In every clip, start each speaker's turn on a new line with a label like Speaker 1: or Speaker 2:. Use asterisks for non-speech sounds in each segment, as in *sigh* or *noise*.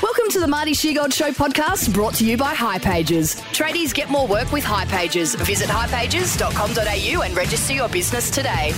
Speaker 1: Welcome to the Marty Sheargold Show podcast brought to you by hipages. Tradies get more work with hipages. Visit hipages.com.au and register your business today.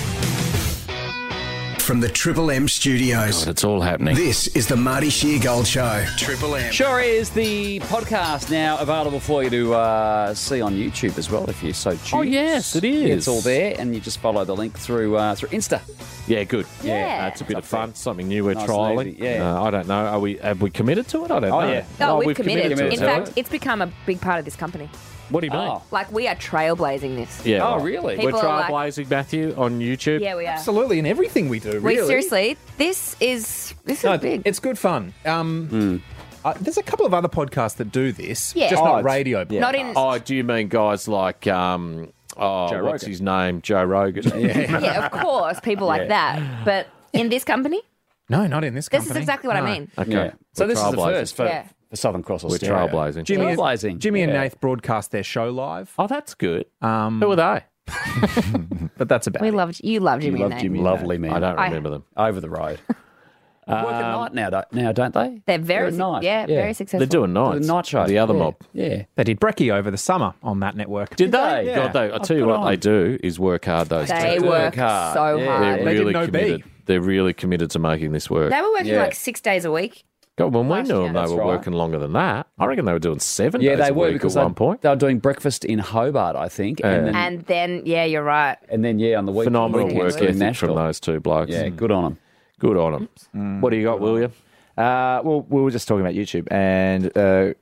Speaker 2: From the Triple M studios,
Speaker 3: God, it's all happening.
Speaker 2: this is the Marty Sheargold Show. Triple M.
Speaker 3: Sure is the podcast now available for you to uh, see on YouTube as well, if you so choose.
Speaker 4: Oh, yes, it is.
Speaker 3: It's all there, and you just follow the link through uh, through Insta.
Speaker 4: Yeah, good.
Speaker 3: Yeah.
Speaker 4: Uh, it's a bit
Speaker 3: It's
Speaker 4: of
Speaker 3: up there.
Speaker 4: fun, something new we're
Speaker 3: Nice and
Speaker 4: trialing.
Speaker 3: easy, yeah.
Speaker 4: Uh, I don't know. Are we? Have we committed to it? I don't
Speaker 3: Oh,
Speaker 4: know.
Speaker 3: yeah.
Speaker 5: Oh, we've,
Speaker 3: committed
Speaker 5: committed.
Speaker 3: to it.
Speaker 5: In
Speaker 3: Is that
Speaker 5: fact,
Speaker 3: right?
Speaker 5: it's become a big part of this company.
Speaker 4: What do you mean?
Speaker 3: Oh.
Speaker 5: Like we are trailblazing this.
Speaker 4: Yeah.
Speaker 3: Oh,
Speaker 4: right.
Speaker 3: really?
Speaker 4: We're
Speaker 5: People are
Speaker 4: trailblazing Matthew on YouTube.
Speaker 5: Yeah, we are.
Speaker 6: Absolutely, in everything we do.
Speaker 5: We
Speaker 6: really.
Speaker 5: seriously, this is this is
Speaker 6: No, *laughs*
Speaker 5: big.
Speaker 6: It's good fun. Um, uh, there's a couple of other podcasts that do this,
Speaker 5: Yeah.
Speaker 6: just
Speaker 5: Oh,
Speaker 6: not
Speaker 4: Hmm. it's-
Speaker 6: radio.
Speaker 4: Yeah.
Speaker 5: Not in-
Speaker 4: Oh, do you mean guys like um? Oh,
Speaker 3: Joe
Speaker 4: what's
Speaker 3: Rogan.
Speaker 4: his name?
Speaker 3: *laughs*
Speaker 4: Joe Rogan. Yeah.
Speaker 5: *laughs*
Speaker 4: *laughs*
Speaker 5: yeah, of course, people like that. But in this company,
Speaker 6: No, not in this
Speaker 5: this
Speaker 6: company.
Speaker 5: is exactly what
Speaker 6: No.
Speaker 5: I mean.
Speaker 4: Okay.
Speaker 3: Yeah. So
Speaker 4: We're
Speaker 3: this is the
Speaker 4: trailblazing.
Speaker 3: first for,
Speaker 5: Yeah.
Speaker 3: for Southern Cross
Speaker 4: We're
Speaker 3: Australia.
Speaker 4: trailblazing.
Speaker 6: Jimmy,
Speaker 3: Trailblazing.
Speaker 6: Jimmy and
Speaker 3: Yeah.
Speaker 6: Nath broadcast their show live,
Speaker 4: Oh, that's good. Um, Who are they?
Speaker 6: *laughs* but that's about
Speaker 5: We
Speaker 6: it.
Speaker 5: loved you loved Jimmy and
Speaker 3: Love
Speaker 5: Nate.
Speaker 3: Jimmy. Lovely man.
Speaker 4: I don't
Speaker 5: I-
Speaker 4: remember them.
Speaker 3: Over the road.
Speaker 4: *laughs*
Speaker 3: Work at night now, don't- now, don't they?
Speaker 5: They're very
Speaker 3: They're at
Speaker 5: suc-
Speaker 3: night.
Speaker 5: yeah, very successful.
Speaker 4: They're doing
Speaker 3: The
Speaker 4: nights.
Speaker 3: night show.
Speaker 4: The other
Speaker 3: Yeah.
Speaker 4: mob.
Speaker 3: Yeah.
Speaker 6: They did Brekkie over the summer on that network.
Speaker 4: Did
Speaker 3: they?
Speaker 4: they?
Speaker 3: Yeah.
Speaker 4: God, they, I tell you what they do is work hard. Those
Speaker 5: They
Speaker 4: two.
Speaker 5: work
Speaker 3: hard.
Speaker 5: so
Speaker 3: Yeah.
Speaker 5: hard.
Speaker 4: They're
Speaker 6: They did
Speaker 4: really
Speaker 6: no B.
Speaker 4: committed. They're really committed to making this work.
Speaker 5: They were working
Speaker 3: Yeah.
Speaker 5: like six days a week.
Speaker 4: God, when we
Speaker 5: Last
Speaker 4: knew
Speaker 5: year.
Speaker 4: them, they
Speaker 3: That's
Speaker 4: were
Speaker 3: right.
Speaker 4: working longer than that. Uh, I reckon they were doing seven
Speaker 3: Yeah,
Speaker 4: days
Speaker 3: they
Speaker 4: a
Speaker 3: were
Speaker 4: week
Speaker 3: because
Speaker 4: at
Speaker 3: they-
Speaker 4: one point.
Speaker 3: they were doing breakfast in Hobart, I think, and then
Speaker 5: And then yeah, you're right.
Speaker 3: and then yeah, on the weekend.
Speaker 4: Phenomenal
Speaker 5: Weekends
Speaker 4: work
Speaker 5: were in
Speaker 4: ethic from those two blokes.
Speaker 3: Yeah, good on them.
Speaker 4: Good on them. What do you got, William?
Speaker 7: Uh, well, we were just talking about YouTube, and uh,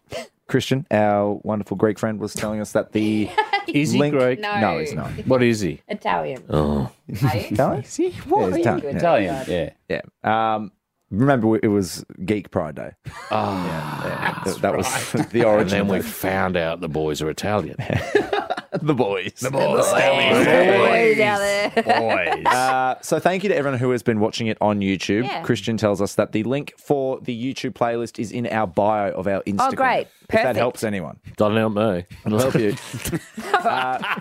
Speaker 7: Christian, our wonderful Greek friend, was telling us that the
Speaker 4: Is he
Speaker 7: link.
Speaker 4: Greek?
Speaker 5: No.
Speaker 7: he's not.
Speaker 4: What is he? Oh.
Speaker 5: Italian.
Speaker 7: Italian? Yeah, he's Italian. Yeah.
Speaker 3: Italian, yeah.
Speaker 7: Yeah. Um, remember, we- it was Geek Pride Day. Oh, that, that was *laughs* the
Speaker 4: Ah, And
Speaker 7: origin.
Speaker 4: then we found out the boys are Italian.
Speaker 7: *laughs* the boys. The
Speaker 5: Boys out there.
Speaker 7: *laughs* Uh, so thank you to everyone who has been watching it on YouTube.
Speaker 5: Yeah.
Speaker 7: Christian tells us that the link for the YouTube playlist is in our bio of our Instagram.
Speaker 5: Oh, great.
Speaker 7: If that
Speaker 5: Perfect.
Speaker 7: helps anyone.
Speaker 4: Doesn't help me.
Speaker 7: It'll help you. Uh,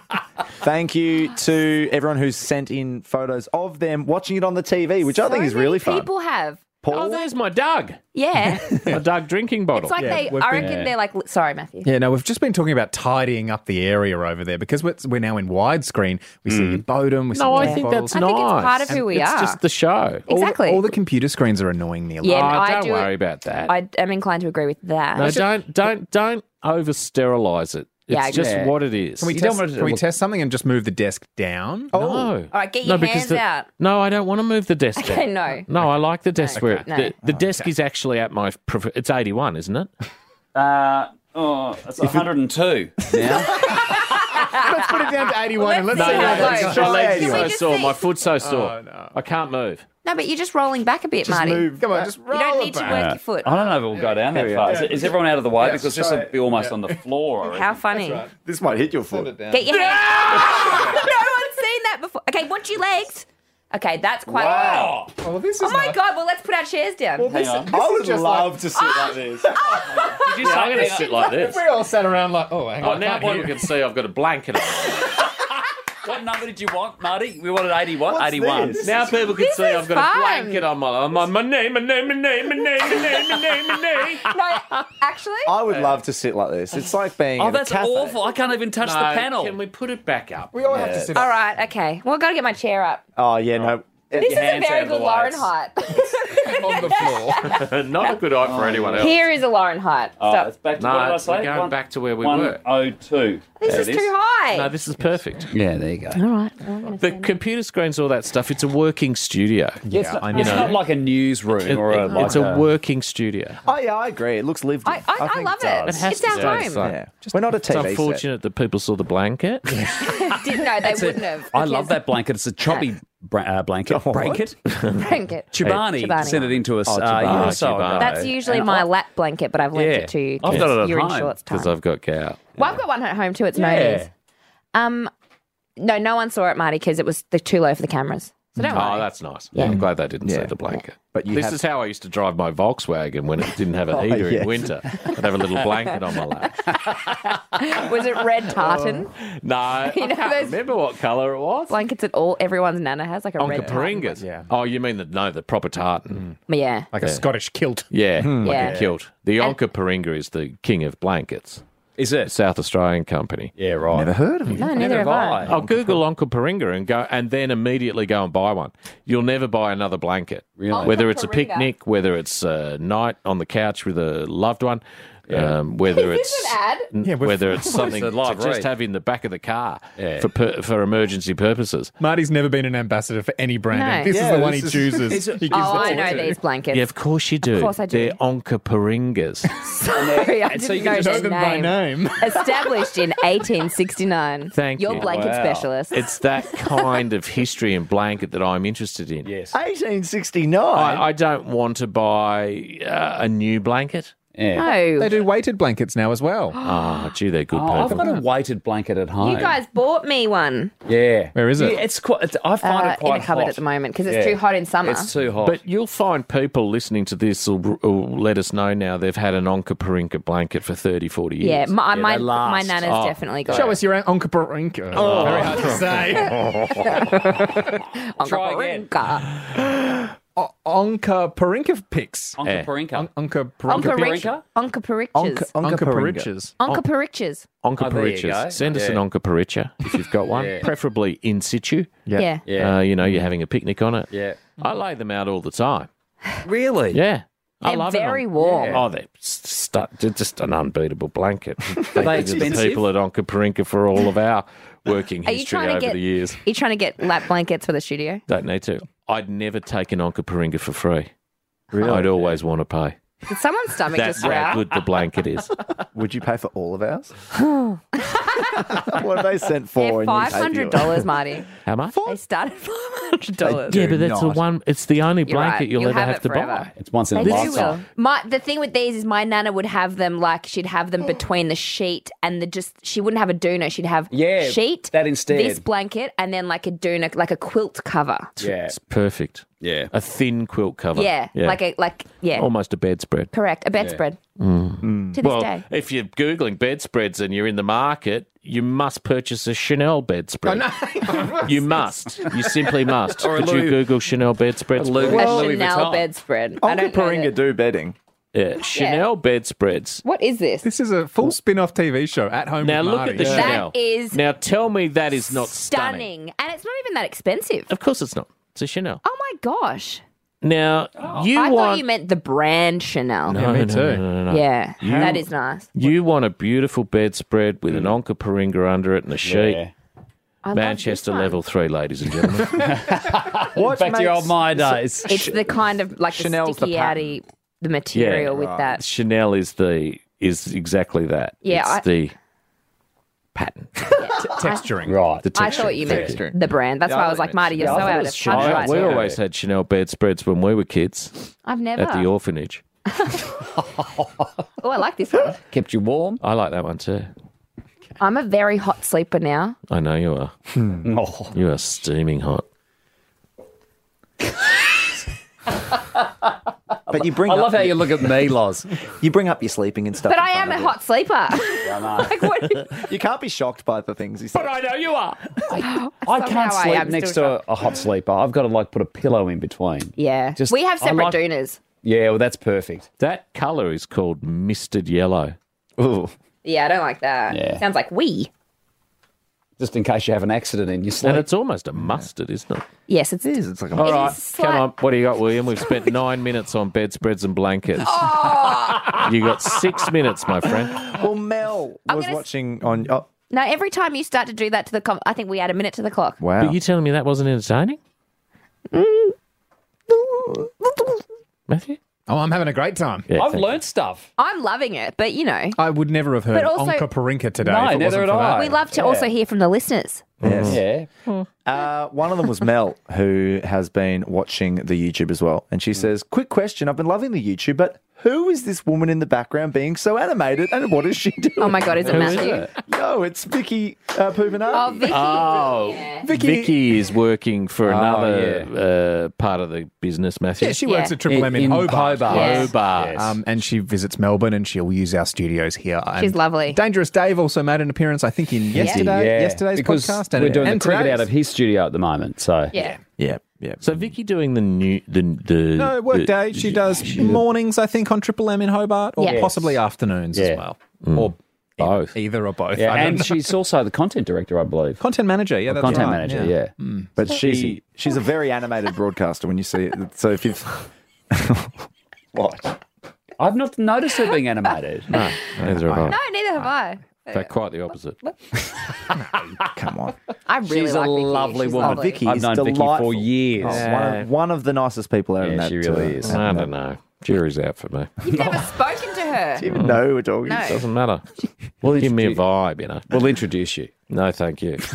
Speaker 7: thank you to everyone who's sent in photos of them watching it on the TV, which I
Speaker 5: So
Speaker 7: think is
Speaker 5: many
Speaker 7: really fun.
Speaker 5: People have.
Speaker 4: Oh, there's
Speaker 6: *laughs*
Speaker 4: my Doug.
Speaker 5: Yeah.
Speaker 4: My Doug drinking bottle.
Speaker 5: It's like they
Speaker 6: we've
Speaker 5: I
Speaker 6: been-
Speaker 5: reckon they're like sorry, Matthew.
Speaker 6: Yeah, no, we've just been talking about tidying up the area over there because we're, we're now in widescreen. We see your Bodum. We see
Speaker 4: no,
Speaker 6: your
Speaker 4: Hmm. I think
Speaker 6: bottles.
Speaker 4: that's
Speaker 5: I
Speaker 4: nice.
Speaker 5: think it's part of who we
Speaker 4: it's
Speaker 5: are.
Speaker 4: just the show.
Speaker 6: All the-
Speaker 5: Exactly.
Speaker 6: All the, computer screens are annoying me. a lot.
Speaker 5: Yeah,
Speaker 4: Oh,
Speaker 5: no, I
Speaker 4: don't
Speaker 5: do-
Speaker 4: worry about that.
Speaker 5: I am inclined to agree with that.
Speaker 4: no, don't don't don't over sterilize it. It's
Speaker 5: Yeah, I
Speaker 4: just
Speaker 3: agree.
Speaker 4: what it is.
Speaker 6: Can we,
Speaker 4: You
Speaker 6: test,
Speaker 4: don't want it to
Speaker 6: can we
Speaker 4: look-
Speaker 6: test something and just move the desk down?
Speaker 3: Oh,
Speaker 4: No. All
Speaker 5: right, get your hands
Speaker 4: the,
Speaker 5: out.
Speaker 4: No, I don't want to move the desk.
Speaker 5: Okay,
Speaker 4: down.
Speaker 5: no.
Speaker 4: No, I like the desk where
Speaker 5: No.
Speaker 4: the, the desk is actually at my. Prefer- it's eighty-one, isn't it?
Speaker 3: Uh, oh, it's
Speaker 4: *laughs*
Speaker 3: 102 now.
Speaker 6: Let's put it down to 81 and let's
Speaker 5: No,
Speaker 6: see
Speaker 5: no,
Speaker 6: how
Speaker 5: no,
Speaker 6: that
Speaker 5: no.
Speaker 6: goes.
Speaker 5: Can
Speaker 4: My legs
Speaker 5: we
Speaker 4: are so
Speaker 5: just
Speaker 4: sore.
Speaker 5: see-
Speaker 4: My foot's so sore. I can't move.
Speaker 5: No, but you're just rolling back a bit, Marty.
Speaker 6: Come on, just roll
Speaker 5: You don't
Speaker 6: it
Speaker 5: need to
Speaker 6: back.
Speaker 5: work your foot.
Speaker 3: I don't know if we'll go down that far. Is, is everyone out of the way? because this will be almost on the floor. I
Speaker 5: How
Speaker 3: reckon.
Speaker 5: funny.
Speaker 7: This might hit your foot.
Speaker 5: Get your hands. no one's seen that before. Okay, watch your legs. Okay, that's quite.
Speaker 3: Wow.
Speaker 6: Well, this is
Speaker 5: Oh my
Speaker 6: nice.
Speaker 5: god, well, let's put our chairs down.
Speaker 6: Well, this,
Speaker 3: Hang on.
Speaker 6: this is just like,
Speaker 7: to sit like this.
Speaker 4: Did you say I'm going to sit like this?
Speaker 6: if *laughs* we all sat around like, oh, hang
Speaker 4: Oh,
Speaker 6: on. I
Speaker 4: now
Speaker 6: can't
Speaker 4: people
Speaker 6: hear.
Speaker 4: can see I've got a blanket on.
Speaker 3: What number did you want, Marty? We wanted 81. 81.
Speaker 7: this?
Speaker 4: Now people can
Speaker 5: This
Speaker 4: see
Speaker 5: is
Speaker 4: I've got a *laughs*
Speaker 5: fun.
Speaker 4: blanket on my on my, my name, my name, my name, my name, my name, my name, my name.
Speaker 5: No, actually,
Speaker 7: I would love to sit like this. It's like being.
Speaker 3: Oh,
Speaker 7: in a
Speaker 3: that's
Speaker 7: cafe.
Speaker 3: awful. I can't even touch
Speaker 4: No,
Speaker 3: the panel.
Speaker 4: Can we put it
Speaker 3: *laughs*
Speaker 4: back up?
Speaker 6: We all have to sit
Speaker 5: all
Speaker 6: up.
Speaker 5: right, okay. Well, I've got to get my chair up.
Speaker 7: Oh yeah, no.
Speaker 5: This is a
Speaker 3: hands out
Speaker 5: very
Speaker 3: of the
Speaker 5: good Lauren
Speaker 3: way.
Speaker 5: height.
Speaker 6: on the floor.
Speaker 4: Not a good eye for anyone else.
Speaker 5: Here is a Lauren height.
Speaker 3: Oh,
Speaker 5: Stop.
Speaker 3: it's back to
Speaker 4: No,
Speaker 3: what did I
Speaker 4: we're
Speaker 3: say?
Speaker 4: going back to where we were.
Speaker 3: 102.
Speaker 5: this
Speaker 3: There
Speaker 5: is
Speaker 3: it
Speaker 5: too high.
Speaker 4: No, this is perfect.
Speaker 3: Yeah, there you go.
Speaker 5: all right. well, I'm gonna
Speaker 4: The
Speaker 5: stand up.
Speaker 4: computer screens, all that stuff. It's a working studio.
Speaker 3: Yeah, it's not,
Speaker 6: I
Speaker 3: it's
Speaker 6: know.
Speaker 3: not like a newsroom
Speaker 4: It-
Speaker 3: or a,
Speaker 4: it-
Speaker 3: like
Speaker 4: it's a working studio.
Speaker 7: Oh yeah, I agree. It looks lived. In.
Speaker 5: I, I, I,
Speaker 7: think
Speaker 5: love it.
Speaker 7: does.
Speaker 4: It has
Speaker 5: It's
Speaker 4: to
Speaker 5: our
Speaker 4: stay
Speaker 5: home.
Speaker 4: the same.
Speaker 7: Yeah. We're not a
Speaker 4: It's
Speaker 7: TV set.
Speaker 4: unfortunate that people saw
Speaker 3: *laughs*
Speaker 4: the blanket.
Speaker 5: *laughs* Didn't know they wouldn't have.
Speaker 3: I love
Speaker 5: because-
Speaker 3: that blanket. It's a choppy bra- uh, blanket. *laughs* Blanket?
Speaker 5: blanket.
Speaker 3: Chobani,
Speaker 5: Chobani.
Speaker 3: sent it into us. uh,
Speaker 4: Chobani.
Speaker 3: a year or so
Speaker 4: Chobani.
Speaker 3: ago.
Speaker 5: That's usually
Speaker 3: And
Speaker 5: my
Speaker 3: I-
Speaker 5: lap blanket, but I've lent
Speaker 3: Yeah.
Speaker 5: it to you.
Speaker 4: I've
Speaker 5: 'cause
Speaker 4: done it at
Speaker 5: You're in
Speaker 3: home,
Speaker 5: shorts time.
Speaker 4: Because I've got gout.
Speaker 5: Well, I've got one at home too. It's
Speaker 3: Yeah.
Speaker 5: no news. Um, no, no one saw it, Marty, because it was the too low for the cameras. So don't
Speaker 4: Oh,
Speaker 5: worry.
Speaker 4: that's nice. I'm glad they didn't say the blanket.
Speaker 7: But you
Speaker 4: this
Speaker 7: have-
Speaker 4: is how I used to drive my Volkswagen when it didn't have a heater
Speaker 7: yes.
Speaker 4: in winter. I'd have a little *laughs* blanket on my
Speaker 5: *laughs*
Speaker 4: lap.
Speaker 5: Was it red tartan?
Speaker 4: *laughs* No,
Speaker 5: *laughs* You
Speaker 4: I
Speaker 5: know
Speaker 4: can't
Speaker 5: those-
Speaker 4: remember what colour it was.
Speaker 5: Blankets that all everyone's nana has, like a
Speaker 4: on
Speaker 5: red tartan.
Speaker 4: Caperingas.
Speaker 6: Yeah.
Speaker 4: Oh, you mean the no, the proper tartan.
Speaker 5: Yeah.
Speaker 6: Like a Scottish kilt.
Speaker 4: Yeah,
Speaker 8: Hmm.
Speaker 4: like
Speaker 5: Yeah.
Speaker 4: a kilt. The Onka Peringa is the king of blankets.
Speaker 8: Is it?
Speaker 4: South Australian company.
Speaker 8: Yeah, right.
Speaker 7: Never heard of it.
Speaker 5: No, neither have I.
Speaker 4: I'll Google Onka Peringa and go, and then immediately go and buy one. You'll never buy another blanket,
Speaker 8: Really?
Speaker 4: Whether it's a
Speaker 5: Onka Peringa.
Speaker 4: picnic, whether it's a night on the couch with a loved one, um, whether
Speaker 5: Is this
Speaker 4: it's
Speaker 5: an ad?
Speaker 4: n-
Speaker 6: Yeah, we've-
Speaker 4: whether it's something
Speaker 8: It's a live
Speaker 4: to just
Speaker 8: read.
Speaker 4: have in the back of the car
Speaker 8: Yeah.
Speaker 4: for per, for emergency purposes.
Speaker 6: Marty's never been an ambassador for any brand.
Speaker 5: No.
Speaker 6: and This
Speaker 7: Yeah,
Speaker 6: is the one he
Speaker 7: this is-
Speaker 4: *laughs*
Speaker 6: chooses.
Speaker 7: it's a-
Speaker 6: he gives
Speaker 5: Oh,
Speaker 6: the
Speaker 5: I know
Speaker 6: to.
Speaker 5: these blankets.
Speaker 4: Yeah, of course you do.
Speaker 5: course I do.
Speaker 4: They're Onka
Speaker 5: *laughs*
Speaker 4: Peringas.
Speaker 5: Sorry, I
Speaker 8: and
Speaker 5: didn't
Speaker 8: so you
Speaker 5: know,
Speaker 8: can
Speaker 6: Know
Speaker 5: their
Speaker 6: them
Speaker 5: name.
Speaker 6: by name.
Speaker 5: Established in 1869.
Speaker 4: Thank
Speaker 5: Your
Speaker 4: you.
Speaker 5: blanket
Speaker 8: Wow.
Speaker 4: *laughs*
Speaker 5: specialist.
Speaker 4: it's that kind of history and blanket that I'm interested in.
Speaker 8: Yes.
Speaker 7: 1869.
Speaker 4: I, I don't want to buy uh, a new blanket.
Speaker 8: Yeah.
Speaker 5: no.
Speaker 6: They do weighted blankets now as
Speaker 4: *gasps*
Speaker 6: well.
Speaker 4: Oh, gee, they're good.
Speaker 8: Oh, I've
Speaker 4: people.
Speaker 8: got a weighted blanket at home.
Speaker 5: You guys bought me one
Speaker 8: yeah.
Speaker 6: Where is it?
Speaker 8: Yeah, it's quite. It's, I find
Speaker 5: uh,
Speaker 8: it
Speaker 5: in
Speaker 8: quite
Speaker 5: a cupboard
Speaker 8: hot.
Speaker 5: at the moment because it's
Speaker 8: Yeah.
Speaker 5: too hot in summer.
Speaker 8: It's too hot.
Speaker 4: But you'll find people listening to this will, will let us know now they've had an Onka Parinka blanket for 30, 40 years. Oh,
Speaker 5: yeah,
Speaker 8: Yeah,
Speaker 5: my my,
Speaker 8: they
Speaker 5: my
Speaker 8: last.
Speaker 5: nana's definitely got
Speaker 6: Show
Speaker 5: it.
Speaker 6: us your onkaparinka. Oh, very hard to say.
Speaker 4: *laughs*
Speaker 5: *gasps* Onka
Speaker 8: Try again. Oh,
Speaker 5: Parinka.
Speaker 8: *gasps*
Speaker 6: Onkaparinka pics.
Speaker 8: Onka
Speaker 4: Yeah.
Speaker 8: Parinka.
Speaker 5: Onka
Speaker 6: Onkaparinka.
Speaker 5: Rich-
Speaker 8: Parinka?
Speaker 5: Onka Pariches.
Speaker 6: Onkaparichas.
Speaker 5: Onka Pariches.
Speaker 4: Onka
Speaker 8: Oh, there you go.
Speaker 4: Parichas. Send us
Speaker 8: Yeah.
Speaker 4: an Onka Paricha if you've got
Speaker 8: *laughs*
Speaker 4: one,
Speaker 8: Yeah.
Speaker 4: preferably in situ.
Speaker 5: Yeah.
Speaker 8: Yeah.
Speaker 4: Uh, you know, you're having a picnic on it.
Speaker 8: yeah.
Speaker 4: I lay them out all the time.
Speaker 8: *sighs* Really?
Speaker 4: Yeah. I
Speaker 5: They're
Speaker 4: love it on-
Speaker 5: very warm.
Speaker 4: Oh, they're st- they're just an unbeatable
Speaker 8: *laughs*
Speaker 4: blanket. Thank
Speaker 8: they
Speaker 4: you to
Speaker 8: expensive?
Speaker 4: The people at Onka Parinka for all of
Speaker 5: *laughs*
Speaker 4: our working
Speaker 5: Are you
Speaker 4: history
Speaker 5: trying to
Speaker 4: over
Speaker 5: get-
Speaker 4: the years.
Speaker 5: You trying to get lap blankets for the studio?
Speaker 4: Don't need to. I'd never take an Onka Paringa for free. Really? I'd always want to pay.
Speaker 5: Did someone's stomach
Speaker 4: That's
Speaker 5: just
Speaker 4: how
Speaker 5: growl?
Speaker 4: good the blanket *laughs*
Speaker 5: *laughs*
Speaker 4: is.
Speaker 7: Would you pay for all of ours? what have they sent for?
Speaker 5: They're
Speaker 7: and you paid
Speaker 5: five
Speaker 7: for
Speaker 5: hundred
Speaker 7: yours?
Speaker 5: dollars, Marty.
Speaker 4: How much?
Speaker 5: They started five hundred dollars.
Speaker 4: Yeah, but that's the
Speaker 7: not.
Speaker 4: one. It's the only
Speaker 5: You're right.
Speaker 4: blanket you'll,
Speaker 5: You'll
Speaker 4: ever
Speaker 5: have
Speaker 4: have,
Speaker 5: it
Speaker 4: to
Speaker 5: forever.
Speaker 4: buy.
Speaker 8: It's once in a
Speaker 5: They do
Speaker 8: lifetime.
Speaker 5: will. My the thing with these is my nana would have them like she'd have them between the sheet and the just she wouldn't have a doona she'd have
Speaker 8: Yeah,
Speaker 5: sheet
Speaker 8: that instead.
Speaker 5: this blanket and then like a doona like a quilt cover
Speaker 8: Yeah.
Speaker 4: It's perfect.
Speaker 8: Yeah.
Speaker 4: A thin quilt cover. Oh
Speaker 5: yeah, like a like yeah
Speaker 4: almost a bedspread.
Speaker 5: correct a bedspread
Speaker 4: Mm.
Speaker 3: Mm.
Speaker 5: to this
Speaker 4: Well,
Speaker 5: day
Speaker 4: if you're googling bedspreads and you're in the market, you must purchase a Chanel bedspread.
Speaker 5: Oh,
Speaker 4: *laughs* you must. You simply must. Could you Google Chanel bedspreads?
Speaker 8: Lou-
Speaker 4: *laughs* please?
Speaker 5: a
Speaker 8: Well, Louis
Speaker 5: Chanel
Speaker 8: Vuitton.
Speaker 5: bedspread
Speaker 4: Oh,
Speaker 5: I
Speaker 7: Onka
Speaker 5: don't know
Speaker 7: Paringa
Speaker 5: that-
Speaker 7: do bedding.
Speaker 4: Yeah, Chanel bedspreads.
Speaker 5: what is this
Speaker 6: This is a full spin off TV show at home.
Speaker 4: Now
Speaker 6: with
Speaker 4: look
Speaker 6: Marty.
Speaker 4: at the
Speaker 5: That
Speaker 4: Chanel.
Speaker 5: is
Speaker 4: now tell me that is not stunning.
Speaker 5: stunning and it's not even that expensive
Speaker 4: Of course it's not. It's a Chanel.
Speaker 5: oh my gosh
Speaker 4: Now you
Speaker 5: I
Speaker 4: want
Speaker 5: thought you meant the brand Chanel
Speaker 6: Yeah, me
Speaker 4: no,
Speaker 6: too.
Speaker 5: yeah that is nice
Speaker 4: you want a beautiful bedspread with an Onka Paringa under it and a sheet.
Speaker 8: Yeah.
Speaker 5: I love this
Speaker 4: Manchester
Speaker 5: one.
Speaker 4: level three, ladies and gentlemen.
Speaker 7: What
Speaker 8: Back to your
Speaker 7: makes-
Speaker 8: old my days.
Speaker 5: It's the kind of like
Speaker 7: Chanel's
Speaker 5: the
Speaker 7: the
Speaker 5: sticky
Speaker 7: pattern.
Speaker 5: outy the *laughs* material with that.
Speaker 4: Chanel is the is exactly that.
Speaker 5: Yeah,
Speaker 4: it's
Speaker 5: I-
Speaker 4: the
Speaker 5: *laughs*
Speaker 4: pattern.
Speaker 6: texturing.
Speaker 8: Right.
Speaker 4: The
Speaker 5: I
Speaker 4: texture.
Speaker 5: thought you meant
Speaker 7: Texture.
Speaker 5: the brand. That's
Speaker 7: Yeah,
Speaker 5: why
Speaker 7: I
Speaker 5: I was
Speaker 7: thought
Speaker 5: like,
Speaker 7: you
Speaker 5: Marty, you're so
Speaker 8: I thought
Speaker 5: out
Speaker 8: it
Speaker 5: of
Speaker 8: was
Speaker 5: touch.
Speaker 8: Chanel.
Speaker 5: right
Speaker 4: we
Speaker 5: now.
Speaker 4: always had Chanel bedspreads when we were kids
Speaker 5: I've
Speaker 4: at the
Speaker 5: never.
Speaker 4: orphanage.
Speaker 5: Oh, I like this one.
Speaker 8: Kept you warm.
Speaker 4: I like that one too.
Speaker 5: *laughs* I'm a very hot sleeper now.
Speaker 4: I know you are.
Speaker 8: Oh.
Speaker 4: You are steaming hot.
Speaker 7: But you bring
Speaker 8: I
Speaker 7: up,
Speaker 8: love how you look at me, Loz.
Speaker 7: *laughs* you bring up your sleeping and stuff.
Speaker 5: But
Speaker 7: in
Speaker 5: I am
Speaker 7: front
Speaker 5: a
Speaker 7: of
Speaker 5: hot sleeper. *laughs* like, what?
Speaker 7: it. You can't be shocked by the things he said.
Speaker 4: I know you
Speaker 5: *gasps*
Speaker 4: are.
Speaker 8: I
Speaker 5: Somehow
Speaker 8: can't
Speaker 5: I
Speaker 8: sleep
Speaker 5: am
Speaker 8: next
Speaker 5: still
Speaker 8: to a, a hot sleeper. I've got to like put a pillow in between.
Speaker 5: Yeah.
Speaker 8: Just-
Speaker 5: we have
Speaker 8: I
Speaker 5: separate
Speaker 8: like-
Speaker 5: doonas.
Speaker 8: Yeah, well, that's perfect.
Speaker 4: That colour is called misted yellow.
Speaker 7: Ooh.
Speaker 5: Yeah, I don't like that.
Speaker 8: Yeah.
Speaker 5: Sounds like we.
Speaker 8: Just in case you have an accident in your sleep.
Speaker 4: And it's almost a mustard, isn't it?
Speaker 5: Yes, it's.
Speaker 7: It is. It's like a
Speaker 4: All right,
Speaker 5: is
Speaker 4: come
Speaker 5: slight-
Speaker 4: on. What do you got, William? We've spent nine minutes on bedspreads and blankets.
Speaker 5: Oh.
Speaker 4: You got six minutes, my friend.
Speaker 7: Well, Mel was
Speaker 5: gonna s-
Speaker 7: watching on. Oh,
Speaker 5: No, every time you start to do that to the com I think we add a minute to the clock.
Speaker 7: wow.
Speaker 4: But you telling me that wasn't entertaining, Matthew?
Speaker 6: Oh, I'm having a great time.
Speaker 4: Yeah,
Speaker 8: I've
Speaker 4: thank-
Speaker 8: learnt stuff.
Speaker 5: I'm loving it, but you know,
Speaker 6: I would never have heard
Speaker 5: But also-
Speaker 6: Onka Parinka today.
Speaker 8: No,
Speaker 6: if it
Speaker 8: neither
Speaker 6: wasn't
Speaker 8: had
Speaker 6: for that.
Speaker 8: I.
Speaker 5: we love to
Speaker 8: Yeah.
Speaker 5: also hear from the listeners.
Speaker 7: Yes.
Speaker 8: Mm. Yeah.
Speaker 5: Hmm.
Speaker 7: Uh, one of them was Mel,
Speaker 8: Mm.
Speaker 7: who has been watching the YouTube as well, and she says, "Quick question: I've been loving the YouTube, but who is this woman in the background being so animated and what is she *laughs* doing?
Speaker 5: Oh my god, is it Matthew?
Speaker 7: No, it's Vicky uh, Puvinati.
Speaker 5: Oh, Vicky.
Speaker 4: Oh, Vicky. is working for another
Speaker 8: yeah.
Speaker 4: uh, part of the business, Matthew.
Speaker 6: Oh, Yeah, she
Speaker 5: Yeah.
Speaker 6: works at Triple M in, Hobart.
Speaker 5: Yes.
Speaker 4: Hobart.
Speaker 6: Um, and she visits Melbourne and she'll use our studios here. And
Speaker 5: She's lovely.
Speaker 6: Dangerous Dave also made an appearance, I think, in yesterday, yesterday's
Speaker 8: because
Speaker 6: podcast. And
Speaker 8: we're doing
Speaker 6: and
Speaker 8: the cricket
Speaker 6: today's.
Speaker 8: out of his studio at the moment. So
Speaker 5: Yeah.
Speaker 7: Yeah, yeah.
Speaker 4: So Vicky doing the new the the
Speaker 6: No, workday.
Speaker 4: the-
Speaker 6: She does mornings, I think, on Triple M in Hobart, or
Speaker 5: Yeah.
Speaker 6: possibly afternoons
Speaker 8: Yeah.
Speaker 6: as well,
Speaker 4: Mm.
Speaker 6: or
Speaker 8: both.
Speaker 6: either or both.
Speaker 8: Yeah,
Speaker 6: I don't
Speaker 8: and
Speaker 6: know.
Speaker 8: she's also the content director, I believe.
Speaker 6: content manager. Yeah, Hmm. that's
Speaker 8: content
Speaker 6: right,
Speaker 8: manager, yeah.
Speaker 7: But she she's a very animated broadcaster when you see it. So if you've what
Speaker 8: I've not noticed her being animated.
Speaker 4: No, neither have I.
Speaker 5: No, neither
Speaker 8: Uh,
Speaker 5: have I.
Speaker 4: In fact, quite the opposite.
Speaker 7: come on,
Speaker 5: I really
Speaker 8: She's a
Speaker 5: like Vicky.
Speaker 8: lovely
Speaker 5: She's
Speaker 8: woman.
Speaker 5: lovely.
Speaker 7: Vicky
Speaker 8: I've
Speaker 7: is
Speaker 8: known Vicky
Speaker 7: delightful.
Speaker 8: for years.
Speaker 7: Oh, one, of, one of the nicest people out
Speaker 8: Yeah,
Speaker 7: in that.
Speaker 8: she really
Speaker 7: uh,
Speaker 8: is.
Speaker 7: out
Speaker 4: I
Speaker 7: in
Speaker 4: don't know. Jury's out for me.
Speaker 5: You've never spoken to her.
Speaker 7: that- even know who we're talking.
Speaker 5: No.
Speaker 7: to.
Speaker 4: Mm.
Speaker 8: *laughs*
Speaker 4: Doesn't matter. Well, give me a vibe, you know.
Speaker 8: We'll introduce you.
Speaker 4: No, thank you.
Speaker 6: *laughs*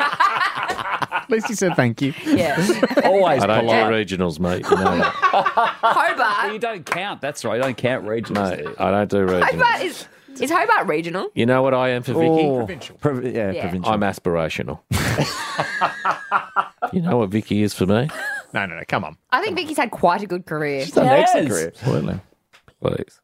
Speaker 6: At least you said thank you.
Speaker 4: *laughs*
Speaker 5: Yeah.
Speaker 8: Always
Speaker 4: I don't do
Speaker 8: polite.
Speaker 4: regionals, mate. You know that. *laughs*
Speaker 5: Hobart.
Speaker 8: You don't count. *laughs* That's right. You don't count regions.
Speaker 4: No, I don't do
Speaker 5: Hobart
Speaker 4: regionals.
Speaker 5: is is Hobart regional?
Speaker 4: You know what I am for Vicky?
Speaker 8: Oh.
Speaker 7: provincial. Prov- yeah,
Speaker 5: Yeah.
Speaker 7: provincial.
Speaker 4: I'm aspirational. *laughs* you know what Vicky is for me?
Speaker 6: No, no, no. Come on.
Speaker 5: I think Vicky's had quite a good career.
Speaker 7: It's an excellent
Speaker 8: Yes.
Speaker 7: career.
Speaker 4: Absolutely. Please.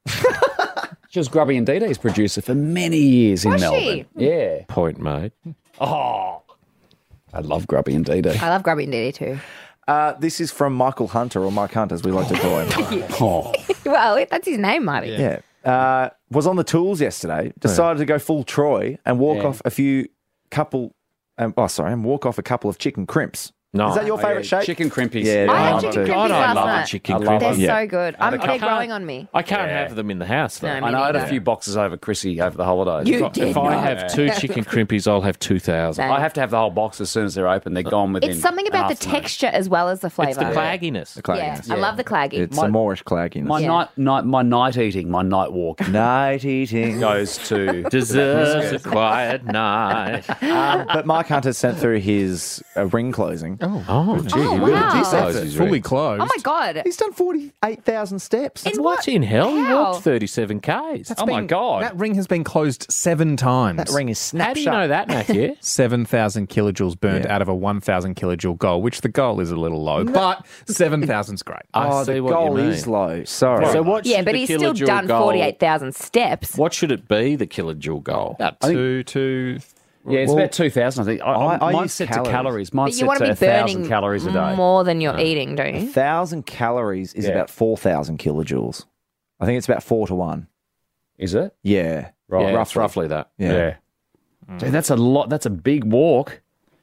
Speaker 8: *laughs* She was Grubby and Dee Dee's producer for many years in
Speaker 5: Was
Speaker 8: Melbourne.
Speaker 5: she? Hmm.
Speaker 8: Yeah. Oh.
Speaker 4: Point made.
Speaker 8: I love Grubby and Dee Dee.
Speaker 5: I love Grubby and Didi too.
Speaker 7: eh?
Speaker 5: *laughs*
Speaker 7: Uh, this is from Michael Hunter or Mike Hunt, as we like to
Speaker 8: *laughs*
Speaker 7: call him.
Speaker 8: Oh,
Speaker 5: Well, that's his name, Marty.
Speaker 7: yeah, uh, was on the tools yesterday. Decided to go full Troy and walk
Speaker 8: Yeah.
Speaker 7: off a few couple. Um, oh, sorry, and walk off a couple of chicken crimps.
Speaker 4: No.
Speaker 7: Is that
Speaker 8: Oh,
Speaker 7: your favourite shape?
Speaker 8: Chicken crimpies.
Speaker 7: Yeah,
Speaker 5: I
Speaker 7: Oh,
Speaker 5: had chicken
Speaker 7: dude.
Speaker 5: crimpies
Speaker 4: God, I
Speaker 5: last
Speaker 4: love
Speaker 5: night.
Speaker 4: a chicken
Speaker 8: I love
Speaker 4: crimp.
Speaker 5: They're
Speaker 8: them.
Speaker 4: Yeah.
Speaker 5: so good. I'm, they're
Speaker 4: can't-
Speaker 5: growing on me.
Speaker 4: I can't
Speaker 8: Yeah.
Speaker 4: have them in the house, though.
Speaker 5: No, me
Speaker 8: And I had a
Speaker 5: neither.
Speaker 8: few boxes over Chrissy over the holidays.
Speaker 5: You
Speaker 8: Got-
Speaker 5: did
Speaker 4: if I
Speaker 5: not.
Speaker 4: have
Speaker 5: *laughs*
Speaker 4: two chicken crimpies, I'll have 2,000.
Speaker 5: Same.
Speaker 8: I have to have the whole box as soon as they're open. They're gone within.
Speaker 5: It's something
Speaker 8: an
Speaker 5: about the
Speaker 8: afternoon.
Speaker 5: texture as well as the flavour.
Speaker 4: It's the clagginess.
Speaker 5: yeah.
Speaker 7: Claggins.
Speaker 5: I love the claggy.
Speaker 7: It's a Moorish claggins.
Speaker 8: My night, night, my night eating, my night walk
Speaker 7: *laughs* Night eating.
Speaker 8: goes *laughs* to.
Speaker 4: Deserves a quiet night.
Speaker 7: *laughs* Um, but Mike Hunter sent through his uh, ring closing. Oh,
Speaker 4: Oh, gee,
Speaker 5: Oh,
Speaker 4: he really
Speaker 5: wow.
Speaker 4: did
Speaker 5: That's
Speaker 4: close his
Speaker 6: fully
Speaker 4: ring.
Speaker 6: closed.
Speaker 5: oh my god!
Speaker 7: he's done 48,000 steps.
Speaker 5: In
Speaker 4: What in hell? He
Speaker 5: How?
Speaker 4: walked 37Ks.
Speaker 6: That's
Speaker 4: oh, my
Speaker 6: been-
Speaker 4: God.
Speaker 6: That ring has been closed seven times.
Speaker 7: that ring is snapshot.
Speaker 4: How do you know
Speaker 7: *laughs*
Speaker 4: that, Matthew?
Speaker 6: 7,000 kilojoules burned
Speaker 7: Yeah.
Speaker 6: out of a 1,000 kilojoule goal, which the goal is a little low, but 7,000's great.
Speaker 4: I
Speaker 7: Oh,
Speaker 4: see
Speaker 7: the
Speaker 4: what you
Speaker 7: goal
Speaker 4: mean.
Speaker 7: is low. Sorry.
Speaker 4: So what
Speaker 5: Yeah,
Speaker 4: should
Speaker 5: but
Speaker 4: the
Speaker 5: he's still
Speaker 4: kilojoule
Speaker 5: done
Speaker 4: goal-
Speaker 5: forty-eight thousand steps.
Speaker 4: What should it be, the kilojoule goal?
Speaker 6: About two, two.
Speaker 8: Yeah, it's about two thousand. I think. I, I,
Speaker 7: I- I
Speaker 8: mine's
Speaker 7: use
Speaker 8: set
Speaker 7: calories.
Speaker 8: to calories. Mine's
Speaker 5: But you
Speaker 8: set
Speaker 5: want to be burning
Speaker 8: thousand calories a day.
Speaker 5: more than you're eating, don't you?
Speaker 7: 1,000 calories is
Speaker 8: Yeah.
Speaker 7: about 4,000 kilojoules. I think it's about four to one.
Speaker 8: Is it?
Speaker 7: Yeah.
Speaker 8: Right.
Speaker 4: Yeah, it's roughly that.
Speaker 7: Yeah.
Speaker 8: Dude, that's a lot. That's a big walk.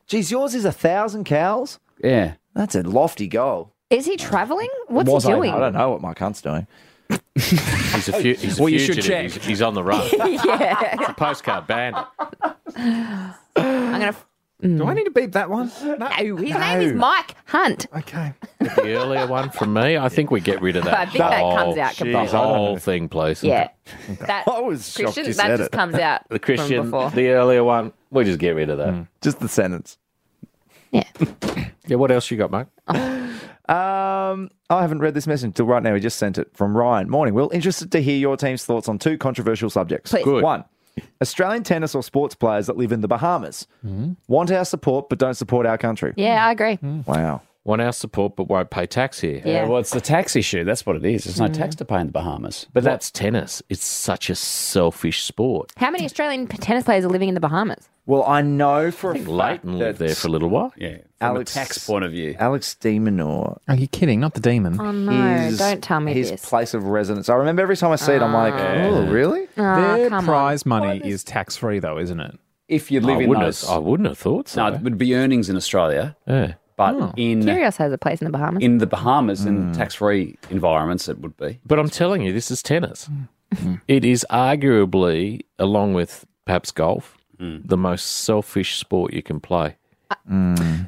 Speaker 7: Geez, yours is a 1,000 cows?
Speaker 8: Yeah.
Speaker 7: That's a lofty goal.
Speaker 5: Is he travelling? What's
Speaker 8: Was
Speaker 5: he
Speaker 8: I?
Speaker 5: doing?
Speaker 7: I don't know what Mike Hunt's doing.
Speaker 4: *laughs* He's a, fu- he's a
Speaker 8: Well, Oh, you should
Speaker 4: fugitive.
Speaker 8: check.
Speaker 4: He's, he's on the
Speaker 5: *laughs*
Speaker 4: run. yeah. postcard bandit.
Speaker 5: I'm gonna. F-
Speaker 6: Do I need to beep that one? No.
Speaker 5: Mm. no, his name is Mike Hunt.
Speaker 6: Okay.
Speaker 4: The earlier one from me, I think we get rid of that.
Speaker 5: I think that
Speaker 4: whole-
Speaker 5: comes out completely.
Speaker 4: The whole thing, please.
Speaker 5: Yeah,
Speaker 7: *laughs*
Speaker 4: *laughs*
Speaker 5: that
Speaker 7: Oh, I was shocked
Speaker 5: Christian.
Speaker 7: you
Speaker 5: that
Speaker 7: said
Speaker 5: just
Speaker 7: it.
Speaker 5: comes out.
Speaker 4: The
Speaker 5: from
Speaker 4: Christian,
Speaker 5: before.
Speaker 4: the earlier one, we just get rid of that.
Speaker 7: Mm. Just the sentence.
Speaker 5: yeah.
Speaker 4: *coughs*
Speaker 5: Oh.
Speaker 4: Yeah, what else you got, Mark?
Speaker 7: Um, I haven't read this message until right now. He just sent it from Ryan. Morning, Will. Interested to hear your team's thoughts on two controversial subjects.
Speaker 5: Please.
Speaker 4: Good.
Speaker 7: One, Australian tennis or sports players that live in the Bahamas
Speaker 4: Mm-hmm.
Speaker 7: want our support but don't support our country.
Speaker 5: Yeah, I agree.
Speaker 4: Hmm.
Speaker 7: Wow.
Speaker 4: Want our support but won't pay tax here.
Speaker 5: Yeah. Mm.
Speaker 8: Well, it's the tax issue. That's what it is. There's no tax to pay in the Bahamas.
Speaker 4: But that's tennis. It's such a selfish sport.
Speaker 5: How many Australian p- tennis players are living in the Bahamas?
Speaker 7: Well, I know for a fact
Speaker 4: Leighton lived
Speaker 7: that
Speaker 4: there for a little while.
Speaker 8: yeah, from
Speaker 7: Alex-
Speaker 8: a tax point of view.
Speaker 7: Alex Demonor
Speaker 6: Are you kidding? Not the demon.
Speaker 5: Oh no!
Speaker 7: is
Speaker 5: don't tell me
Speaker 7: his
Speaker 5: this. Ah.
Speaker 7: place of residence. I remember every time I see it, I'm like, oh, really?
Speaker 6: Their
Speaker 5: come on.
Speaker 6: prize money is tax free, though, isn't it?
Speaker 8: If you
Speaker 4: I
Speaker 8: live in
Speaker 4: wouldn't,
Speaker 8: those,
Speaker 4: have, I wouldn't have thought so.
Speaker 8: no, it would be earnings in Australia,
Speaker 4: Yeah.
Speaker 8: but
Speaker 3: Hmm.
Speaker 5: Oh.
Speaker 8: in
Speaker 5: Curios has a place in the Bahamas.
Speaker 8: in the Bahamas in tax-free environments, it would be.
Speaker 4: But I'm telling you, this is tennis.
Speaker 7: Mm.
Speaker 4: it is arguably, along with perhaps golf, the most selfish sport you can play.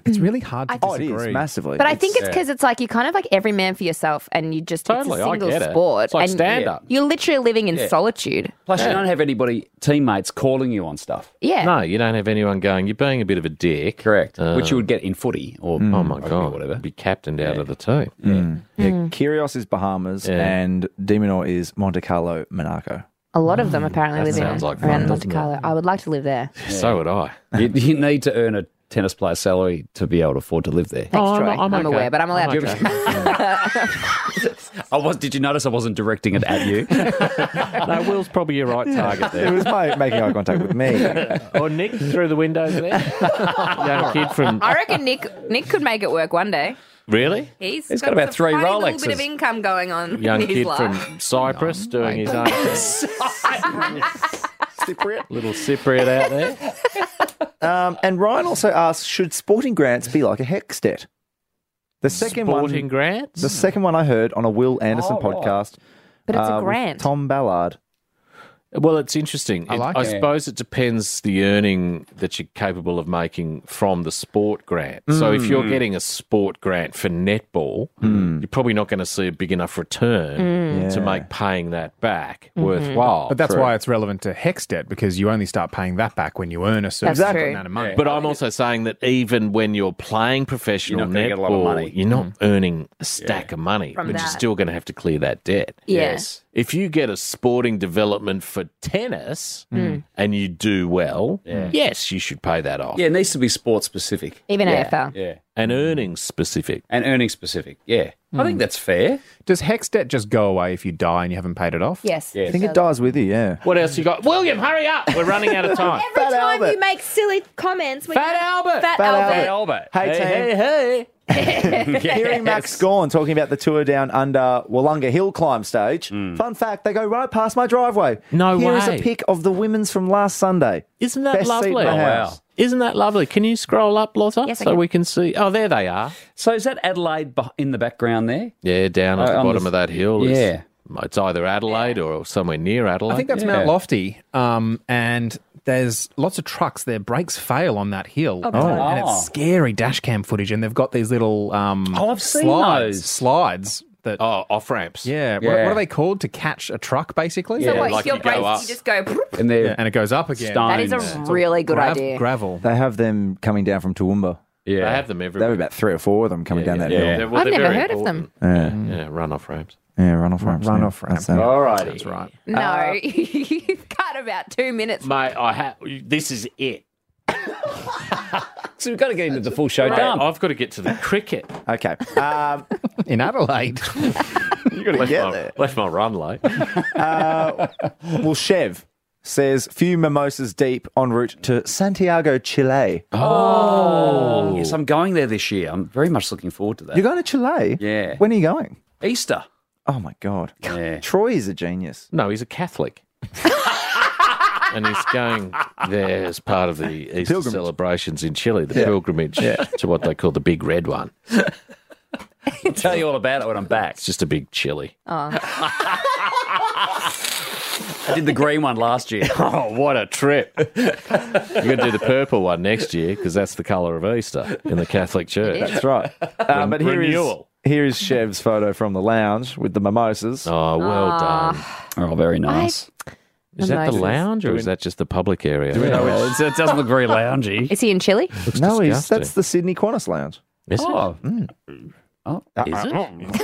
Speaker 6: It's really hard to
Speaker 7: Oh, it
Speaker 6: disagree.
Speaker 7: is massively.
Speaker 5: But I think it's because it's like you're kind of like every man for yourself, and you just
Speaker 4: Totally,
Speaker 5: it's
Speaker 4: I
Speaker 5: a single
Speaker 4: get it.
Speaker 5: sport.
Speaker 4: It's like
Speaker 5: and
Speaker 4: stand-up.
Speaker 5: You're literally living in solitude.
Speaker 3: Plus, you don't have anybody, teammates, calling you on stuff.
Speaker 5: Yeah.
Speaker 4: No, you don't have anyone going, you're being a bit of a dick.
Speaker 3: Correct.
Speaker 4: Uh,
Speaker 3: Which you would get in footy or
Speaker 4: oh, my
Speaker 3: rugby
Speaker 4: God.
Speaker 3: or whatever.
Speaker 4: Be captained out
Speaker 3: Yeah.
Speaker 4: of the team.
Speaker 7: Mm.
Speaker 5: Mm.
Speaker 7: Yeah, Kyrgios is Bahamas and Dimonor is Monte Carlo, Monaco.
Speaker 5: A lot of them apparently live
Speaker 4: sounds
Speaker 5: in
Speaker 4: like fun,
Speaker 5: around Monte
Speaker 4: doesn't it?
Speaker 5: Carlo. I would like to live there.
Speaker 3: Oh,
Speaker 4: So would I.
Speaker 3: *laughs* you, you need to earn a tennis player salary to be able to afford to live there.
Speaker 5: Thanks,
Speaker 4: I'm-
Speaker 5: Troy.
Speaker 4: I'm okay.
Speaker 5: aware, but Oh, I'm allowed
Speaker 4: I'm
Speaker 5: to. *laughs*
Speaker 4: okay.
Speaker 3: *laughs* I was. Did you notice I wasn't directing it at you?
Speaker 4: No, Will's probably your right target
Speaker 7: It
Speaker 4: there.
Speaker 7: was my, making eye contact with me.
Speaker 4: or Nick through the window there. Young kid from.
Speaker 5: *laughs* I reckon Nick Nick could make it work one day.
Speaker 4: Really?
Speaker 5: he's
Speaker 3: He's got about
Speaker 5: some
Speaker 3: three
Speaker 5: funny little bit
Speaker 3: Rolexes.
Speaker 5: of income going on
Speaker 4: Young
Speaker 5: in his
Speaker 4: kid
Speaker 5: life.
Speaker 4: from Cyprus doing *laughs* his
Speaker 5: *laughs*
Speaker 4: own thing.
Speaker 7: Cypriot.
Speaker 4: Little Cypriot out there.
Speaker 7: Um, and Ryan also asks, should sporting grants be like a Hextet? The second
Speaker 4: Sporting
Speaker 7: one,
Speaker 4: grants.
Speaker 7: the second one I heard on a Will Anderson
Speaker 3: Oh, right.
Speaker 7: podcast.
Speaker 5: But it's
Speaker 7: uh,
Speaker 5: a
Speaker 7: with
Speaker 5: grant.
Speaker 7: Tom Ballard.
Speaker 4: Well, it's interesting. I,
Speaker 6: like
Speaker 4: I
Speaker 6: it.
Speaker 4: *laughs* suppose it depends the earning that you're capable of making from the sport grant. So if
Speaker 6: Mm.
Speaker 4: you're getting a sport grant for netball, you're probably not going to see a big enough return to
Speaker 7: Yeah.
Speaker 4: make paying that back
Speaker 6: Mm-hmm.
Speaker 4: worthwhile.
Speaker 6: Mm. But that's why it's relevant to hex debt because you only start paying that back when you earn a certain
Speaker 5: That's true.
Speaker 6: amount of money.
Speaker 4: But I'm also saying that even when you're playing professional
Speaker 3: You're not gonna
Speaker 4: netball,
Speaker 3: get a lot of money. Mm-hmm.
Speaker 4: you're not earning a stack of money,
Speaker 5: From
Speaker 4: but you're
Speaker 5: that.
Speaker 4: still going to have to clear that debt.
Speaker 5: Yeah.
Speaker 3: Yes.
Speaker 4: If you get a sporting development for tennis
Speaker 3: Mm.
Speaker 5: Hmm.
Speaker 4: and you do well, yes, you should pay that off.
Speaker 3: Yeah, it needs to be sport specific.
Speaker 5: Even AFL.
Speaker 3: Yeah.
Speaker 4: And earnings specific.
Speaker 3: And earning specific. Yeah. I think that's fair.
Speaker 6: Hmm. Does hex debt just go away if you die and you haven't paid it off?
Speaker 5: Yes.
Speaker 7: I think it dies with you, yeah.
Speaker 4: What else you got? William, hurry up. *laughs* We're running out of time.
Speaker 5: Every
Speaker 7: Fat
Speaker 5: time
Speaker 7: Albert.
Speaker 5: you make silly comments, when
Speaker 4: Fat
Speaker 5: you-
Speaker 4: Albert.
Speaker 5: Fat,
Speaker 7: Fat
Speaker 5: Albert.
Speaker 7: Albert.
Speaker 3: Albert.
Speaker 7: Hey, team.
Speaker 4: hey.
Speaker 5: *laughs*
Speaker 7: Hearing Max Gorn talking about the tour down under Wollonga Hill climb stage. Fun fact, they go right past my driveway.
Speaker 4: No
Speaker 7: Here is
Speaker 4: way.
Speaker 7: a pic of the women's from last Sunday.
Speaker 4: Isn't that
Speaker 7: Best
Speaker 4: lovely?
Speaker 7: Seat in the
Speaker 4: Oh,
Speaker 7: house.
Speaker 3: wow.
Speaker 4: *laughs* Isn't that lovely? Can you scroll up, Lotta,
Speaker 5: Yes, I
Speaker 4: so
Speaker 5: can.
Speaker 4: we can see? Oh, there they are.
Speaker 3: So is that Adelaide beh- in the background there?
Speaker 4: Yeah, down at
Speaker 3: Uh,
Speaker 4: the
Speaker 3: on
Speaker 4: bottom
Speaker 3: the-
Speaker 4: of that hill. is-
Speaker 3: Yeah.
Speaker 4: it's either Adelaide or somewhere near Adelaide.
Speaker 6: I think that's Mount Lofty. Um, and there's lots of trucks. Their brakes fail on that hill. Oh, and
Speaker 3: Oh.
Speaker 6: it's scary dash cam footage. And they've got these little um,
Speaker 3: Oh, I've seen
Speaker 6: slides,
Speaker 3: those.
Speaker 6: slides that.
Speaker 4: oh, off ramps.
Speaker 6: Yeah, What,
Speaker 3: Yeah.
Speaker 6: what are they called to catch a truck, basically?
Speaker 5: So
Speaker 4: Yeah,
Speaker 5: what,
Speaker 4: like
Speaker 5: if you're
Speaker 4: you go
Speaker 5: braced,
Speaker 4: up.
Speaker 5: you just go.
Speaker 3: And they're
Speaker 6: And it goes up again.
Speaker 5: That
Speaker 3: Stones.
Speaker 5: is a really good
Speaker 6: Grav-
Speaker 5: idea.
Speaker 6: Gravel.
Speaker 7: They have them coming down from Toowoomba.
Speaker 3: yeah.
Speaker 4: They have them
Speaker 7: There
Speaker 4: everywhere.
Speaker 7: were about three or four of them coming down that
Speaker 3: yeah.
Speaker 7: hill.
Speaker 4: They're- well,
Speaker 5: I've
Speaker 4: they're
Speaker 5: never
Speaker 4: very
Speaker 5: heard of them.
Speaker 4: important. Yeah, run off ramps.
Speaker 7: Yeah, runoff ramps.
Speaker 6: Runoff
Speaker 7: yeah.
Speaker 6: ramps.
Speaker 7: That's that.
Speaker 3: All righty.
Speaker 6: That's right.
Speaker 5: No, *laughs* you've got about two minutes.
Speaker 4: Mate, I ha- this is it.
Speaker 3: So we've got to get into the full show.
Speaker 4: Mate,
Speaker 3: Dumb.
Speaker 4: I've got to get to the cricket.
Speaker 7: Okay. Um,
Speaker 6: *laughs* In Adelaide.
Speaker 7: you got to
Speaker 4: Left my- Left my run late.
Speaker 7: Uh, Well, Chev says, few mimosas deep en route to Santiago, Chile.
Speaker 3: Oh. Yes, I'm going there this year. I'm very much looking forward to that.
Speaker 7: You're going to Chile?
Speaker 3: Yeah.
Speaker 7: When are you going?
Speaker 3: Easter.
Speaker 7: Oh, my God.
Speaker 3: Yeah.
Speaker 7: Troy is a genius.
Speaker 4: No, he's a Catholic. *laughs* and he's going there as part of the Easter
Speaker 7: Pilgrimage.
Speaker 4: celebrations in Chile, the pilgrimage to what they call the big red one.
Speaker 3: I'll tell you all about it when I'm back. Oh.
Speaker 4: It's just a big chili.
Speaker 3: I did the green one last year.
Speaker 4: *laughs* Oh, what a trip. You're going to do the purple one next year because that's the colour of Easter in the
Speaker 5: *laughs*
Speaker 4: Catholic Church.
Speaker 7: That's
Speaker 4: *laughs*
Speaker 7: right. Uh, but here is
Speaker 4: renewal.
Speaker 7: here is Chev's photo from the lounge with the mimosas.
Speaker 4: Oh, well
Speaker 5: Ah.
Speaker 4: done.
Speaker 3: Oh, very
Speaker 5: nice.
Speaker 4: Is that the
Speaker 5: Amazing.
Speaker 4: lounge or is that just the public area?
Speaker 3: it doesn't look very *laughs* loungy.
Speaker 5: Is he in Chile?
Speaker 7: no, he's,
Speaker 4: disgusting.
Speaker 7: that's the Sydney Qantas lounge.
Speaker 4: Is it?
Speaker 3: Oh, oh
Speaker 4: Is it?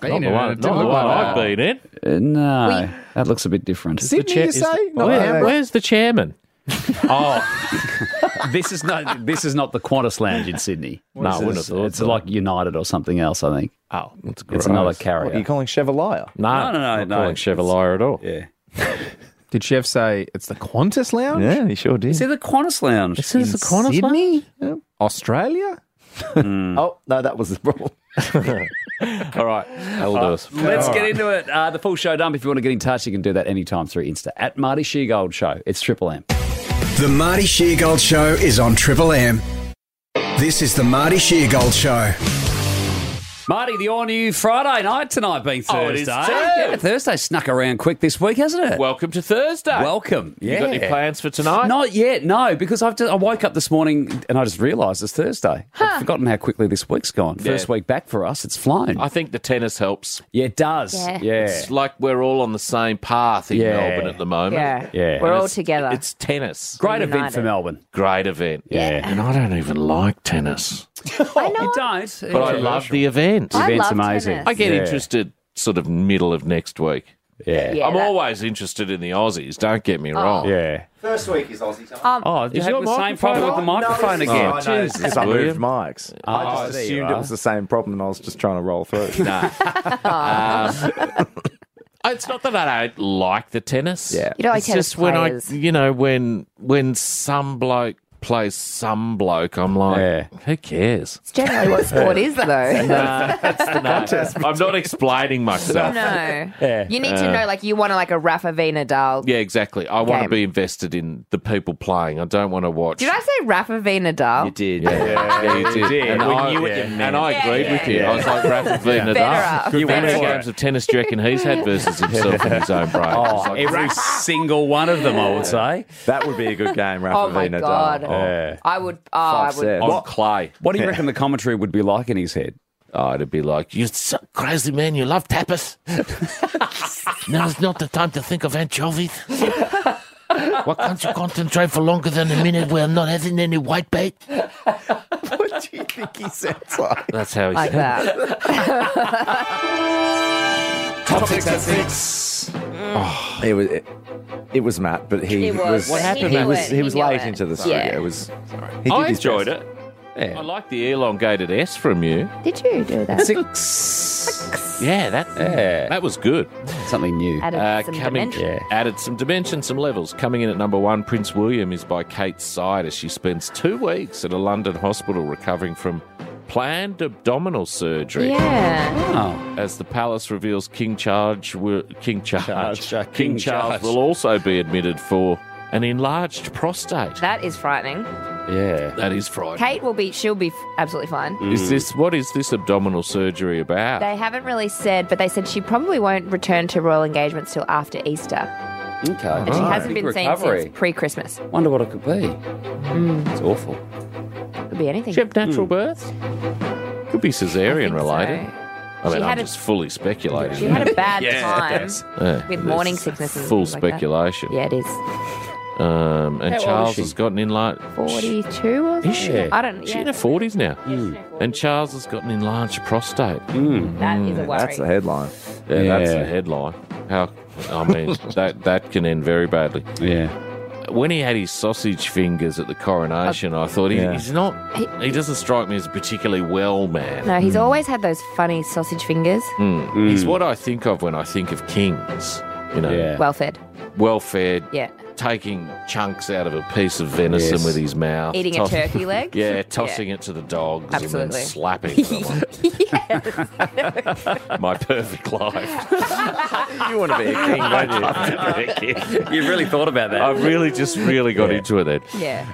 Speaker 6: Been
Speaker 4: Not
Speaker 6: in
Speaker 4: the one,
Speaker 6: it.
Speaker 4: not the
Speaker 6: Didn't
Speaker 4: one
Speaker 6: look
Speaker 4: I've
Speaker 6: like that.
Speaker 4: been in.
Speaker 3: uh, no, that looks a bit different.
Speaker 7: Sydney, you say? Not
Speaker 4: Where-
Speaker 7: Canberra.
Speaker 4: *laughs* where's the chairman?
Speaker 3: *laughs* this is not this is not the Qantas Lounge in Sydney.
Speaker 4: No, Oh. I
Speaker 3: This
Speaker 4: wouldn't
Speaker 3: is-
Speaker 4: have thought
Speaker 3: It's
Speaker 4: so.
Speaker 3: like United or something else. I think
Speaker 4: Oh, it's,
Speaker 3: it's another
Speaker 7: What,
Speaker 3: carrier.
Speaker 7: are you calling Chev a liar?
Speaker 3: No, no,
Speaker 4: No,
Speaker 3: no,
Speaker 4: Not
Speaker 3: no.
Speaker 4: calling Chevalier at all.
Speaker 8: *laughs*
Speaker 3: yeah.
Speaker 6: Did Chef say it's the Qantas Lounge?
Speaker 7: Yeah, he sure did.
Speaker 3: See the Qantas Lounge.
Speaker 4: This is the Qantas one?
Speaker 6: Sydney?
Speaker 4: *laughs*
Speaker 6: Australia?
Speaker 4: Hmm.
Speaker 7: *laughs* Oh, no, that was the
Speaker 4: *laughs*
Speaker 7: problem.
Speaker 4: All right, that'll do us.
Speaker 3: Let's get into it. Uh, the full show dump. If you want to get in touch, you can do that anytime through Insta at Marty Sheargold Show. It's Triple M.
Speaker 2: The Marty Sheargold Show is on Triple M. This is the Marty Sheargold Show.
Speaker 8: Marty, the all new Friday night tonight being Thursday.
Speaker 4: Oh, it is too.
Speaker 8: Yeah, Thursday snuck around quick this week, hasn't it?
Speaker 4: Welcome to Thursday.
Speaker 8: Welcome.
Speaker 4: You got any
Speaker 8: Yeah.
Speaker 4: plans for tonight?
Speaker 8: Not yet, no, because I've just, I woke up this morning and I just realised it's Thursday. I've forgotten how quickly this week's gone. First
Speaker 4: Yeah.
Speaker 8: week back for us, it's flown.
Speaker 4: I think the tennis helps.
Speaker 8: yeah, it does.
Speaker 5: Yeah.
Speaker 8: yeah.
Speaker 4: It's like we're all on the same path in
Speaker 8: Yeah.
Speaker 4: Melbourne at the moment.
Speaker 5: Yeah.
Speaker 8: Yeah.
Speaker 5: We're
Speaker 4: And
Speaker 5: all
Speaker 4: it's-
Speaker 5: together.
Speaker 4: It's tennis.
Speaker 8: Great event
Speaker 5: United.
Speaker 8: for Melbourne.
Speaker 4: Great event.
Speaker 5: Yeah.
Speaker 4: And I don't even like tennis,
Speaker 5: I know.
Speaker 8: You don't.
Speaker 4: but I love the event.
Speaker 5: I
Speaker 8: event's
Speaker 5: love
Speaker 8: amazing.
Speaker 5: tennis.
Speaker 4: I get
Speaker 8: Yeah.
Speaker 4: interested sort of middle of next week.
Speaker 8: Yeah.
Speaker 5: Yeah,
Speaker 4: I'm
Speaker 5: that- Oh.
Speaker 4: always interested in the Aussies, don't get me wrong. *laughs*
Speaker 8: Yeah.
Speaker 7: First week is Aussie time.
Speaker 5: Um,
Speaker 8: Oh, you
Speaker 4: your
Speaker 8: having the same problem with the microphone again?
Speaker 7: Oh, no, it's 'cause I moved
Speaker 4: William.
Speaker 7: mics. I just assumed it was the same problem and I was just trying to roll
Speaker 4: *laughs*
Speaker 7: through.
Speaker 5: *laughs*
Speaker 4: Um, It's not that I don't like the tennis.
Speaker 7: Yeah.
Speaker 5: You don't like
Speaker 4: it's
Speaker 5: tennis
Speaker 4: just when
Speaker 5: players.
Speaker 4: I, you know, when when some bloke plays some bloke, I'm like,
Speaker 8: Yeah.
Speaker 4: who cares?
Speaker 5: It's generally what sport
Speaker 4: *laughs*
Speaker 5: is, though.
Speaker 8: *laughs*
Speaker 4: I'm not explaining myself.
Speaker 5: *laughs*
Speaker 4: Uh,
Speaker 5: no.
Speaker 4: *laughs*
Speaker 5: You need to know, like, you want to, like, a Rafa Nadal.
Speaker 4: Yeah, exactly. I want to
Speaker 5: Game.
Speaker 4: be invested in the people playing. I don't want to watch.
Speaker 5: Did I say Rafa Nadal?
Speaker 4: did. Yeah, you did. And, I, and I agreed with you. I was like, Rafa v.
Speaker 5: Federer.
Speaker 4: Nadal.
Speaker 5: You
Speaker 4: How
Speaker 8: went
Speaker 4: many
Speaker 8: for it.
Speaker 4: games of tennis do you reckon he's had versus himself in his own brain? It's
Speaker 8: Oh,
Speaker 4: like,
Speaker 3: *laughs*
Speaker 8: every single one of them, I would say.
Speaker 7: that would be a good game, Rafa
Speaker 5: Oh, my
Speaker 7: v. Nadal.
Speaker 5: God.
Speaker 7: Yeah.
Speaker 5: I would. Oh, I
Speaker 7: Five
Speaker 5: would.
Speaker 7: sets.
Speaker 4: on clay.
Speaker 8: What do you reckon the commentary would be like in his head?
Speaker 4: Oh, it'd be like, you so crazy man, you love tapas. *laughs* Now's not the time to think of anchovies.
Speaker 5: *laughs*
Speaker 4: Why can't you concentrate for longer than a minute where I'm not having any white bait?
Speaker 7: what do you think he sounds like?
Speaker 4: That's how he
Speaker 5: Like that. *laughs*
Speaker 7: Top six at six.
Speaker 4: Oh.
Speaker 7: It was. It, it was Matt, but he,
Speaker 5: He was. What happened,
Speaker 7: He
Speaker 5: Matt?
Speaker 7: was,
Speaker 5: He
Speaker 7: he was
Speaker 5: knew
Speaker 7: late
Speaker 5: it.
Speaker 7: into the studio.
Speaker 5: Yeah.
Speaker 7: It was. He did
Speaker 4: I
Speaker 7: his
Speaker 4: enjoyed
Speaker 7: best.
Speaker 4: it. I like the elongated S from you.
Speaker 5: Did you do that?
Speaker 8: Six.
Speaker 4: Yeah, that that was good.
Speaker 8: Something new.
Speaker 5: Added
Speaker 4: Uh,
Speaker 5: some
Speaker 4: coming,
Speaker 5: dimension.
Speaker 4: added some dimension, some levels. Coming in at number one, Prince William is by Kate Side as she spends two weeks at a London hospital recovering from planned abdominal surgery.
Speaker 5: Yeah.
Speaker 8: Oh.
Speaker 4: As the palace reveals, King Charge, will, King Charge,
Speaker 8: Charge, uh,
Speaker 4: King,
Speaker 8: King
Speaker 4: Charles
Speaker 8: Charge.
Speaker 4: will also be admitted for an enlarged prostate.
Speaker 5: That is frightening.
Speaker 8: Yeah.
Speaker 4: that is frightening. Mm.
Speaker 5: Kate will be, she'll be f- absolutely fine.
Speaker 4: Is this what is this abdominal surgery about?
Speaker 5: They haven't really said, but they said she probably won't return to royal engagements till after Easter.
Speaker 8: Okay.
Speaker 5: And
Speaker 4: Ah.
Speaker 5: she hasn't been seen
Speaker 8: recovery.
Speaker 5: since pre Christmas.
Speaker 8: Wonder what it could be. It's *laughs* awful.
Speaker 5: Could be anything.
Speaker 4: Did you have Mm. natural birth? Could be
Speaker 5: I
Speaker 4: cesarean
Speaker 5: think
Speaker 4: related. I
Speaker 5: so.
Speaker 4: mean,
Speaker 5: She
Speaker 4: I'm
Speaker 5: had a-
Speaker 4: just fully speculating. *laughs*
Speaker 5: She had a bad time
Speaker 4: Yeah,
Speaker 5: with
Speaker 4: there's
Speaker 5: morning sickness and
Speaker 4: Full
Speaker 5: things like that.
Speaker 4: speculation.
Speaker 5: Yeah, it is.
Speaker 4: Um, and
Speaker 8: How old is
Speaker 4: Charles
Speaker 8: she?
Speaker 4: has gotten enlarged.
Speaker 5: 42 or something?
Speaker 4: Is she?
Speaker 5: I don't know.
Speaker 4: She's in her forties now.
Speaker 5: Mm.
Speaker 4: And Charles has got an enlarged prostate. Hmm.
Speaker 5: That is a
Speaker 4: Mm.
Speaker 5: worry.
Speaker 7: That's the headline.
Speaker 4: Yeah, that's
Speaker 8: Yeah.
Speaker 4: the headline. How? I mean, that that can end very badly.
Speaker 8: Yeah.
Speaker 4: When he had his sausage fingers at the coronation,
Speaker 5: Oh.
Speaker 4: I thought he,
Speaker 7: Yeah.
Speaker 4: he's not. He, doesn't strike me as a particularly well man.
Speaker 5: no, he's always had those funny sausage fingers.
Speaker 4: He's what I think of when I think of kings. You know,
Speaker 8: Yeah.
Speaker 5: Well fed.
Speaker 4: well fed,
Speaker 5: Yeah.
Speaker 4: taking chunks out of a piece of venison
Speaker 8: Yes.
Speaker 4: with his mouth,
Speaker 5: Eating a
Speaker 4: toss- *laughs*
Speaker 5: turkey leg.
Speaker 4: Yeah, tossing it to the dogs and
Speaker 5: Absolutely.
Speaker 4: then
Speaker 5: *laughs*
Speaker 4: slapping them. My perfect life.
Speaker 7: *laughs* You want to be a
Speaker 6: *laughs*
Speaker 7: king, don't you?
Speaker 8: You've really thought about that.
Speaker 4: I've really just really got into it then. *laughs*
Speaker 5: Yeah.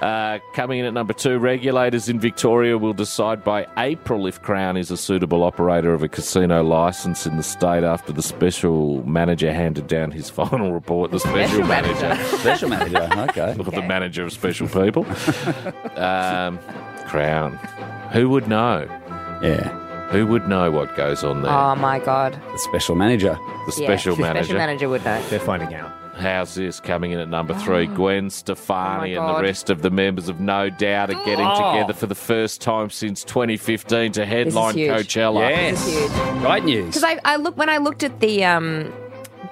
Speaker 4: Uh, coming in at number two, regulators in Victoria will decide by April if Crown is a suitable operator of a casino licence in the state after the special manager handed down his *laughs* final report. The special manager. *laughs*
Speaker 8: Special manager. Okay.
Speaker 4: Look at the manager of special people. um, Crown. Who would know?
Speaker 8: Yeah.
Speaker 4: Who would know what goes on there?
Speaker 5: Oh my god.
Speaker 8: The special manager.
Speaker 4: the special
Speaker 5: yeah.
Speaker 4: manager.
Speaker 5: Special manager would know.
Speaker 6: They're finding out.
Speaker 4: How's this coming in at number three? Gwen Stefani
Speaker 5: Ah. Oh my
Speaker 4: and the
Speaker 5: God.
Speaker 4: rest of the members of No Doubt are getting
Speaker 8: Oh.
Speaker 4: together for the first time since 2015 to headline
Speaker 5: huge.
Speaker 4: Coachella.
Speaker 8: Yes.
Speaker 5: This is
Speaker 8: Great news.
Speaker 5: Because I, I look when I looked at the um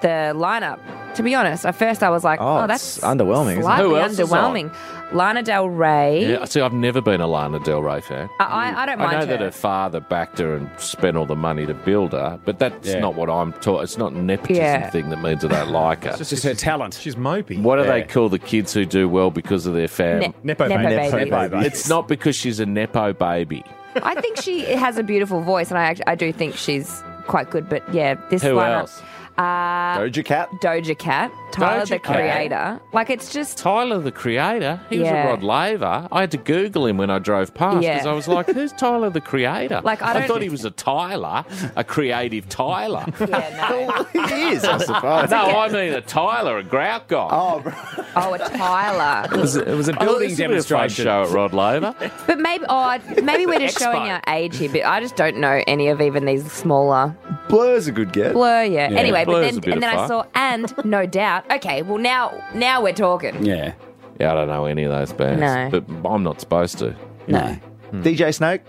Speaker 5: the lineup. To be honest, at first I was like,
Speaker 7: Oh,
Speaker 5: "Oh,
Speaker 7: it's
Speaker 5: that's
Speaker 7: underwhelming, isn't it?
Speaker 5: Slightly
Speaker 4: Who else is
Speaker 5: underwhelming. Lana Del Rey.
Speaker 4: Yeah, see, I've never been a Lana Del Rey fan.
Speaker 5: I, I, I don't mind
Speaker 4: I know
Speaker 5: her.
Speaker 4: that her father backed her and spent all the money to build her, but that's
Speaker 8: Yeah.
Speaker 4: not what I'm taught. It's not a nepotism
Speaker 5: Yeah.
Speaker 4: thing that means I don't like her.
Speaker 8: It's just her talent.
Speaker 6: She's mopey.
Speaker 4: what do they
Speaker 8: Yeah.
Speaker 4: call the kids who do well because of their family?
Speaker 5: Ne-
Speaker 6: Nepo baby.
Speaker 5: Nepo
Speaker 6: Nepo
Speaker 5: baby.
Speaker 6: baby.
Speaker 4: It's not because she's a nepo baby.
Speaker 5: I think she has a beautiful voice, and I act- I do think she's quite good. But yeah, this
Speaker 4: Who
Speaker 5: lineup, uh,
Speaker 4: else?
Speaker 7: Doja Cat.
Speaker 5: Doja Cat, Tyler
Speaker 4: Don't
Speaker 5: the
Speaker 4: you care?
Speaker 5: creator. Like it's just
Speaker 4: Tyler, the creator, he
Speaker 5: Yeah.
Speaker 4: was a Rod Laver. I had to Google him when I drove past because
Speaker 5: Yeah.
Speaker 4: I was like, "Who's Tyler, the creator?"
Speaker 5: Like, I don't-
Speaker 4: thought he was a Tyler, a creative *laughs* Tyler.
Speaker 5: yeah, no.
Speaker 7: He is, I suppose.
Speaker 4: no, I mean a Tyler, a grout guy. *laughs*
Speaker 5: oh a Tyler.
Speaker 6: It was, it was a
Speaker 4: I thought
Speaker 6: building
Speaker 4: this would be *laughs* a fun
Speaker 6: demonstration.
Speaker 4: show at Rod *laughs* Laver.
Speaker 5: But maybe oh maybe we're just
Speaker 4: Expo.
Speaker 5: showing our age here, but I just don't know any of even these smaller
Speaker 7: Blur's a good guess.
Speaker 5: blur, yeah. anyway, but
Speaker 4: Blur's
Speaker 5: then
Speaker 4: a bit
Speaker 5: and
Speaker 4: of
Speaker 5: then I
Speaker 4: fun.
Speaker 5: saw and no doubt. Okay, well now now we're talking.
Speaker 8: Yeah.
Speaker 4: yeah, I don't know any of those bands,
Speaker 5: No.
Speaker 4: but I'm not supposed to.
Speaker 8: No.
Speaker 7: DJ Snake.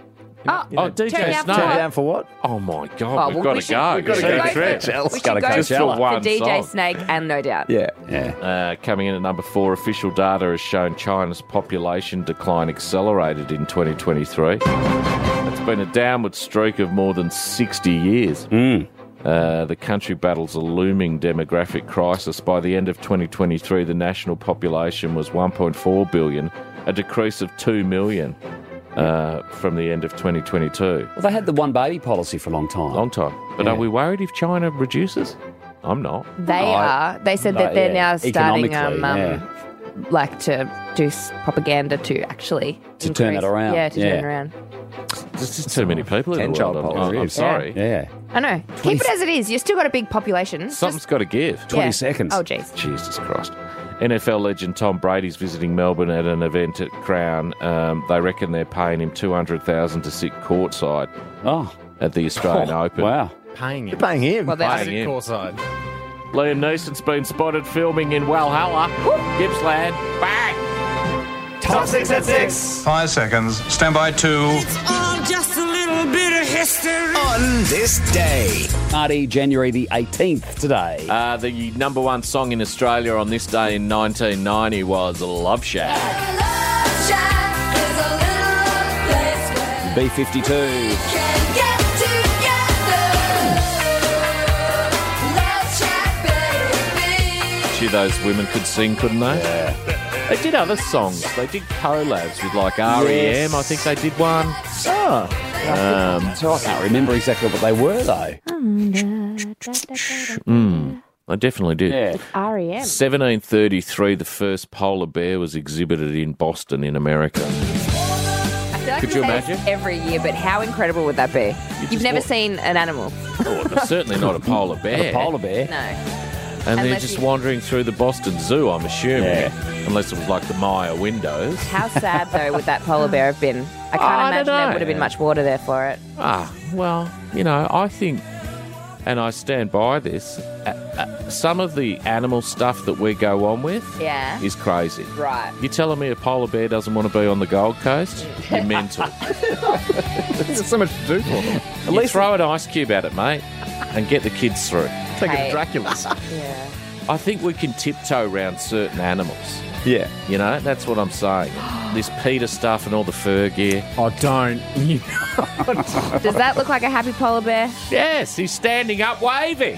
Speaker 5: Oh,
Speaker 4: Oh, DJ
Speaker 5: turn down
Speaker 7: Turn
Speaker 4: Snake.
Speaker 5: for what?
Speaker 7: it down for what?
Speaker 4: Oh my God,
Speaker 5: Oh,
Speaker 4: we've
Speaker 5: well,
Speaker 4: got
Speaker 5: we
Speaker 4: to
Speaker 5: should-
Speaker 4: go.
Speaker 5: we've gotta
Speaker 4: Two
Speaker 5: go for
Speaker 4: trips.
Speaker 5: it. We should
Speaker 4: Gotta
Speaker 5: go
Speaker 4: Just
Speaker 5: for
Speaker 4: for one
Speaker 5: DJ
Speaker 4: song.
Speaker 5: Snake and No Doubt.
Speaker 7: Yeah.
Speaker 8: Yeah.
Speaker 4: Uh, coming in at number four, official data has shown China's population decline accelerated in 2023. It's been a downward streak of more than 60 years.
Speaker 8: Hmm.
Speaker 4: Uh, the country battles a looming demographic crisis. By the end of 2023, the national population was 1.4 billion, a decrease of 2 million uh, from the end of 2022.
Speaker 8: Well, they had the one baby policy for a long time.
Speaker 4: Long time. But
Speaker 8: Yeah.
Speaker 4: are we worried if China reduces? I'm not.
Speaker 5: They
Speaker 8: I-
Speaker 5: are. They said
Speaker 8: No,
Speaker 5: that they're
Speaker 8: yeah.
Speaker 5: now starting um,
Speaker 8: Economically,
Speaker 5: um
Speaker 8: yeah.
Speaker 5: like to do s- propaganda to actually
Speaker 8: To turn
Speaker 5: increase-
Speaker 8: that around,
Speaker 5: Yeah, to
Speaker 8: yeah.
Speaker 5: turn around.
Speaker 4: There's just too many people in
Speaker 7: Ten
Speaker 4: the
Speaker 7: child
Speaker 4: world. I'm-
Speaker 7: policy.
Speaker 4: I'm, I'm sorry.
Speaker 8: Yeah.
Speaker 5: I know. Keep it as it is. You still got a big population.
Speaker 4: Something's got to give.
Speaker 5: Just-
Speaker 8: 20 seconds.
Speaker 5: Oh jeez.
Speaker 4: Jesus Christ. NFL legend Tom Brady's visiting Melbourne at an event at Crown. Um, they reckon they're paying him 200000 to sit courtside
Speaker 8: Oh.
Speaker 4: at the Australian Open.
Speaker 8: Wow.
Speaker 6: Paying
Speaker 7: You're
Speaker 6: him.
Speaker 7: paying him.
Speaker 5: Well,
Speaker 4: Paying
Speaker 5: that's
Speaker 4: him.
Speaker 6: Courtside.
Speaker 4: Liam Neeson's been spotted filming in Walhalla, Gippsland. Bang!
Speaker 7: Top six at six.
Speaker 1: Five seconds. Stand by two.
Speaker 2: On this day,
Speaker 8: Marty, January the 18th today.
Speaker 4: Uh, the number one song in Australia on this day in 1990 was Love Shack.
Speaker 8: B52.
Speaker 4: Gee, those women could sing, couldn't they? They did other songs. They did collabs with like REM. I think they did one. Uh,
Speaker 3: um,
Speaker 8: So I can't remember exactly what they were, though.
Speaker 4: They definitely did.
Speaker 8: Yeah.
Speaker 5: REM.
Speaker 4: 1733, the first polar bear was exhibited in Boston, in America.
Speaker 5: I feel like
Speaker 4: Could
Speaker 5: we
Speaker 4: you
Speaker 5: say *laughs* this
Speaker 4: imagine?
Speaker 5: every year? But how incredible would that be? You've
Speaker 4: just
Speaker 5: never
Speaker 4: walk-
Speaker 5: seen an animal.
Speaker 4: Oh, but certainly not a polar bear.
Speaker 8: The polar bear.
Speaker 5: No.
Speaker 4: and they're
Speaker 5: Unless
Speaker 4: just
Speaker 5: you-
Speaker 4: wandering through the Boston Zoo, I'm assuming.
Speaker 8: Yeah.
Speaker 4: Unless it was like the Maya windows.
Speaker 5: How sad though would that polar bear have been? I can't
Speaker 4: I don't
Speaker 5: imagine there
Speaker 4: know.
Speaker 5: would have been much water there for it.
Speaker 4: Ah, well, you know, I think, and I stand by this, uh, uh, some of the animal stuff that we go on with
Speaker 5: Yeah.
Speaker 4: is crazy.
Speaker 5: Right.
Speaker 4: You're telling me a polar bear doesn't want to be on the Gold Coast? You're mental.
Speaker 6: There's so much to do for them.
Speaker 4: At least throw an ice cube at it, mate, and get the kids through.
Speaker 6: Take
Speaker 5: Hey.
Speaker 6: a
Speaker 4: *laughs*
Speaker 6: Dracula's.
Speaker 5: Yeah.
Speaker 4: I think we can tiptoe around certain animals.
Speaker 7: Yeah.
Speaker 4: You know, that's what I'm saying.
Speaker 5: *gasps*
Speaker 4: This Peter stuff and all the fur gear.
Speaker 6: Oh, don't. You-
Speaker 5: Does that look like a happy polar bear?
Speaker 4: Yes, he's standing up waving.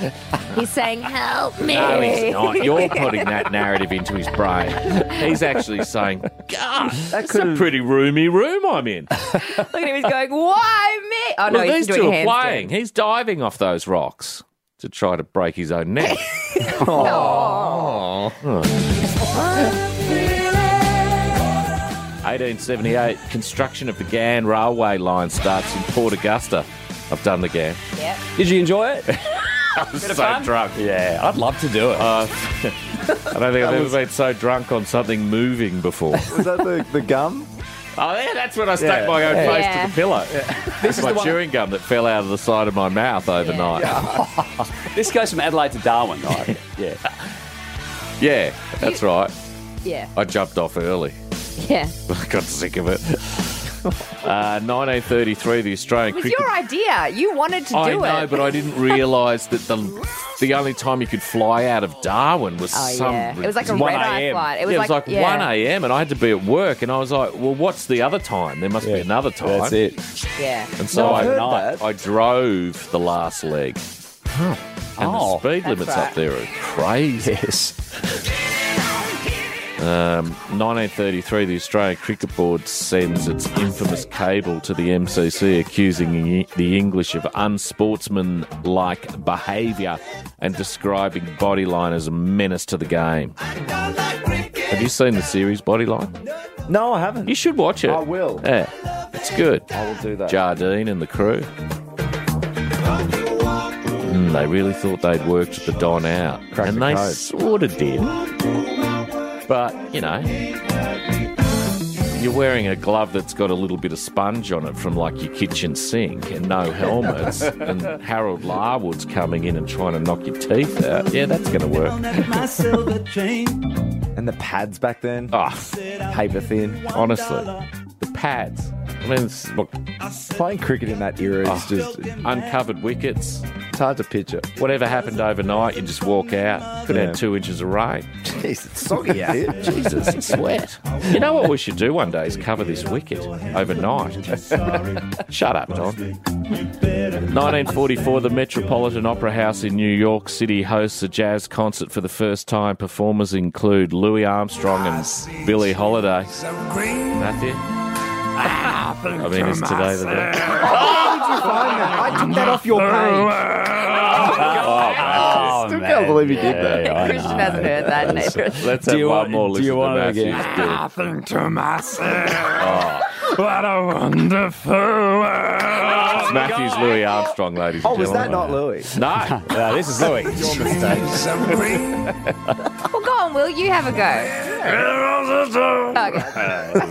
Speaker 5: He's saying, "Help me."
Speaker 4: No, he's not. You're putting
Speaker 5: *laughs*
Speaker 4: that narrative into his brain. He's actually saying, God, that's a pretty roomy room I'm in.
Speaker 5: Look at him. He's going, "Why me?" Oh no,
Speaker 4: Look,
Speaker 5: he's
Speaker 4: these
Speaker 5: doing
Speaker 4: two
Speaker 5: a
Speaker 4: are
Speaker 5: handstand.
Speaker 4: playing. He's diving off those rocks to try to break his own
Speaker 5: *laughs*
Speaker 4: neck. Oh. Eighteen seventy-eight, construction of the GAN railway line starts in Port Augusta. I've done the GAN.
Speaker 8: Did you enjoy
Speaker 4: *laughs*
Speaker 8: it?
Speaker 4: I'm so drunk.
Speaker 8: yeah, I'd love to
Speaker 4: *laughs*
Speaker 8: do it.
Speaker 4: I don't think I've ever been so drunk on something moving before.
Speaker 7: Was that the, the gum?
Speaker 4: Oh, yeah, that's when I stuck
Speaker 7: Yeah.
Speaker 4: my own
Speaker 5: Yeah.
Speaker 4: face
Speaker 5: Yeah.
Speaker 4: to the pillow. This is my chewing gum that fell out of the side of my mouth overnight. Yeah,
Speaker 8: *laughs* this goes from Adelaide to Darwin, right? yeah.
Speaker 4: that's
Speaker 5: You-
Speaker 4: right.
Speaker 5: Yeah.
Speaker 4: I jumped off early. *laughs*
Speaker 5: Yeah.
Speaker 4: I got sick
Speaker 5: *laughs*
Speaker 4: of it. Uh, 1933, the Australian
Speaker 5: It was
Speaker 4: cricket.
Speaker 5: your idea. You wanted to
Speaker 4: I
Speaker 5: do
Speaker 4: know,
Speaker 5: it.
Speaker 4: but I didn't realise that the the only time you could fly out of Darwin was
Speaker 5: Oh,
Speaker 4: some.
Speaker 5: yeah. It was like a
Speaker 4: 1
Speaker 5: red eye
Speaker 4: a.m..
Speaker 5: flight. It was
Speaker 4: yeah,
Speaker 5: like-
Speaker 4: it was like
Speaker 5: yeah.
Speaker 4: 1 a.m. and I had to be at work, and I was like, "Well, what's the other time? There must be another time."
Speaker 7: That's it.
Speaker 5: yeah.
Speaker 4: And so
Speaker 7: I've heard
Speaker 4: I,
Speaker 7: that.
Speaker 4: I drove the last leg. And
Speaker 8: Oh,
Speaker 4: the speed limits up
Speaker 5: right.
Speaker 4: there are crazy.
Speaker 7: Yes.
Speaker 4: Um, 1933, the Australian Cricket Board sends its infamous cable to the MCC accusing the- the English of unsportsmanlike behaviour and describing Bodyline as a menace to the game. Have you seen the series Bodyline?
Speaker 7: No, I haven't.
Speaker 4: You should watch it.
Speaker 7: I will.
Speaker 4: Yeah, it's good.
Speaker 7: I will do that.
Speaker 4: Jardine and the crew. Mm, they really thought they'd worked the Don out.
Speaker 7: Cracked
Speaker 4: and
Speaker 7: the
Speaker 4: they
Speaker 7: code.
Speaker 4: sort of did. But, you know, you're wearing a glove that's got a little bit of sponge on it from like your kitchen sink and
Speaker 7: *laughs*
Speaker 4: no helmets. and Harold Larwood's coming in and trying to knock your teeth out. Yeah, that's going to work.
Speaker 7: and the pads back then,
Speaker 4: Oh,
Speaker 7: paper thin.
Speaker 4: honestly, the pads. I mean, it's, look, Oh.
Speaker 7: Playing cricket in that era is just
Speaker 4: uncovered wickets.
Speaker 7: it's hard to picture.
Speaker 4: Whatever happened overnight, you just walk out. Could have
Speaker 7: Yeah.
Speaker 4: had two inches of rain.
Speaker 7: Jeez, it's soggy out here.
Speaker 4: *laughs* Jesus, it's wet. You know what we should do one day is cover this wicket overnight. Shut up, Don. 1944, the Metropolitan Opera House in New York City hosts a jazz concert for the first time. Performers include Louis Armstrong and Billie Holiday. Matthew?
Speaker 8: Ah,
Speaker 4: I mean, it's today the day.
Speaker 7: I took that off your
Speaker 8: Oh,
Speaker 7: page.
Speaker 6: Oh,
Speaker 7: Still can't believe you did that.
Speaker 5: Christian
Speaker 7: *laughs*
Speaker 5: hasn't heard that. Nathan.
Speaker 4: Let's have
Speaker 3: you
Speaker 4: one
Speaker 3: want-
Speaker 4: more
Speaker 3: do
Speaker 4: listen
Speaker 3: you
Speaker 4: to
Speaker 3: want it
Speaker 4: Matthew's
Speaker 3: again?
Speaker 4: bit.
Speaker 8: Ah,
Speaker 3: Nothing to myself. What a wonderful world.
Speaker 4: It's Matthew's Louis Armstrong, ladies
Speaker 7: Oh,
Speaker 4: and
Speaker 7: was that
Speaker 4: gentlemen.
Speaker 7: not Louis?
Speaker 4: No.
Speaker 6: Yeah, this is
Speaker 7: *laughs*
Speaker 6: Louis.
Speaker 5: Well, go on, Will. You have a go. Okay.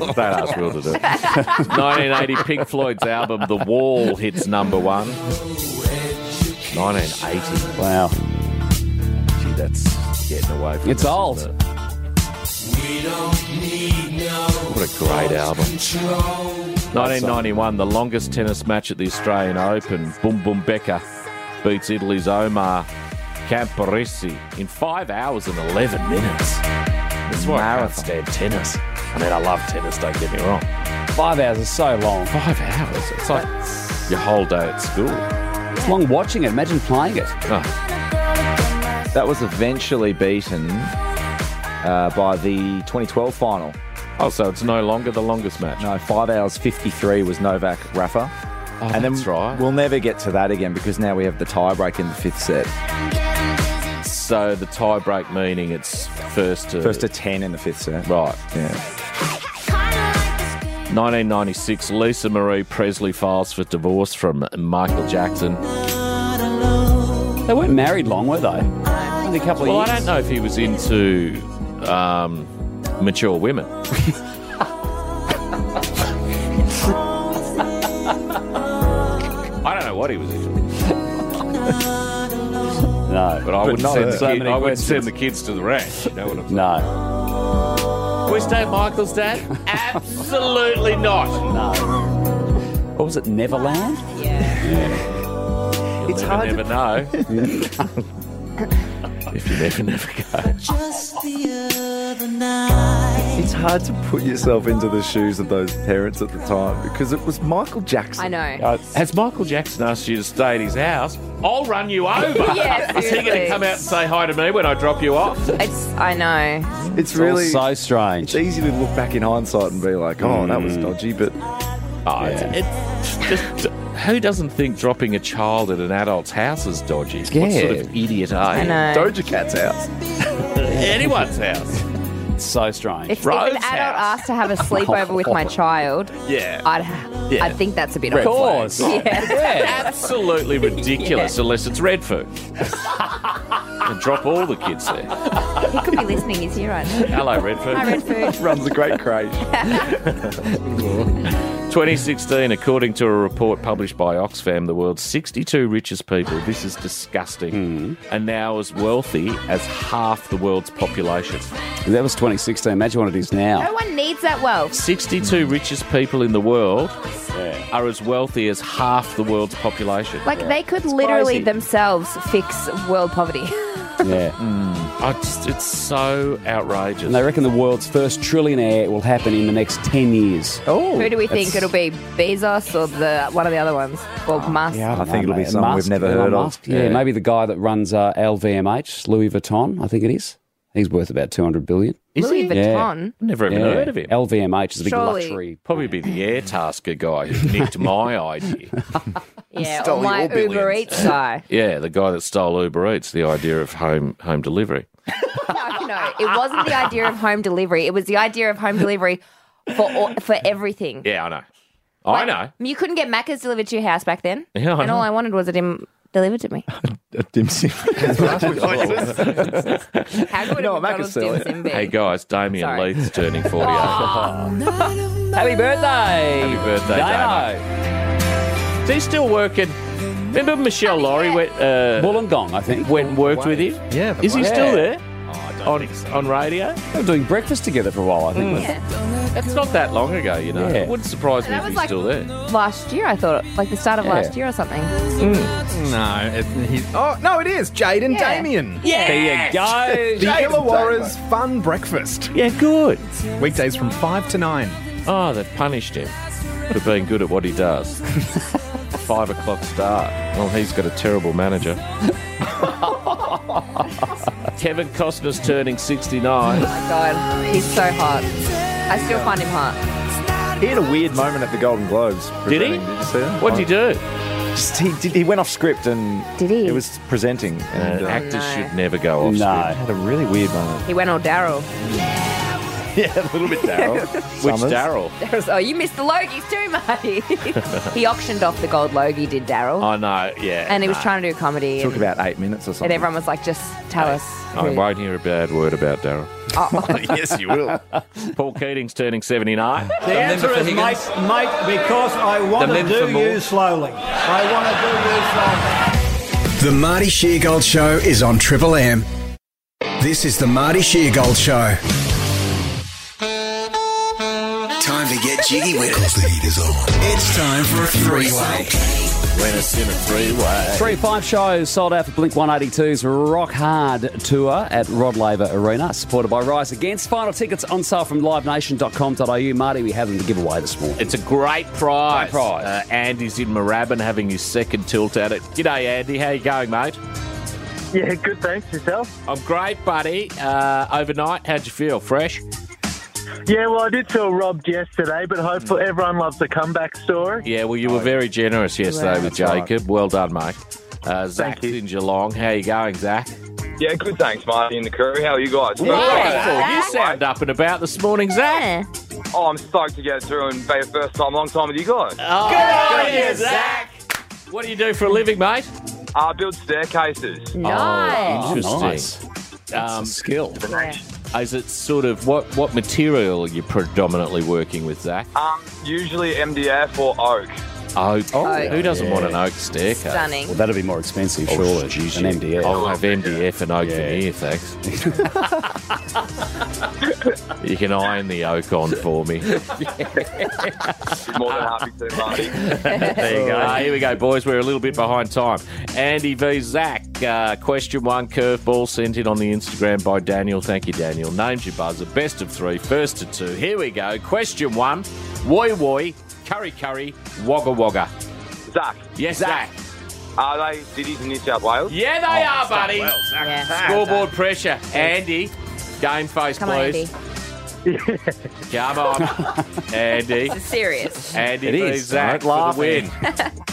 Speaker 4: Don't ask Will to do it. *laughs* 1980, Pink Floyd's album The Wall hits number one. 1980.
Speaker 3: Wow.
Speaker 4: Gee, That's getting away from
Speaker 3: It's
Speaker 4: us,
Speaker 3: old.
Speaker 4: isn't it? What a great album. 1991, the longest tennis match at the Australian Open. Boom Boom Becker beats Italy's Omar Camporesi in 5 hours and 11 minutes. That's why I can't stand tennis. I mean, I love tennis, don't get me wrong.
Speaker 3: Five hours is so long.
Speaker 4: Five hours. It's like your whole day at school.
Speaker 3: It's long watching it. Imagine playing it.
Speaker 4: Oh,
Speaker 7: That was eventually beaten uh, by the 2012 final.
Speaker 4: oh, so it's no longer the longest match.
Speaker 7: No, five hours fifty-three was Novak Rafa.
Speaker 4: Oh,
Speaker 7: and
Speaker 4: that's
Speaker 7: then
Speaker 4: right.
Speaker 7: we'll never get to that again because now we have the tiebreak in the fifth set.
Speaker 4: so the tiebreak meaning it's first to
Speaker 7: First to ten in the fifth set.
Speaker 4: right.
Speaker 7: Yeah.
Speaker 4: 1996, Lisa Marie Presley files for divorce from Michael Jackson.
Speaker 3: They weren't married long, were they? Only a couple
Speaker 4: Well,
Speaker 3: of
Speaker 4: I
Speaker 3: years.
Speaker 4: don't know if he was into um,
Speaker 3: *laughs*
Speaker 4: mature women. I don't know what he was into,
Speaker 3: No.
Speaker 4: but I wouldn't,
Speaker 3: not
Speaker 4: send
Speaker 3: her.
Speaker 4: the,
Speaker 3: So
Speaker 4: kid,
Speaker 3: many
Speaker 4: I wouldn't
Speaker 3: questions.
Speaker 4: send the kids to the ranch. You know what I'm saying?
Speaker 3: No.
Speaker 4: West Dave Michael's dad? Absolutely not.
Speaker 3: What was it? Neverland?
Speaker 4: It's never, hard
Speaker 3: *laughs*
Speaker 4: never know. *laughs* if you never, never go.
Speaker 7: It's hard to put yourself into the shoes of those parents at the time because it was Michael Jackson.
Speaker 5: I know.
Speaker 4: Uh, has Michael Jackson asked you to stay at his house? I'll run you over.
Speaker 5: *laughs* Yeah,
Speaker 4: Is he going to
Speaker 5: seriously.
Speaker 4: come out and say hi to me when I drop you off?
Speaker 5: It's, I know.
Speaker 7: It's, really
Speaker 3: so
Speaker 7: it's
Speaker 3: strange.
Speaker 7: easy to look back in hindsight and be like, oh, that
Speaker 4: Mm.
Speaker 7: was dodgy, but
Speaker 4: Oh, it's, it's just, who doesn't think dropping a child at an adult's house is dodgy? What sort of idiot are
Speaker 5: I
Speaker 4: you?
Speaker 5: know.
Speaker 7: Doja Cat's house.
Speaker 4: Anyone's house.
Speaker 3: It's so strange.
Speaker 5: If, if
Speaker 4: Rose
Speaker 5: an
Speaker 4: house.
Speaker 5: adult asked to have a sleepover with
Speaker 7: *laughs*
Speaker 5: my child,
Speaker 4: Yeah.
Speaker 5: I'd,
Speaker 4: Yeah.
Speaker 5: I'd think that's a bit
Speaker 3: Of
Speaker 5: odd.
Speaker 3: course. Yeah.
Speaker 5: *laughs*
Speaker 4: Absolutely ridiculous unless it's Redford. and drop all the kids there.
Speaker 5: He could be listening, is he right now?
Speaker 4: Hello, Redford. *laughs*
Speaker 5: Hi, Redford.
Speaker 7: Runs a great craze.
Speaker 4: 2016, according to a report published by Oxfam, the world's 62 richest people, this is disgusting,
Speaker 3: Hmm.
Speaker 4: are now as wealthy as half the world's population.
Speaker 3: That was 2016. Imagine what it is now.
Speaker 5: No one needs that wealth.
Speaker 4: 62 richest people in the world
Speaker 3: Yeah.
Speaker 4: are as wealthy as half the world's population.
Speaker 5: Like they could literally
Speaker 3: crazy.
Speaker 5: themselves fix world poverty.
Speaker 3: Yeah.
Speaker 4: Mm. I just, it's so outrageous.
Speaker 3: And they reckon the world's first trillionaire will happen in the next 10 years.
Speaker 7: Oh,
Speaker 5: Who do we think
Speaker 3: that's-
Speaker 5: it'll be? Bezos or the one of the other ones? Or Musk?
Speaker 7: Oh, I think it'll be
Speaker 3: Mate,
Speaker 7: someone
Speaker 3: Musk,
Speaker 7: we've never
Speaker 3: Elon
Speaker 7: heard of.
Speaker 3: Musk, Yeah, maybe the guy that runs uh, LVMH, Louis Vuitton, I think it is. He's worth about 200 billion. he?
Speaker 5: Louis
Speaker 3: Yeah.
Speaker 5: Vuitton.
Speaker 4: Never even
Speaker 3: Yeah.
Speaker 4: heard of him.
Speaker 3: LVMH is a big
Speaker 5: Surely.
Speaker 3: luxury.
Speaker 4: Probably be the air tasker guy
Speaker 3: *laughs*
Speaker 4: who nicked my idea.
Speaker 5: Yeah,
Speaker 7: Stole
Speaker 5: or my
Speaker 7: your billions.
Speaker 5: Uber Eats guy.
Speaker 4: Yeah, the guy that stole Uber Eats, the idea of home home delivery.
Speaker 5: no, no, it wasn't the idea of home delivery. It was the idea of home delivery for all, for everything.
Speaker 4: Yeah, I know. I know.
Speaker 5: You couldn't get Macca's delivered to your house back then.
Speaker 4: Yeah, *laughs* I
Speaker 5: and all
Speaker 4: know.
Speaker 5: I wanted was it in, delivered to me. *laughs* *laughs*
Speaker 4: *laughs*
Speaker 5: How good no, McDonald's
Speaker 7: sell
Speaker 5: dim sum be?
Speaker 4: Hey guys, Damien
Speaker 5: Sorry. Oh.
Speaker 4: Leith's
Speaker 5: *laughs*
Speaker 4: turning 48. Happy
Speaker 8: Happy birthday!
Speaker 4: birthday, Damien.
Speaker 8: Dino.
Speaker 4: Is he still working? Remember Michelle Laurie went, uh,
Speaker 3: Wollongong, I think.
Speaker 4: went and worked with him?
Speaker 6: Yeah,
Speaker 4: Is he
Speaker 6: yeah.
Speaker 4: still there? on, on radio?
Speaker 3: They were doing breakfast together for a while, I
Speaker 5: Mm.
Speaker 3: think.
Speaker 4: *laughs* That's not that long ago, you know.
Speaker 3: Yeah.
Speaker 4: It wouldn't surprise me if
Speaker 5: That was
Speaker 4: he's
Speaker 5: like-
Speaker 4: still there.
Speaker 5: Last year, I thought, like the start of
Speaker 3: Yeah.
Speaker 5: last year or something.
Speaker 6: No, it, he's, oh Mm. no, it is Jaden
Speaker 5: Yeah.
Speaker 6: Damien.
Speaker 4: There you go.
Speaker 6: The Illawarra's Fun Breakfast.
Speaker 4: yeah, good.
Speaker 6: Weekdays from 5 to 9.
Speaker 4: Oh, they've punished him for being good at what he does. *laughs* Five o'clock start. Well, he's got a terrible manager. *laughs* Kevin Costner's turning 69.
Speaker 5: Oh God, he's so hot. I still find him hot.
Speaker 7: He had a weird moment at the Golden Globes.
Speaker 4: Did he?
Speaker 7: presenting. Did you see that?
Speaker 4: What did he do?
Speaker 7: Just- he, did, he went off script and
Speaker 5: Did he?
Speaker 7: It was presenting. And,
Speaker 4: Uh,
Speaker 7: uh,
Speaker 4: actors
Speaker 5: no.
Speaker 4: should never go off
Speaker 3: No.
Speaker 4: script.
Speaker 7: had a really weird moment.
Speaker 4: *laughs*
Speaker 5: He went all Daryl.
Speaker 7: Yeah, a little bit
Speaker 5: *laughs*
Speaker 7: Daryl.
Speaker 4: Which
Speaker 7: *laughs* Summers.
Speaker 4: Daryl?
Speaker 5: Daryl's, oh, you missed the Logies too,
Speaker 4: *laughs*
Speaker 5: mate. he auctioned off the gold Logie, did Daryl,
Speaker 4: I know, yeah.
Speaker 5: and he was
Speaker 4: nah.
Speaker 5: trying to do comedy.
Speaker 7: Took
Speaker 5: And,
Speaker 7: about eight minutes or something.
Speaker 5: and everyone was like, "Just tell us."
Speaker 4: I
Speaker 5: who-
Speaker 4: won't hear a bad word about Daryl.
Speaker 5: Oh.
Speaker 7: *laughs* yes, you will.
Speaker 4: *laughs* Paul Keating's turning 79.
Speaker 9: The answer is, mate, mate, because I want
Speaker 3: The
Speaker 9: to
Speaker 3: member for
Speaker 9: do
Speaker 3: Moore.
Speaker 9: you slowly. I want to do you slowly.
Speaker 2: The Marty Sheargold Show is on Triple M. This is the Marty Sheargold Show. Time to get jiggy with it. the heat is on. It's time for a three-way.
Speaker 4: when it's in a freeway.
Speaker 3: Three Five shows sold out for Blink 182's Rock Hard tour at Rod Laver Arena, supported by Rise Against. Final tickets on sale from livenation.com.au. Marty, we have them to give away this morning.
Speaker 4: It's a great prize.
Speaker 3: Great prize.
Speaker 4: Uh, Andy's in Moorabbin having his second tilt at it. G'day, Andy. How you going, mate?
Speaker 10: Yeah, good. Thanks yourself.
Speaker 4: I'm great, buddy. Uh, overnight, how'd you feel? Fresh?
Speaker 10: Yeah, well, I did feel robbed yesterday, but hopefully everyone loves the comeback story.
Speaker 4: Mm. Yeah, well, you were very generous yesterday with
Speaker 7: right.
Speaker 4: Jacob. Well done, mate. Uh, Zach's in Geelong. How you going, Zach?
Speaker 10: Yeah, good. Thanks, Marty and the crew. How are you guys?
Speaker 4: Wonderful. You
Speaker 5: Zach.
Speaker 4: sound up and about this morning, Zach.
Speaker 5: Yeah.
Speaker 10: Oh, I'm stoked to get through and be a first time, long time with you guys.
Speaker 4: Oh, Zach. What do you do for a living, mate? Oh,
Speaker 10: I Uh, build staircases.
Speaker 5: Nice.
Speaker 7: Oh,
Speaker 4: Interesting.
Speaker 3: nice.
Speaker 4: Um,
Speaker 3: Skill.
Speaker 4: is it sort of what what material are you predominantly working with, Zach?
Speaker 10: Um, usually MDF or oak.
Speaker 4: Oak.
Speaker 5: Oak.
Speaker 4: Oh, Who doesn't
Speaker 3: Yeah.
Speaker 4: want an oak staircase?
Speaker 5: Stunning.
Speaker 3: Well, that'll be more expensive,
Speaker 4: Oh,
Speaker 3: surely,
Speaker 4: geez,
Speaker 3: than
Speaker 4: yeah.
Speaker 3: MDF.
Speaker 4: I'll have MDF and oak
Speaker 3: Yeah.
Speaker 4: in here, thanks. *laughs* you can iron the oak on for me.
Speaker 10: Be More than happy to, Marty.
Speaker 4: *laughs* There you go. Ah, here we go, boys. We're a little bit behind time. Andy v. Zach. Uh, question one curveball sent in on the Instagram by Daniel. Thank you, Daniel. Names your buzzer. Best of three, first to two. Here we go. Question one Woi Woi, Curry Curry, Wagga Wagga.
Speaker 10: Zach,
Speaker 4: Yes, Zach.
Speaker 10: are they cities in New South Wales?
Speaker 4: Yeah,
Speaker 7: Oh,
Speaker 3: Oh,
Speaker 4: they are, buddy.
Speaker 5: Yeah.
Speaker 4: Scoreboard pressure. Andy, game face,
Speaker 5: Come on, Andy.
Speaker 4: please. *laughs* Come on, Andy.
Speaker 5: This is serious.
Speaker 4: Andy
Speaker 3: It
Speaker 4: v.
Speaker 3: is.
Speaker 4: Zach
Speaker 3: Don't
Speaker 4: for
Speaker 3: laugh
Speaker 4: the win.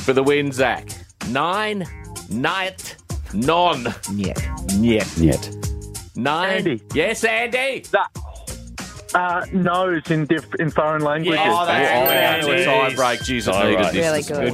Speaker 4: for the win, Zach. Nine, night, non. Yet.
Speaker 3: Yet.
Speaker 4: Nine.
Speaker 10: Andy.
Speaker 4: Yes, Andy.
Speaker 10: Zach. Uh, no's in diff- in foreign languages.
Speaker 4: Yes,
Speaker 3: that's
Speaker 4: Andy.
Speaker 3: good.
Speaker 4: It's tie break. Jeez, I
Speaker 3: Tie
Speaker 4: needed
Speaker 3: break.
Speaker 4: this.
Speaker 5: Really
Speaker 4: this
Speaker 5: good.
Speaker 4: morning.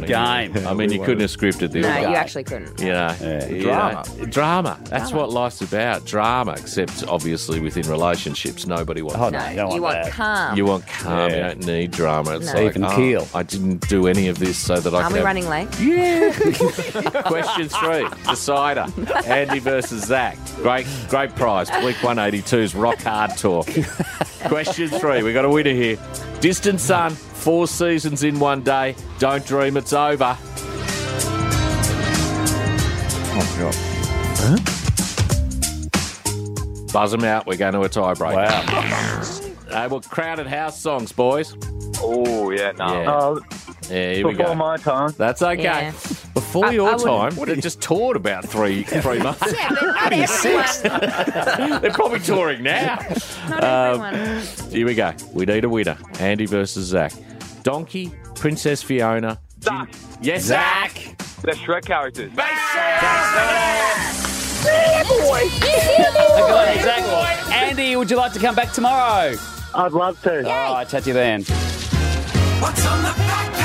Speaker 3: Good game.
Speaker 4: I mean, you couldn't have scripted this.
Speaker 5: No,
Speaker 4: one.
Speaker 5: you actually couldn't.
Speaker 4: You know,
Speaker 3: Yeah.
Speaker 4: you
Speaker 7: Drama.
Speaker 4: know. drama. That's what life's about. Drama, except obviously within relationships, nobody wants.
Speaker 3: Oh,
Speaker 4: that.
Speaker 3: no,
Speaker 5: No,
Speaker 3: you don't
Speaker 5: you
Speaker 3: want
Speaker 5: want
Speaker 3: that.
Speaker 5: calm.
Speaker 4: You want calm. You
Speaker 3: Yeah.
Speaker 4: don't need drama. It's
Speaker 5: No.
Speaker 4: like,
Speaker 3: Even
Speaker 4: oh,
Speaker 3: keel.
Speaker 4: I didn't do any of this so that I
Speaker 5: Are
Speaker 4: can.
Speaker 5: we
Speaker 4: have-
Speaker 5: running late?
Speaker 4: *laughs* Question three, decider. Andy versus Zach. Great, great prize. Blink 182's Rock Hard Tour. Question three, we got a winner here. Distant Sun, four seasons in one day. Don't dream it's over.
Speaker 7: Oh, God.
Speaker 4: Buzz them out, we're going to a tiebreak.
Speaker 3: Wow.
Speaker 4: They were crowded house songs, boys.
Speaker 10: Oh, yeah, no.
Speaker 4: Yeah. Yeah, here we
Speaker 10: before
Speaker 4: go.
Speaker 10: my time.
Speaker 4: That's okay.
Speaker 5: Yeah.
Speaker 4: Before
Speaker 5: I-
Speaker 4: your
Speaker 5: I wouldn't-
Speaker 4: time, would have just toured about three
Speaker 6: *laughs*
Speaker 4: three months.
Speaker 5: *laughs* Yeah, but not everyone.
Speaker 4: They're probably touring *laughs* now.
Speaker 5: *laughs* Not
Speaker 3: Um,
Speaker 5: everyone.
Speaker 4: Um, Here we go. We need a winner. Andy versus Zach. Donkey, Princess Fiona. Zach. Yes, Zach.
Speaker 11: The Shrek characters.
Speaker 7: *laughs*
Speaker 3: Okay, Zach. Andy, would you like to come back tomorrow?
Speaker 10: I'd love to.
Speaker 3: All right, chat to you then.
Speaker 9: What's on the back page?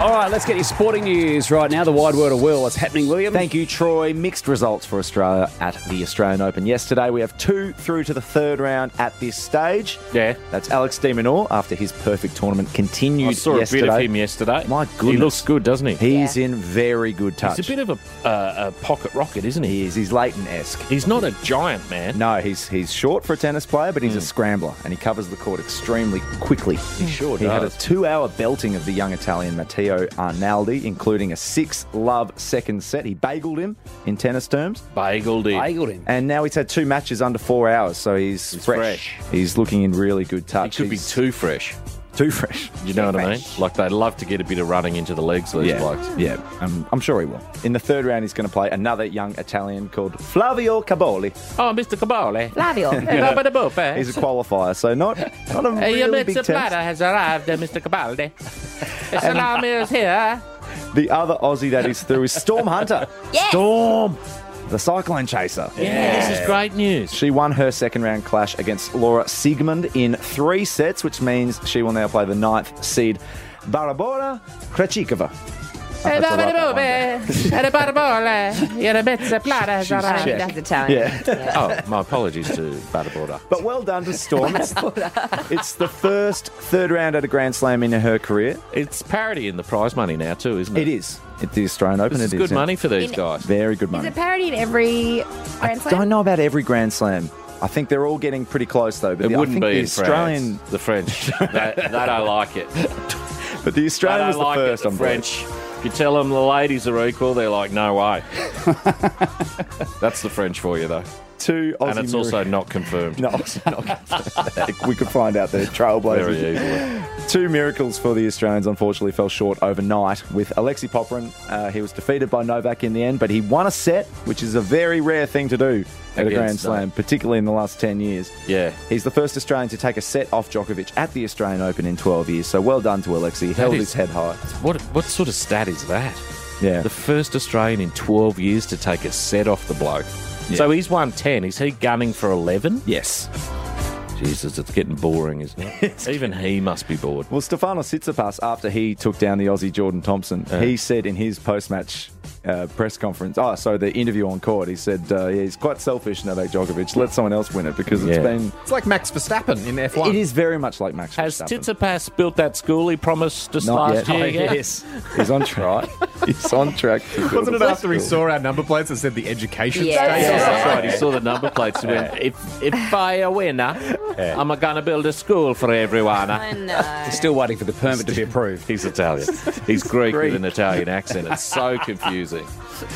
Speaker 3: All right, let's get your sporting news right now. The wide world of Will. What's happening, William?
Speaker 7: Thank you, Troy. Mixed results for Australia at the Australian Open yesterday. We have two through to the third round at this stage. Yeah. That's Alex De Minaur after his perfect tournament continued
Speaker 4: I saw a bit
Speaker 7: yesterday.
Speaker 4: of him yesterday.
Speaker 7: My goodness.
Speaker 4: He looks good, doesn't he?
Speaker 7: He's in very good touch.
Speaker 4: He's a bit of a, uh, a pocket rocket, isn't he?
Speaker 7: He is. He's Leighton esque.
Speaker 4: He's not a giant man. Hmm.
Speaker 7: No, he's he's short for a tennis player, but he's a scrambler and he covers the court extremely quickly. He
Speaker 4: sure
Speaker 7: He had a
Speaker 4: does.
Speaker 7: two-hour belting of the young Italian Matteo Arnaldi, including a six-love second set. He bageled him in tennis terms.
Speaker 4: Bageled him.
Speaker 3: Bageled him.
Speaker 7: And now he's had two matches under four hours, so he's, fresh. He's looking in really good touch.
Speaker 4: He could be
Speaker 7: He's
Speaker 4: too fresh.
Speaker 7: too fresh.
Speaker 4: You know what I mean? Like they love to get a bit of running into the legs. These
Speaker 7: Yeah,
Speaker 4: blokes.
Speaker 7: yeah. Um, I'm sure he will. In the third round, he's going to play another young Italian called Flavio Caboli.
Speaker 4: Oh, Mr. Cabole. *laughs*
Speaker 5: Flavio.
Speaker 7: He's a qualifier, so not not a really big test.
Speaker 4: has arrived,
Speaker 5: uh,
Speaker 7: *laughs*
Speaker 4: Mr. Cabaldi. Salami is here.
Speaker 7: The other Aussie that is through is Storm Hunter.
Speaker 5: *laughs* Yes.
Speaker 7: Storm, the cyclone chaser.
Speaker 4: Yeah, this is great news.
Speaker 7: She won her second round clash against Laura Sigmund in three sets, which means she will now play the ninth seed Barabora Krejcikova. I hope I write that one down. *laughs*
Speaker 5: Sorry,
Speaker 7: Check.
Speaker 5: that's Italian. *laughs*
Speaker 4: Oh, my apologies to Butterborder.
Speaker 7: But well done to Storm. It's, it's the first third round at a Grand Slam in her career.
Speaker 4: It's parity in the prize money now too, isn't it?
Speaker 7: It is at the Australian Open.
Speaker 4: This is
Speaker 7: it
Speaker 4: good
Speaker 7: yeah.
Speaker 4: money for these
Speaker 5: In-
Speaker 4: guys.
Speaker 7: Very good
Speaker 5: Is
Speaker 7: money.
Speaker 5: it parody in every Grand
Speaker 7: I
Speaker 5: Slam?
Speaker 7: don't know about every Grand Slam. I think they're all getting pretty close though. But
Speaker 4: It
Speaker 7: the, I
Speaker 4: wouldn't
Speaker 7: think
Speaker 4: be
Speaker 7: the
Speaker 4: in
Speaker 7: Australian,
Speaker 4: France. The French, they, they don't like it. They
Speaker 7: but the Australian was
Speaker 4: don't
Speaker 7: the
Speaker 4: like
Speaker 7: first.
Speaker 4: it.
Speaker 7: I'm
Speaker 4: The
Speaker 7: afraid.
Speaker 4: French. If you tell them the ladies are equal, they're like,
Speaker 7: *laughs*
Speaker 4: no way. That's the French for you, though.
Speaker 7: Two Aussie
Speaker 4: and it's
Speaker 7: Mirror-
Speaker 4: also not confirmed
Speaker 7: *laughs* No, it's not. *laughs* we could find out they're trailblazers.
Speaker 4: very easily.
Speaker 7: Two miracles for the Australians, unfortunately, fell short overnight. With Alexi Popperin, uh, he was defeated by Novak in the end, but he won a set, which is a very rare thing to do at a
Speaker 4: Against, uh,
Speaker 7: Grand Slam, particularly in the last 10 years.
Speaker 4: Yeah.
Speaker 7: He's the first Australian to take a set off Djokovic at the Australian Open in 12 years, so well done to Alexi. Held
Speaker 4: is-
Speaker 7: his head high.
Speaker 4: What what sort of stat is that?
Speaker 7: Yeah.
Speaker 4: The first Australian in 12 years to take a set off the bloke. So he's won 10. Is he gunning for 11?
Speaker 7: Yes.
Speaker 4: Jesus, it's getting boring, isn't
Speaker 6: *laughs*
Speaker 4: it? Even he must be bored.
Speaker 7: Well, Stefano Tsitsipas, after he took down the Aussie Jordan Thompson, he said in his post-match uh, press conference, oh, sorry, the interview on court, he said uh, yeah, he's quite selfish, Novak Djokovic. Let someone else win it because it's
Speaker 4: Yeah.
Speaker 7: been...
Speaker 6: It's like Max Verstappen in F1.
Speaker 7: It is very much like Max
Speaker 4: Has
Speaker 7: Verstappen.
Speaker 4: Tsitsipas built that school he promised us
Speaker 7: Not
Speaker 4: last
Speaker 7: yet. *laughs*
Speaker 4: year? yet?
Speaker 7: He's on track. he's on track. to build
Speaker 6: *laughs* Wasn't
Speaker 7: a
Speaker 6: it after he
Speaker 7: school.
Speaker 6: saw our number plates that said the education
Speaker 5: Yeah.
Speaker 6: state?
Speaker 4: Yeah, that's right. He saw the number plates. He went, if, if I a winner, I'm going to build a school for everyone.
Speaker 5: I know.
Speaker 3: Still waiting for the permit to be approved.
Speaker 4: He's Italian. He's Greek, with an Italian accent. It's so confusing.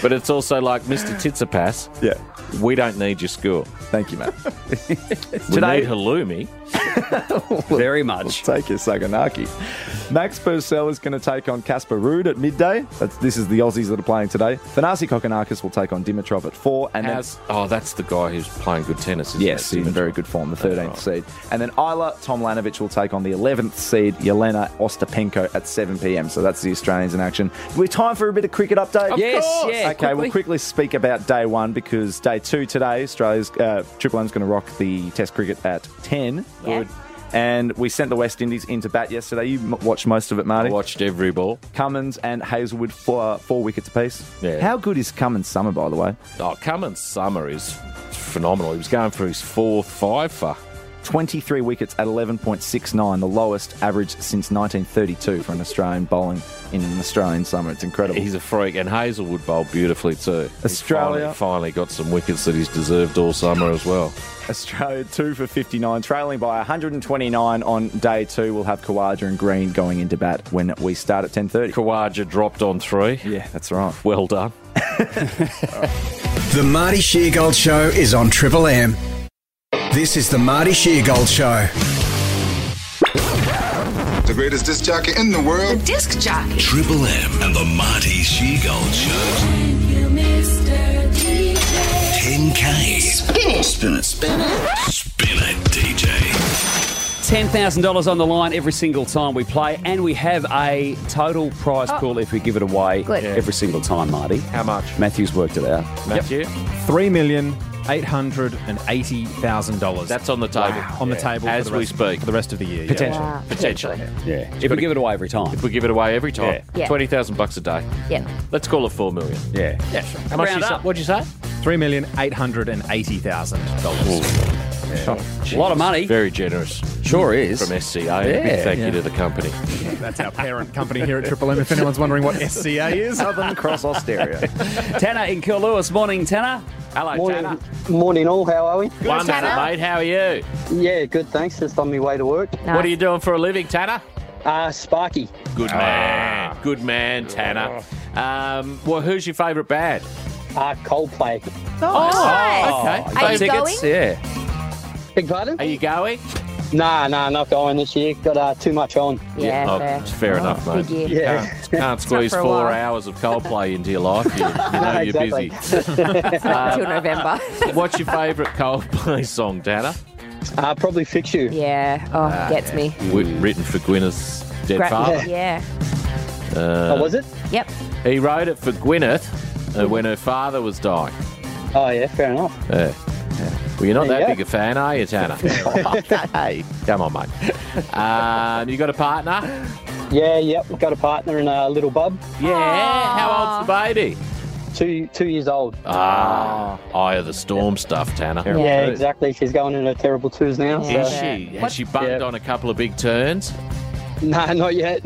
Speaker 4: But it's also like, Mr. Tsitsipas,
Speaker 7: Yeah.
Speaker 4: we don't need your school.
Speaker 7: Thank you, mate.
Speaker 4: *laughs* We
Speaker 7: Today-
Speaker 4: need halloumi.
Speaker 7: *laughs*
Speaker 3: Very much.
Speaker 7: Take your Saganaki. Max Purcell is going to take on Casper Ruud at midday. That's, this is the Aussies that are playing today. Thanasi Kokonakis will take on Dimitrov at four. And then
Speaker 4: How's- oh, that's the guy who's playing good tennis. Isn't
Speaker 7: Yes,
Speaker 4: it?
Speaker 7: he's in very good form, the 13th seed. And then Isla Tomlanovich will take on the 11th seed, Yelena Ostapenko, at 7 p.m. So that's the Australians in action. We're time for a bit of cricket update.
Speaker 3: Yes, course. yeah,
Speaker 7: Okay, we'll quickly speak about day one because day two today, Australia's uh, Triple M's going to rock the Test cricket at 10.
Speaker 5: Yeah. Good.
Speaker 7: And we sent the West Indies into bat yesterday. You m- watched most of it,
Speaker 4: I
Speaker 7: Marty.
Speaker 4: watched every ball.
Speaker 7: Cummins and Hazelwood four, uh, four wickets apiece.
Speaker 4: Yeah.
Speaker 7: How good is Cummins' summer, by the way?
Speaker 4: Oh, Cummins' summer is phenomenal. He was going for his fourth five for.
Speaker 7: 23 wickets at 11.69, the lowest average since 1932 for an Australian bowling in an Australian summer. It's incredible.
Speaker 4: He's a freak, and Hazelwood bowled beautifully too. He's
Speaker 7: Australia-
Speaker 4: finally, finally got some wickets that he's deserved all summer as well.
Speaker 7: Australia 2 for 59, trailing by 129 on day two. We'll have Kawaja and Green going into bat when we start at 10.30.
Speaker 4: Kawaja dropped on three.
Speaker 7: Yeah, that's right.
Speaker 4: Well done.
Speaker 2: The Marty Sheargold Show is on Triple M. This is the Marty Sheargold Show.
Speaker 11: the greatest disc jockey in the
Speaker 9: The
Speaker 11: world.
Speaker 9: disc jockey.
Speaker 11: Triple M and the Marty Shegold Show.
Speaker 9: You, Mr. DJ.
Speaker 11: 10K.
Speaker 9: Spin it.
Speaker 11: Spin it, spin it. Spin it, DJ.
Speaker 3: $10,000 on the line every single time we play, and we have a total prize
Speaker 5: Oh.
Speaker 3: pool if we give it away
Speaker 5: Good. Yeah.
Speaker 3: every single time, Marty. How much? Matthew's worked it out.
Speaker 4: Matthew?
Speaker 6: Three million eight hundred and eighty thousand dollars. That's
Speaker 4: on the table.
Speaker 6: On the
Speaker 4: Yeah.
Speaker 6: table
Speaker 4: As
Speaker 6: for the
Speaker 4: we
Speaker 6: rest-
Speaker 4: speak.
Speaker 6: for the rest of the year. yeah.
Speaker 4: Potentially. Potentially.
Speaker 3: Yeah. If we give it away every time.
Speaker 4: If we give it away every time.
Speaker 5: Yeah. Yeah.
Speaker 4: 20,000 bucks a day.
Speaker 5: Yeah.
Speaker 4: Let's call it 4 million.
Speaker 3: Yeah.
Speaker 4: Yeah, sure. How much
Speaker 6: Round
Speaker 4: you say-
Speaker 6: up.
Speaker 4: What'd you say?
Speaker 6: Three million eight hundred and eighty thousand dollars.
Speaker 3: A lot of money.
Speaker 4: Very generous.
Speaker 3: Sure is.
Speaker 4: From SCA.
Speaker 6: Yeah.
Speaker 4: Big thank
Speaker 6: Yeah.
Speaker 4: you to the company.
Speaker 6: That's our parent company here at Triple M. If anyone's wondering what SCA is, other than Cross Austereo.
Speaker 3: *laughs* Tanner in Killouis. Morning, Tanner. Hello, Tanner.
Speaker 12: Morning, all. How are we?
Speaker 3: *laughs* Good,
Speaker 4: Wonderful,
Speaker 3: Tanner.
Speaker 4: mate. How are you?
Speaker 12: Yeah, good. Thanks. Just on my way to work.
Speaker 4: What are you doing for a living, Tanner?
Speaker 12: Uh, Sparky.
Speaker 4: Good man. Good man, Tanner. Um, well, who's your favourite band?
Speaker 12: Uh, Coldplay.
Speaker 4: Nice.
Speaker 12: Oh,
Speaker 4: okay.
Speaker 12: Are you
Speaker 4: Tickets?
Speaker 12: going?
Speaker 4: Yeah.
Speaker 12: Big pardon?
Speaker 4: Are you going?
Speaker 12: Nah, nah, not going this year. Got uh, too much on.
Speaker 4: Oh, it's fair enough, mate.
Speaker 12: year.
Speaker 4: You
Speaker 12: Yeah.
Speaker 4: can't, can't squeeze
Speaker 12: for a
Speaker 4: four
Speaker 12: while.
Speaker 4: hours of Coldplay into your life. *laughs* You, you know
Speaker 5: *laughs*
Speaker 12: No,
Speaker 4: you're
Speaker 12: exactly.
Speaker 4: busy.
Speaker 5: Till
Speaker 4: Um, *laughs*
Speaker 5: November.
Speaker 4: what's your favourite Coldplay song, Tanner?
Speaker 12: Uh, probably Fix You.
Speaker 5: Yeah. Oh, gets me.
Speaker 4: W- Ah, written for Gwyneth's dead
Speaker 5: Gra-
Speaker 4: father.
Speaker 5: *laughs* Yeah.
Speaker 4: Uh,
Speaker 12: Oh, was it?
Speaker 5: Yep.
Speaker 4: He wrote it for Gwyneth uh, when her father was dying.
Speaker 12: Oh, yeah, fair enough.
Speaker 4: Yeah. Well, you're not
Speaker 12: There you
Speaker 4: that
Speaker 12: go.
Speaker 4: big a fan, are you,
Speaker 12: *laughs*
Speaker 4: Tanner? hey, come on, mate. Um, you got a partner?
Speaker 12: Yeah, yep. Got a partner and a little bub.
Speaker 4: Yeah. How old's the baby?
Speaker 12: Two two years old.
Speaker 4: Ah, Eye of the Storm stuff, Tanner.
Speaker 12: Yeah, exactly. She's going in her terrible twos now.
Speaker 4: Is
Speaker 12: so-
Speaker 4: she? Has she bumped on a couple of big turns?
Speaker 12: *laughs* Nah, not yet.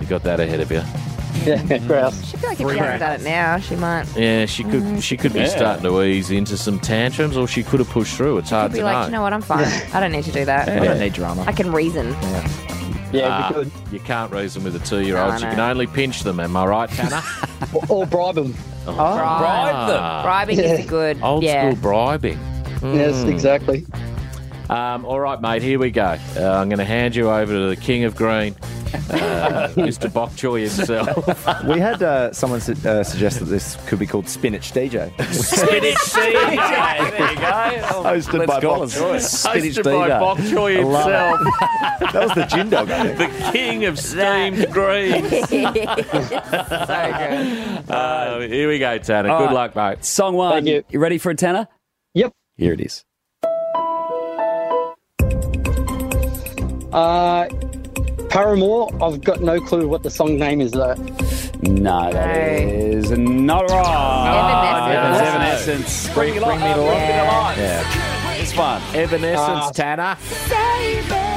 Speaker 4: You got that ahead of you. Mm.
Speaker 12: yeah, grouse.
Speaker 5: I feel like if she hasn't done it now, she might.
Speaker 4: Mm-hmm. Yeah, she could. She could be
Speaker 5: Yeah.
Speaker 4: starting to ease into some tantrums, or she could have pushed through. It's hard
Speaker 5: She'd be
Speaker 4: to
Speaker 5: like,
Speaker 4: know.
Speaker 5: you know what? I'm fine. I don't need to do that.
Speaker 4: Yeah. I don't need drama.
Speaker 5: I can reason.
Speaker 12: Yeah, it'd
Speaker 4: You can't reason with a two-year-old.
Speaker 5: No,
Speaker 4: you
Speaker 5: no.
Speaker 4: can only pinch them. Am I right, *laughs* Tanner?
Speaker 12: or, or bribe them.
Speaker 4: Oh,
Speaker 5: Bribe them. Bribing is a good.
Speaker 4: Old
Speaker 5: yeah.
Speaker 4: school bribing.
Speaker 12: Yes,
Speaker 4: Mm.
Speaker 12: exactly.
Speaker 4: Um, all right, mate. Here we go. Uh, I'm going to hand you over to the King of Green, *laughs* uh, Mr. Bok Choy himself.
Speaker 7: *laughs* we had uh, someone su- uh, suggest that this could be called Spinach
Speaker 4: *laughs*
Speaker 7: DJ.
Speaker 4: Spinach DJ. There you go.
Speaker 7: Hosted by Bok Choy. Spinach
Speaker 4: Hosted by
Speaker 7: DJ.
Speaker 4: Bok Choy
Speaker 7: I love *laughs*
Speaker 4: himself.
Speaker 7: that was the gin dog. I think.
Speaker 4: the king of steamed greens. Uh, here we go, Tanner.
Speaker 3: All
Speaker 4: Good
Speaker 3: right.
Speaker 4: luck, mate.
Speaker 3: Song one. you. ready for a Tanner?
Speaker 12: Yep.
Speaker 3: Here it is.
Speaker 12: Uh, Paramore. I've got no clue what the song name is though.
Speaker 3: No, that is not right. Evanescence. Evanescence. Bring, bring me to life. Yeah. This one.
Speaker 4: Evanescence,
Speaker 12: Ah.
Speaker 4: Tanner.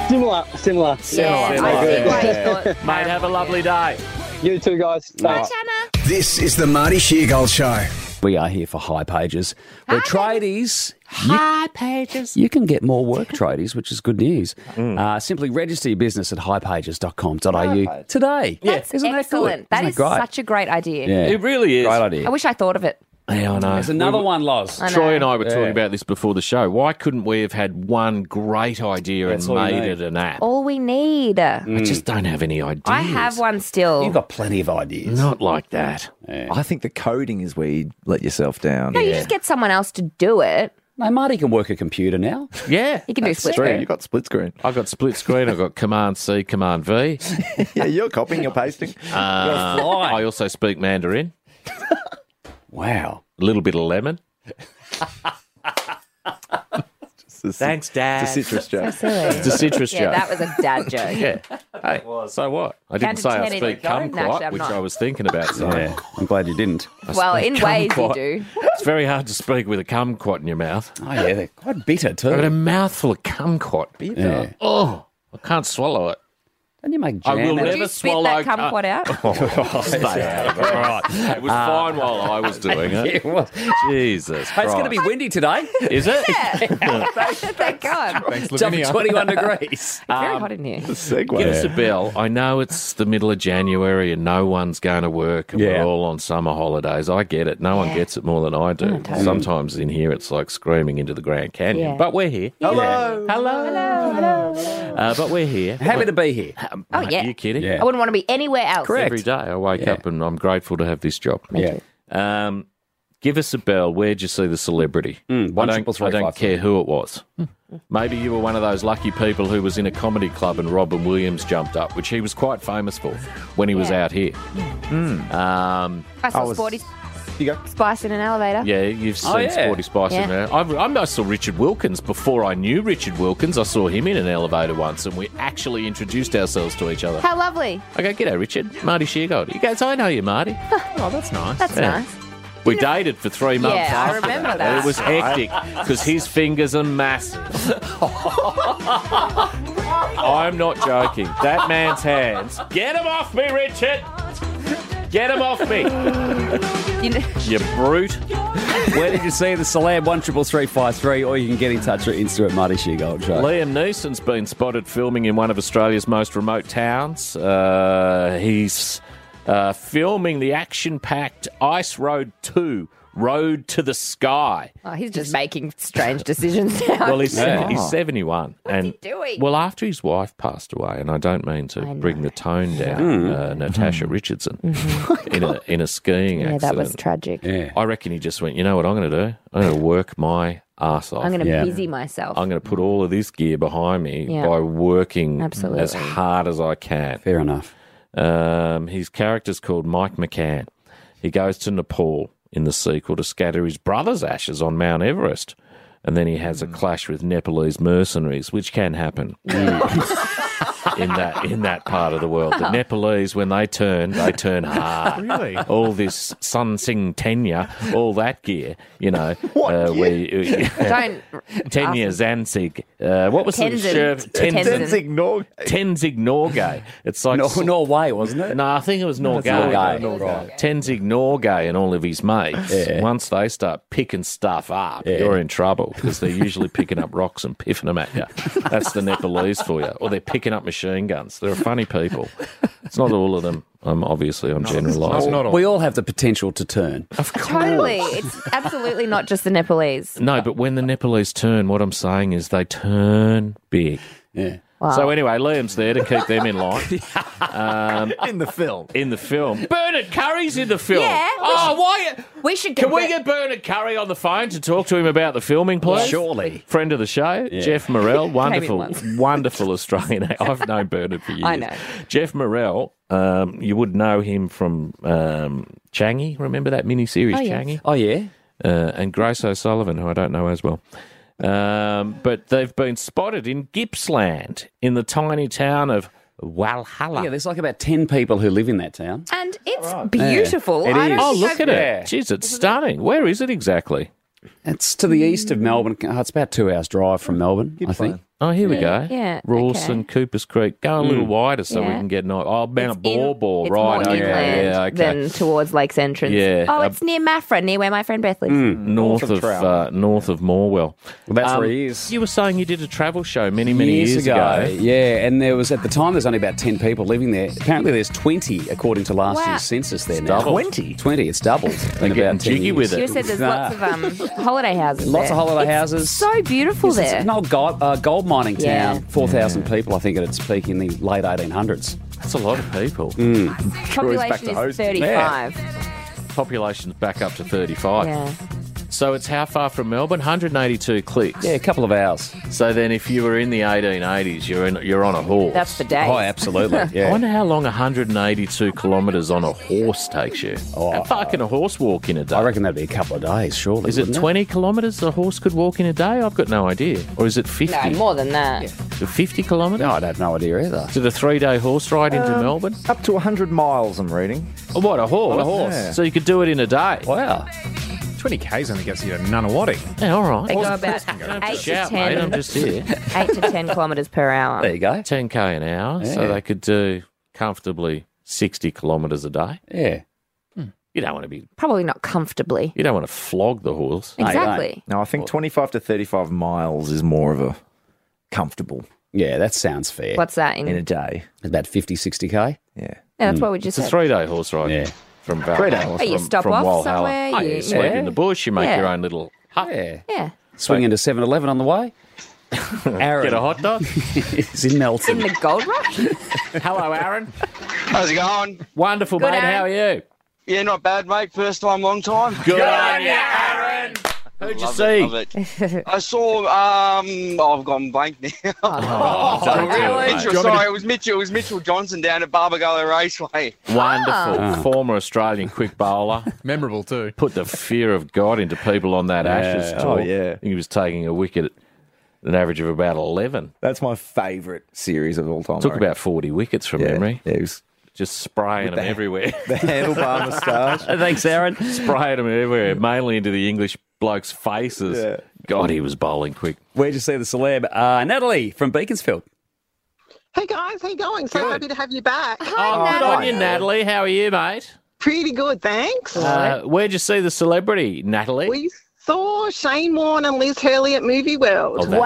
Speaker 12: Similar, similar.
Speaker 4: Similar.
Speaker 12: Similar.
Speaker 4: *laughs* Mate, have a lovely day.
Speaker 12: You two guys. Thanks.
Speaker 4: *laughs*
Speaker 2: This is the Marty Sheargold Show.
Speaker 3: We are here for high pages. We're tradies. High pages. You can get more work tradies, which is good news.
Speaker 7: Mm.
Speaker 3: Uh, simply register your business at highpages.com.au today.
Speaker 5: That's
Speaker 3: Isn't that good?
Speaker 5: excellent. That
Speaker 3: Isn't
Speaker 5: is
Speaker 3: that great?
Speaker 5: such a great idea.
Speaker 3: Yeah.
Speaker 4: It really is.
Speaker 3: Great idea.
Speaker 5: I wish I thought of it.
Speaker 4: *laughs* Yeah, I know.
Speaker 3: There's another
Speaker 4: We-
Speaker 3: one, Loz.
Speaker 5: I know.
Speaker 4: Troy and I were
Speaker 3: Yeah.
Speaker 4: talking about this before the show. Why couldn't we have had one great idea
Speaker 3: That's
Speaker 4: and
Speaker 3: all you
Speaker 4: made
Speaker 3: need.
Speaker 4: it an app?
Speaker 5: All we need.
Speaker 4: I just don't have any ideas.
Speaker 5: I have one still.
Speaker 3: You've got plenty of ideas.
Speaker 4: Not like that.
Speaker 7: I think the coding is where you let yourself down.
Speaker 5: no, you just get someone else to do it.
Speaker 3: No, Marty can work a computer now.
Speaker 4: Yeah.
Speaker 5: You can do split screen.
Speaker 7: You got split screen.
Speaker 4: I've got split screen. I've got Command C, Command *laughs* V.
Speaker 7: *laughs* yeah, you're copying, you're pasting.
Speaker 4: *laughs*
Speaker 7: *laughs*
Speaker 4: Uh,
Speaker 3: fly.
Speaker 4: I also speak *laughs* Mandarin.
Speaker 3: Wow.
Speaker 4: A little bit of lemon. *laughs*
Speaker 7: Thanks,
Speaker 4: Dad.
Speaker 7: It's a citrus joke.
Speaker 4: It's a citrus
Speaker 5: Yeah,
Speaker 4: joke.
Speaker 5: that was
Speaker 4: *laughs*
Speaker 5: a dad joke.
Speaker 4: yeah. Hey, so what? I didn't
Speaker 5: Counted
Speaker 4: say I
Speaker 5: ten,
Speaker 4: speak
Speaker 5: it- No,
Speaker 4: kumquat,
Speaker 5: no, actually, I'm
Speaker 4: which
Speaker 5: not.
Speaker 4: I was thinking about saying.
Speaker 3: Yeah, I'm glad you didn't.
Speaker 4: I
Speaker 5: Well,
Speaker 4: speak
Speaker 5: in ways you
Speaker 3: *laughs*
Speaker 4: kumquat.
Speaker 5: do.
Speaker 4: It's very hard to speak with a kumquat in your mouth.
Speaker 3: Oh, yeah, they're quite bitter too.
Speaker 4: I've got a mouthful of kumquat.
Speaker 3: Yeah.
Speaker 4: Oh, I can't swallow it.
Speaker 3: Don't you make
Speaker 4: I
Speaker 3: jam?
Speaker 4: will
Speaker 3: out of
Speaker 4: never
Speaker 5: Did you spit
Speaker 4: swallow.
Speaker 5: that kumquat out?
Speaker 4: *laughs* Oh, stay out of it. All right. It was fine while
Speaker 3: *laughs*
Speaker 4: I was doing
Speaker 3: Uh, it?
Speaker 4: it.
Speaker 3: It was. Hey,
Speaker 4: Jesus
Speaker 3: it's going to be
Speaker 4: Christ.
Speaker 3: windy today.
Speaker 4: Is it?
Speaker 5: *laughs* Thank God. It's
Speaker 6: Thanks,
Speaker 3: Jump
Speaker 6: Lavinia.
Speaker 4: *laughs*
Speaker 3: 21 degrees. Um,
Speaker 5: very hot in here.
Speaker 7: Segue.
Speaker 4: Give us a bell. I know it's the middle of January and no one's going to work and
Speaker 3: Yeah.
Speaker 4: we're all on summer holidays. I get it. No one gets it more than I do. Sometimes in here it's like screaming into the Grand Canyon,
Speaker 5: Yeah.
Speaker 4: but we're here. Hello. Hello. Hello. Uh, but we're here.
Speaker 3: Happy to be here.
Speaker 5: Oh, yeah.
Speaker 4: Are you kidding?
Speaker 5: I wouldn't want to be anywhere else.
Speaker 4: Every day I wake up and I'm grateful to have this job.
Speaker 5: Yeah.
Speaker 4: Um, give us a bell. Where'd you see the celebrity?
Speaker 3: one
Speaker 4: I
Speaker 3: triple
Speaker 4: don't,
Speaker 3: three
Speaker 4: I don't
Speaker 3: five
Speaker 4: care who it was. Maybe you were one of those lucky people who was in a comedy club and Robin Williams jumped up, which he was quite famous for when he was
Speaker 5: Yeah.
Speaker 4: out here. Um,
Speaker 5: I saw Sporty
Speaker 7: you go.
Speaker 5: Spice in an elevator.
Speaker 4: Yeah, you've seen
Speaker 5: Oh, yeah.
Speaker 4: Sporty Spice
Speaker 5: Yeah.
Speaker 4: in there. I, I saw Richard Wilkins before I knew Richard Wilkins. I saw him in an elevator once, and we actually introduced ourselves to each other.
Speaker 5: How lovely.
Speaker 4: I go, g'day, Richard. Marty Sheargold. He goes, I know you, Marty. oh, that's nice.
Speaker 5: That's nice.
Speaker 4: We dated for three months.
Speaker 5: Yeah, I
Speaker 4: after
Speaker 5: remember
Speaker 4: and
Speaker 5: that.
Speaker 4: It was hectic because his fingers are massive. *laughs*
Speaker 5: *laughs*
Speaker 4: I'm not joking. That man's hands. Get him off me, Richard. Get him off me. you brute.
Speaker 3: Where did you see the celeb? One triple three five three, or you can get in touch with Insta at Marty Sheargold Show.
Speaker 4: Liam Neeson's been spotted filming in one of Australia's most remote towns. Uh, he's uh, filming the action packed Ice Road 2 Road to the Sky.
Speaker 5: Oh, he's just making strange decisions now.
Speaker 4: Well, he's, he's 71. and
Speaker 5: doing?
Speaker 4: Well, after his wife passed away, and I don't mean to bring the tone down, uh, Natasha
Speaker 5: *laughs*
Speaker 4: Richardson in, a, in a skiing
Speaker 5: Yeah,
Speaker 4: accident.
Speaker 5: that was tragic.
Speaker 4: I reckon he just went, you know what I'm going to do? I'm going to work my arse off.
Speaker 5: I'm going to busy myself.
Speaker 4: I'm going to put all of this gear behind me
Speaker 5: Yeah.
Speaker 4: by working
Speaker 5: Absolutely.
Speaker 4: as hard as I can.
Speaker 3: Fair enough.
Speaker 4: Um, his character's called Mike McCann. He goes to Nepal in the sequel to scatter his brother's ashes on Mount Everest. And then he has a clash with Nepalese mercenaries, which can happen *laughs* in that in that part of the world. The Nepalese, when they turn, they turn hard.
Speaker 6: Really?
Speaker 4: All this Sun Sing Tenya, all that gear, you know. What? Uh,
Speaker 3: *laughs*
Speaker 4: where you-
Speaker 5: *laughs*
Speaker 4: *laughs*
Speaker 5: Don't.
Speaker 4: Tenya Zanzig. Uh, what was the
Speaker 5: Tenzin.
Speaker 4: sheriff?
Speaker 5: Tenzin. Tenzin
Speaker 4: Norgay. Tenzig Norgay. It's like
Speaker 3: No, Norway, wasn't it?
Speaker 4: No, I think it was Norgay.
Speaker 3: Norway.
Speaker 4: Norgay. Tenzig Norgay and all of his mates.
Speaker 3: Yeah.
Speaker 4: Once they start picking stuff up,
Speaker 3: Yeah.
Speaker 4: you're in trouble because they're usually picking up rocks and piffing them at you. That's the Nepalese for you. Or they're picking up machine guns. They're funny people. It's not all of them. Um, obviously, I'm generalising.
Speaker 3: We all have the potential to turn.
Speaker 5: Totally. It's absolutely not just the Nepalese.
Speaker 4: No, but when the Nepalese turn, what I'm saying is they turn big.
Speaker 3: Yeah.
Speaker 5: Wow.
Speaker 4: So anyway, Liam's there to keep them in line.
Speaker 5: Uh,
Speaker 3: *laughs*
Speaker 6: in the film.
Speaker 4: Um, in the film. Bernard Curry's in the film.
Speaker 5: Yeah, we
Speaker 4: Oh, why?
Speaker 5: We should
Speaker 4: Can we
Speaker 5: Ber-
Speaker 4: get Bernard Curry on the phone to talk to him about the filming, please?
Speaker 3: Surely.
Speaker 4: Friend of the show, Jeff
Speaker 5: *laughs*
Speaker 4: Morrell, wonderful,
Speaker 5: once.
Speaker 4: wonderful Australian. ac- I've known Bernard for years.
Speaker 5: I know.
Speaker 4: Jeff Morrell. Um, you would know him from um, Changi. Remember that miniseries,
Speaker 5: Oh,
Speaker 4: series
Speaker 5: yes.
Speaker 4: Changi,
Speaker 3: Oh yeah.
Speaker 4: uh, and Grace O'Sullivan, who I don't know as well. Um, but they've been spotted in Gippsland, in the tiny town of Walhalla.
Speaker 3: Yeah, there's like about ten people who live in that town.
Speaker 5: And it's beautiful.
Speaker 3: It
Speaker 5: I don't
Speaker 3: is.
Speaker 4: Oh,
Speaker 5: think
Speaker 4: look
Speaker 5: I've-
Speaker 4: at it. Jeez, it's stunning. Where is it exactly?
Speaker 3: It's to the east of Melbourne. Oh, it's about two hours drive from Melbourne, I think.
Speaker 4: Oh, here we go.
Speaker 5: yeah,
Speaker 4: Rawson, Coopers Creek. Go a little wider so we
Speaker 5: Yeah.
Speaker 4: can get an eye. Oh, Mount
Speaker 5: It's in-
Speaker 4: Borbor,
Speaker 5: it's
Speaker 4: right?
Speaker 5: More
Speaker 4: okay,
Speaker 5: inland
Speaker 4: yeah, okay.
Speaker 5: Than towards Lake's entrance.
Speaker 4: Yeah.
Speaker 5: Oh,
Speaker 4: Uh,
Speaker 5: it's near Maffra, near where my friend Beth lives. Mm.
Speaker 4: north of uh, north of Morwell. Well,
Speaker 7: that's where he is.
Speaker 4: You were saying you did a travel show many many years,
Speaker 3: Yeah, and there was at the time there's only about ten people living there. Apparently there's twenty according to last
Speaker 5: Wow.
Speaker 3: year's census there now.
Speaker 4: doubled.
Speaker 3: 20? Twenty, it's doubled. They're
Speaker 4: getting uh, jiggy with it.
Speaker 5: You said there's lots of um, holiday houses.
Speaker 3: Lots
Speaker 5: there.
Speaker 3: of holiday
Speaker 5: It's
Speaker 3: houses.
Speaker 5: So beautiful
Speaker 3: It's-
Speaker 5: there.
Speaker 3: It's an old gold, uh, gold mining town.
Speaker 5: Yeah.
Speaker 3: 4,000 people, I think, at its peak in the late Hmm. 1800s.
Speaker 4: That's a lot of people.
Speaker 5: Population
Speaker 7: to
Speaker 5: is
Speaker 7: Host.
Speaker 5: 35.
Speaker 4: Population's back up to thirty five.
Speaker 5: Yeah.
Speaker 4: So it's how far from Melbourne? One hundred eighty two clicks.
Speaker 3: Yeah, a couple of hours.
Speaker 4: So then, if you were in the eighteen eighties, you're in, you're on a horse.
Speaker 5: That's for days.
Speaker 3: Oh,
Speaker 5: *laughs*
Speaker 3: absolutely.
Speaker 4: I
Speaker 3: Yeah.
Speaker 4: wonder how long 182 kilometres on a horse takes you. how far can a horse walk in a day?
Speaker 3: Oh, I reckon that'd be a couple of days, surely.
Speaker 4: Is it
Speaker 3: wouldn't
Speaker 4: 20 kilometres a horse could walk in a day? I've got no idea. Or is it 50?
Speaker 5: No, more than that.
Speaker 4: 50 kilometres?
Speaker 3: No, I don't have no idea either.
Speaker 4: Did a three day horse ride into
Speaker 5: Um,
Speaker 4: Melbourne?
Speaker 7: Up to 100 miles, I'm reading.
Speaker 4: Oh, what, a horse?
Speaker 7: a horse. Yeah.
Speaker 4: So you could do it in a day.
Speaker 3: Wow.
Speaker 6: 20 Ks only gets you to Nunawading.
Speaker 4: Yeah, all right.
Speaker 5: They go
Speaker 4: Horse-
Speaker 5: about
Speaker 4: Don't have to
Speaker 5: eight to
Speaker 4: shout, mate. I'm
Speaker 5: ten,
Speaker 7: *laughs*
Speaker 4: just here.
Speaker 5: eight to ten kilometers per hour.
Speaker 3: There you go.
Speaker 4: 10k an hour.
Speaker 3: Yeah.
Speaker 4: So they could do comfortably 60 kilometres a day.
Speaker 3: Yeah.
Speaker 4: You don't want to be,
Speaker 5: Hmm. Probably not comfortably.
Speaker 4: you don't want to flog the horse.
Speaker 3: you don't.
Speaker 5: Exactly.
Speaker 7: No, I think 25 to 35 miles is more of a comfortable
Speaker 3: Yeah, that sounds fair.
Speaker 5: What's that in?
Speaker 7: in a day.
Speaker 3: About 50, 60K?
Speaker 7: Yeah.
Speaker 5: yeah, that's what we
Speaker 4: It's
Speaker 5: just
Speaker 4: a
Speaker 5: said.
Speaker 4: three day horse ride.
Speaker 3: Hmm. Yeah.
Speaker 4: From Val-
Speaker 7: Three-day horse
Speaker 5: Oh, you
Speaker 4: from-
Speaker 5: stop
Speaker 4: from
Speaker 5: off
Speaker 4: Walhalla.
Speaker 5: somewhere,
Speaker 4: Oh, you
Speaker 5: you-
Speaker 4: sleep
Speaker 3: Yeah.
Speaker 4: in the bush. You make
Speaker 5: Yeah.
Speaker 4: your own little hut.
Speaker 3: Yeah.
Speaker 5: Yeah.
Speaker 3: Swing into 7 Eleven on the way? Aaron.
Speaker 4: Get a
Speaker 3: *laughs*
Speaker 4: hot dog?
Speaker 3: He's in Melton.
Speaker 5: In the gold
Speaker 4: *laughs*
Speaker 5: rush?
Speaker 4: Hello, Aaron.
Speaker 13: How's it going?
Speaker 4: Wonderful,
Speaker 5: Good,
Speaker 4: mate.
Speaker 5: Aaron.
Speaker 4: How are you?
Speaker 13: Yeah, not bad, mate. First time, long time.
Speaker 4: Good Good on on ya, ya, Aaron. Who'd you see? *laughs*
Speaker 13: I saw. Um, oh, I've gone blank now.
Speaker 4: Oh, don't do it,
Speaker 13: Mitchell,
Speaker 4: mate. Do you want me
Speaker 13: sorry,
Speaker 4: to-
Speaker 13: it was Mitchell. It was Mitchell Johnson down at Barbagallo Raceway.
Speaker 4: Wonderful.
Speaker 13: Ah.
Speaker 4: Former Australian quick bowler.
Speaker 6: *laughs* Memorable too.
Speaker 4: Put the fear of God into people on that
Speaker 7: Yeah.
Speaker 4: Ashes
Speaker 7: Oh,
Speaker 4: tour.
Speaker 7: yeah.
Speaker 4: I think he was taking a wicket at an average of about 11.
Speaker 7: That's my favourite series of all time.
Speaker 4: Took
Speaker 7: I
Speaker 4: about 40 wickets from memory.
Speaker 7: Yeah, he was
Speaker 4: Just spraying
Speaker 7: With
Speaker 4: them
Speaker 7: the-
Speaker 4: everywhere.
Speaker 7: *laughs* the
Speaker 4: *laughs*
Speaker 7: handlebar moustache. *laughs*
Speaker 4: Thanks, Aaron. Spraying them everywhere, mainly into the English blokes' faces.
Speaker 7: Yeah.
Speaker 4: God, he was bowling quick.
Speaker 3: Where'd you see the celeb? Uh, Natalie from Beaconsfield.
Speaker 14: Hey guys, how you going? So happy to have you back.
Speaker 4: Oh, good on you, Natalie. How are you, mate?
Speaker 14: Pretty good, thanks.
Speaker 4: Uh, where'd you see the celebrity, Natalie?
Speaker 14: we saw Shane Warne and Liz Hurley at Movie World.
Speaker 4: Oh, that's-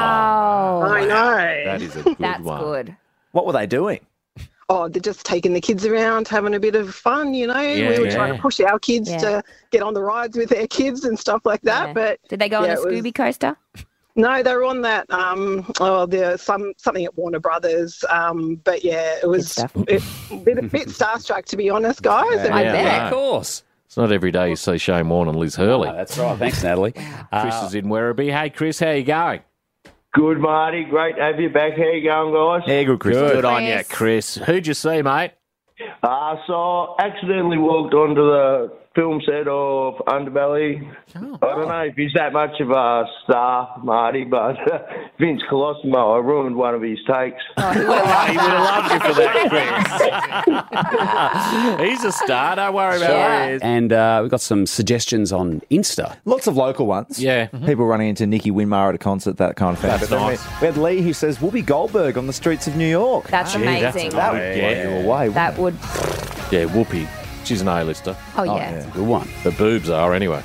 Speaker 5: wow.
Speaker 14: I know.
Speaker 4: That
Speaker 5: *laughs*
Speaker 4: is a good
Speaker 14: That's
Speaker 4: one.
Speaker 5: good.
Speaker 7: What were they doing?
Speaker 14: Oh, they're just taking the kids around, having a bit of fun, you know.
Speaker 4: Yeah,
Speaker 14: we were
Speaker 4: yeah.
Speaker 14: trying to push our kids
Speaker 5: Yeah.
Speaker 14: to get on the rides with their kids and stuff like that.
Speaker 5: Yeah.
Speaker 14: But
Speaker 5: Did they go
Speaker 14: yeah,
Speaker 5: on a
Speaker 14: it was-
Speaker 5: Scooby coaster?
Speaker 14: No, they were on that. Um, oh, the some something at Warner Brothers. Um, but yeah, it was it, bit a bit starstruck to be honest, guys. uh, It was-
Speaker 4: Of
Speaker 3: course.
Speaker 4: It's not every day you see Shane Warne and Liz Hurley.
Speaker 3: that's right. Thanks,
Speaker 5: *laughs*
Speaker 3: Natalie.
Speaker 4: Chris is in Werribee. Hey, Chris, how you going?
Speaker 15: Good, Marty. Great to have you back. How you going, guys?
Speaker 4: Yeah, good,
Speaker 15: Chris.
Speaker 4: Good
Speaker 15: Good.
Speaker 4: on you, Chris. Who'd you see,
Speaker 5: *laughs*
Speaker 4: mate?
Speaker 15: Uh, so I accidentally walked onto the film set of Underbelly.
Speaker 4: Oh.
Speaker 15: I don't know if he's that much of a star, Marty, but *laughs* Vince Colosimo, I ruined one of his
Speaker 4: *laughs*
Speaker 15: takes.
Speaker 4: He would have loved you for that, Chris. Ah, He's a star. Don't worry about that.
Speaker 3: And uh, we've got some suggestions on Insta. Mm-hmm.
Speaker 7: Lots of local ones.
Speaker 4: Yeah.
Speaker 7: People running into Nikki Winmar at a concert, that kind of thing.
Speaker 4: That's
Speaker 7: But then
Speaker 4: nice.
Speaker 7: we, we had Lee who says Whoopi Goldberg on the streets of New York.
Speaker 5: That's Gee, that's amazing.
Speaker 7: that
Speaker 5: nice.
Speaker 7: would blow
Speaker 4: Yeah.
Speaker 7: you away.
Speaker 5: That would.
Speaker 4: Yeah, Whoopi. She's an A-lister.
Speaker 5: Oh, Oh, yeah. yeah.
Speaker 3: Good one.
Speaker 4: The boobs are, anyway.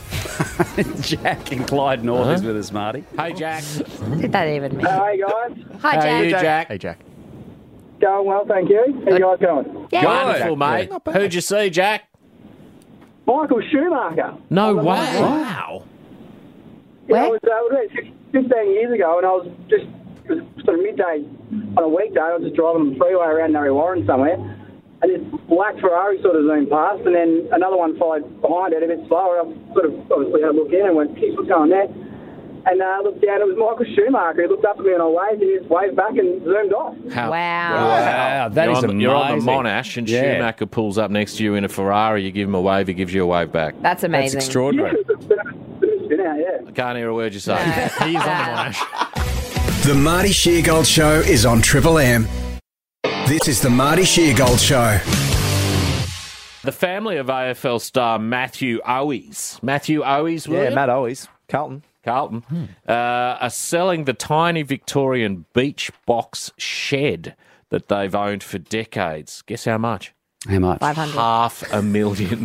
Speaker 3: *laughs* Jack and Clyde North is with us, Marty.
Speaker 4: Hey, Jack.
Speaker 5: Did that even mean?
Speaker 16: Hi guys,
Speaker 5: *laughs* Hi,
Speaker 4: How
Speaker 5: Jack.
Speaker 4: are you, Jack?
Speaker 6: Hey, Jack.
Speaker 16: going well, thank you. How you guys going?
Speaker 5: Yeah.
Speaker 4: Wonderful, mate. Who'd you see, Jack?
Speaker 16: Michael Schumacher.
Speaker 4: No
Speaker 5: Oh,
Speaker 4: way.
Speaker 16: Yeah, I was, uh, it was about six- 15 years ago, and I was just it was sort of midday on a weekday. I was just driving on the freeway around Narry Warren somewhere, and this black Ferrari sort of zoomed past, and then another one followed behind it a bit slower. I sort of obviously had a look in and went, "Geez, what's going there?" And uh, I looked down. It was Michael Schumacher. He looked up at me and I waved, and he just waved back and zoomed off.
Speaker 4: How-
Speaker 3: Wow, that
Speaker 4: you're
Speaker 3: is
Speaker 4: on the, You're on the
Speaker 3: amazing.
Speaker 4: Monash, and
Speaker 3: Yeah.
Speaker 4: Schumacher pulls up next to you in a Ferrari. You give him a wave, he gives you a wave back.
Speaker 5: That's amazing.
Speaker 4: extraordinary.
Speaker 16: Spin out, yeah.
Speaker 4: I can't hear a word you say.
Speaker 6: He's
Speaker 3: *laughs*
Speaker 6: on
Speaker 2: The Marty Sheargold Show is on Triple M. This is the Marty Sheargold Show.
Speaker 4: The family of AFL star Matthew Owies. Matthew Owies,
Speaker 7: Yeah, Matt
Speaker 4: Owies.
Speaker 7: Carlton.
Speaker 4: Carlton. Uh, are selling the tiny Victorian beach box shed that they've owned for decades. Guess how much?
Speaker 3: How much?
Speaker 4: 500. Half a *laughs* million.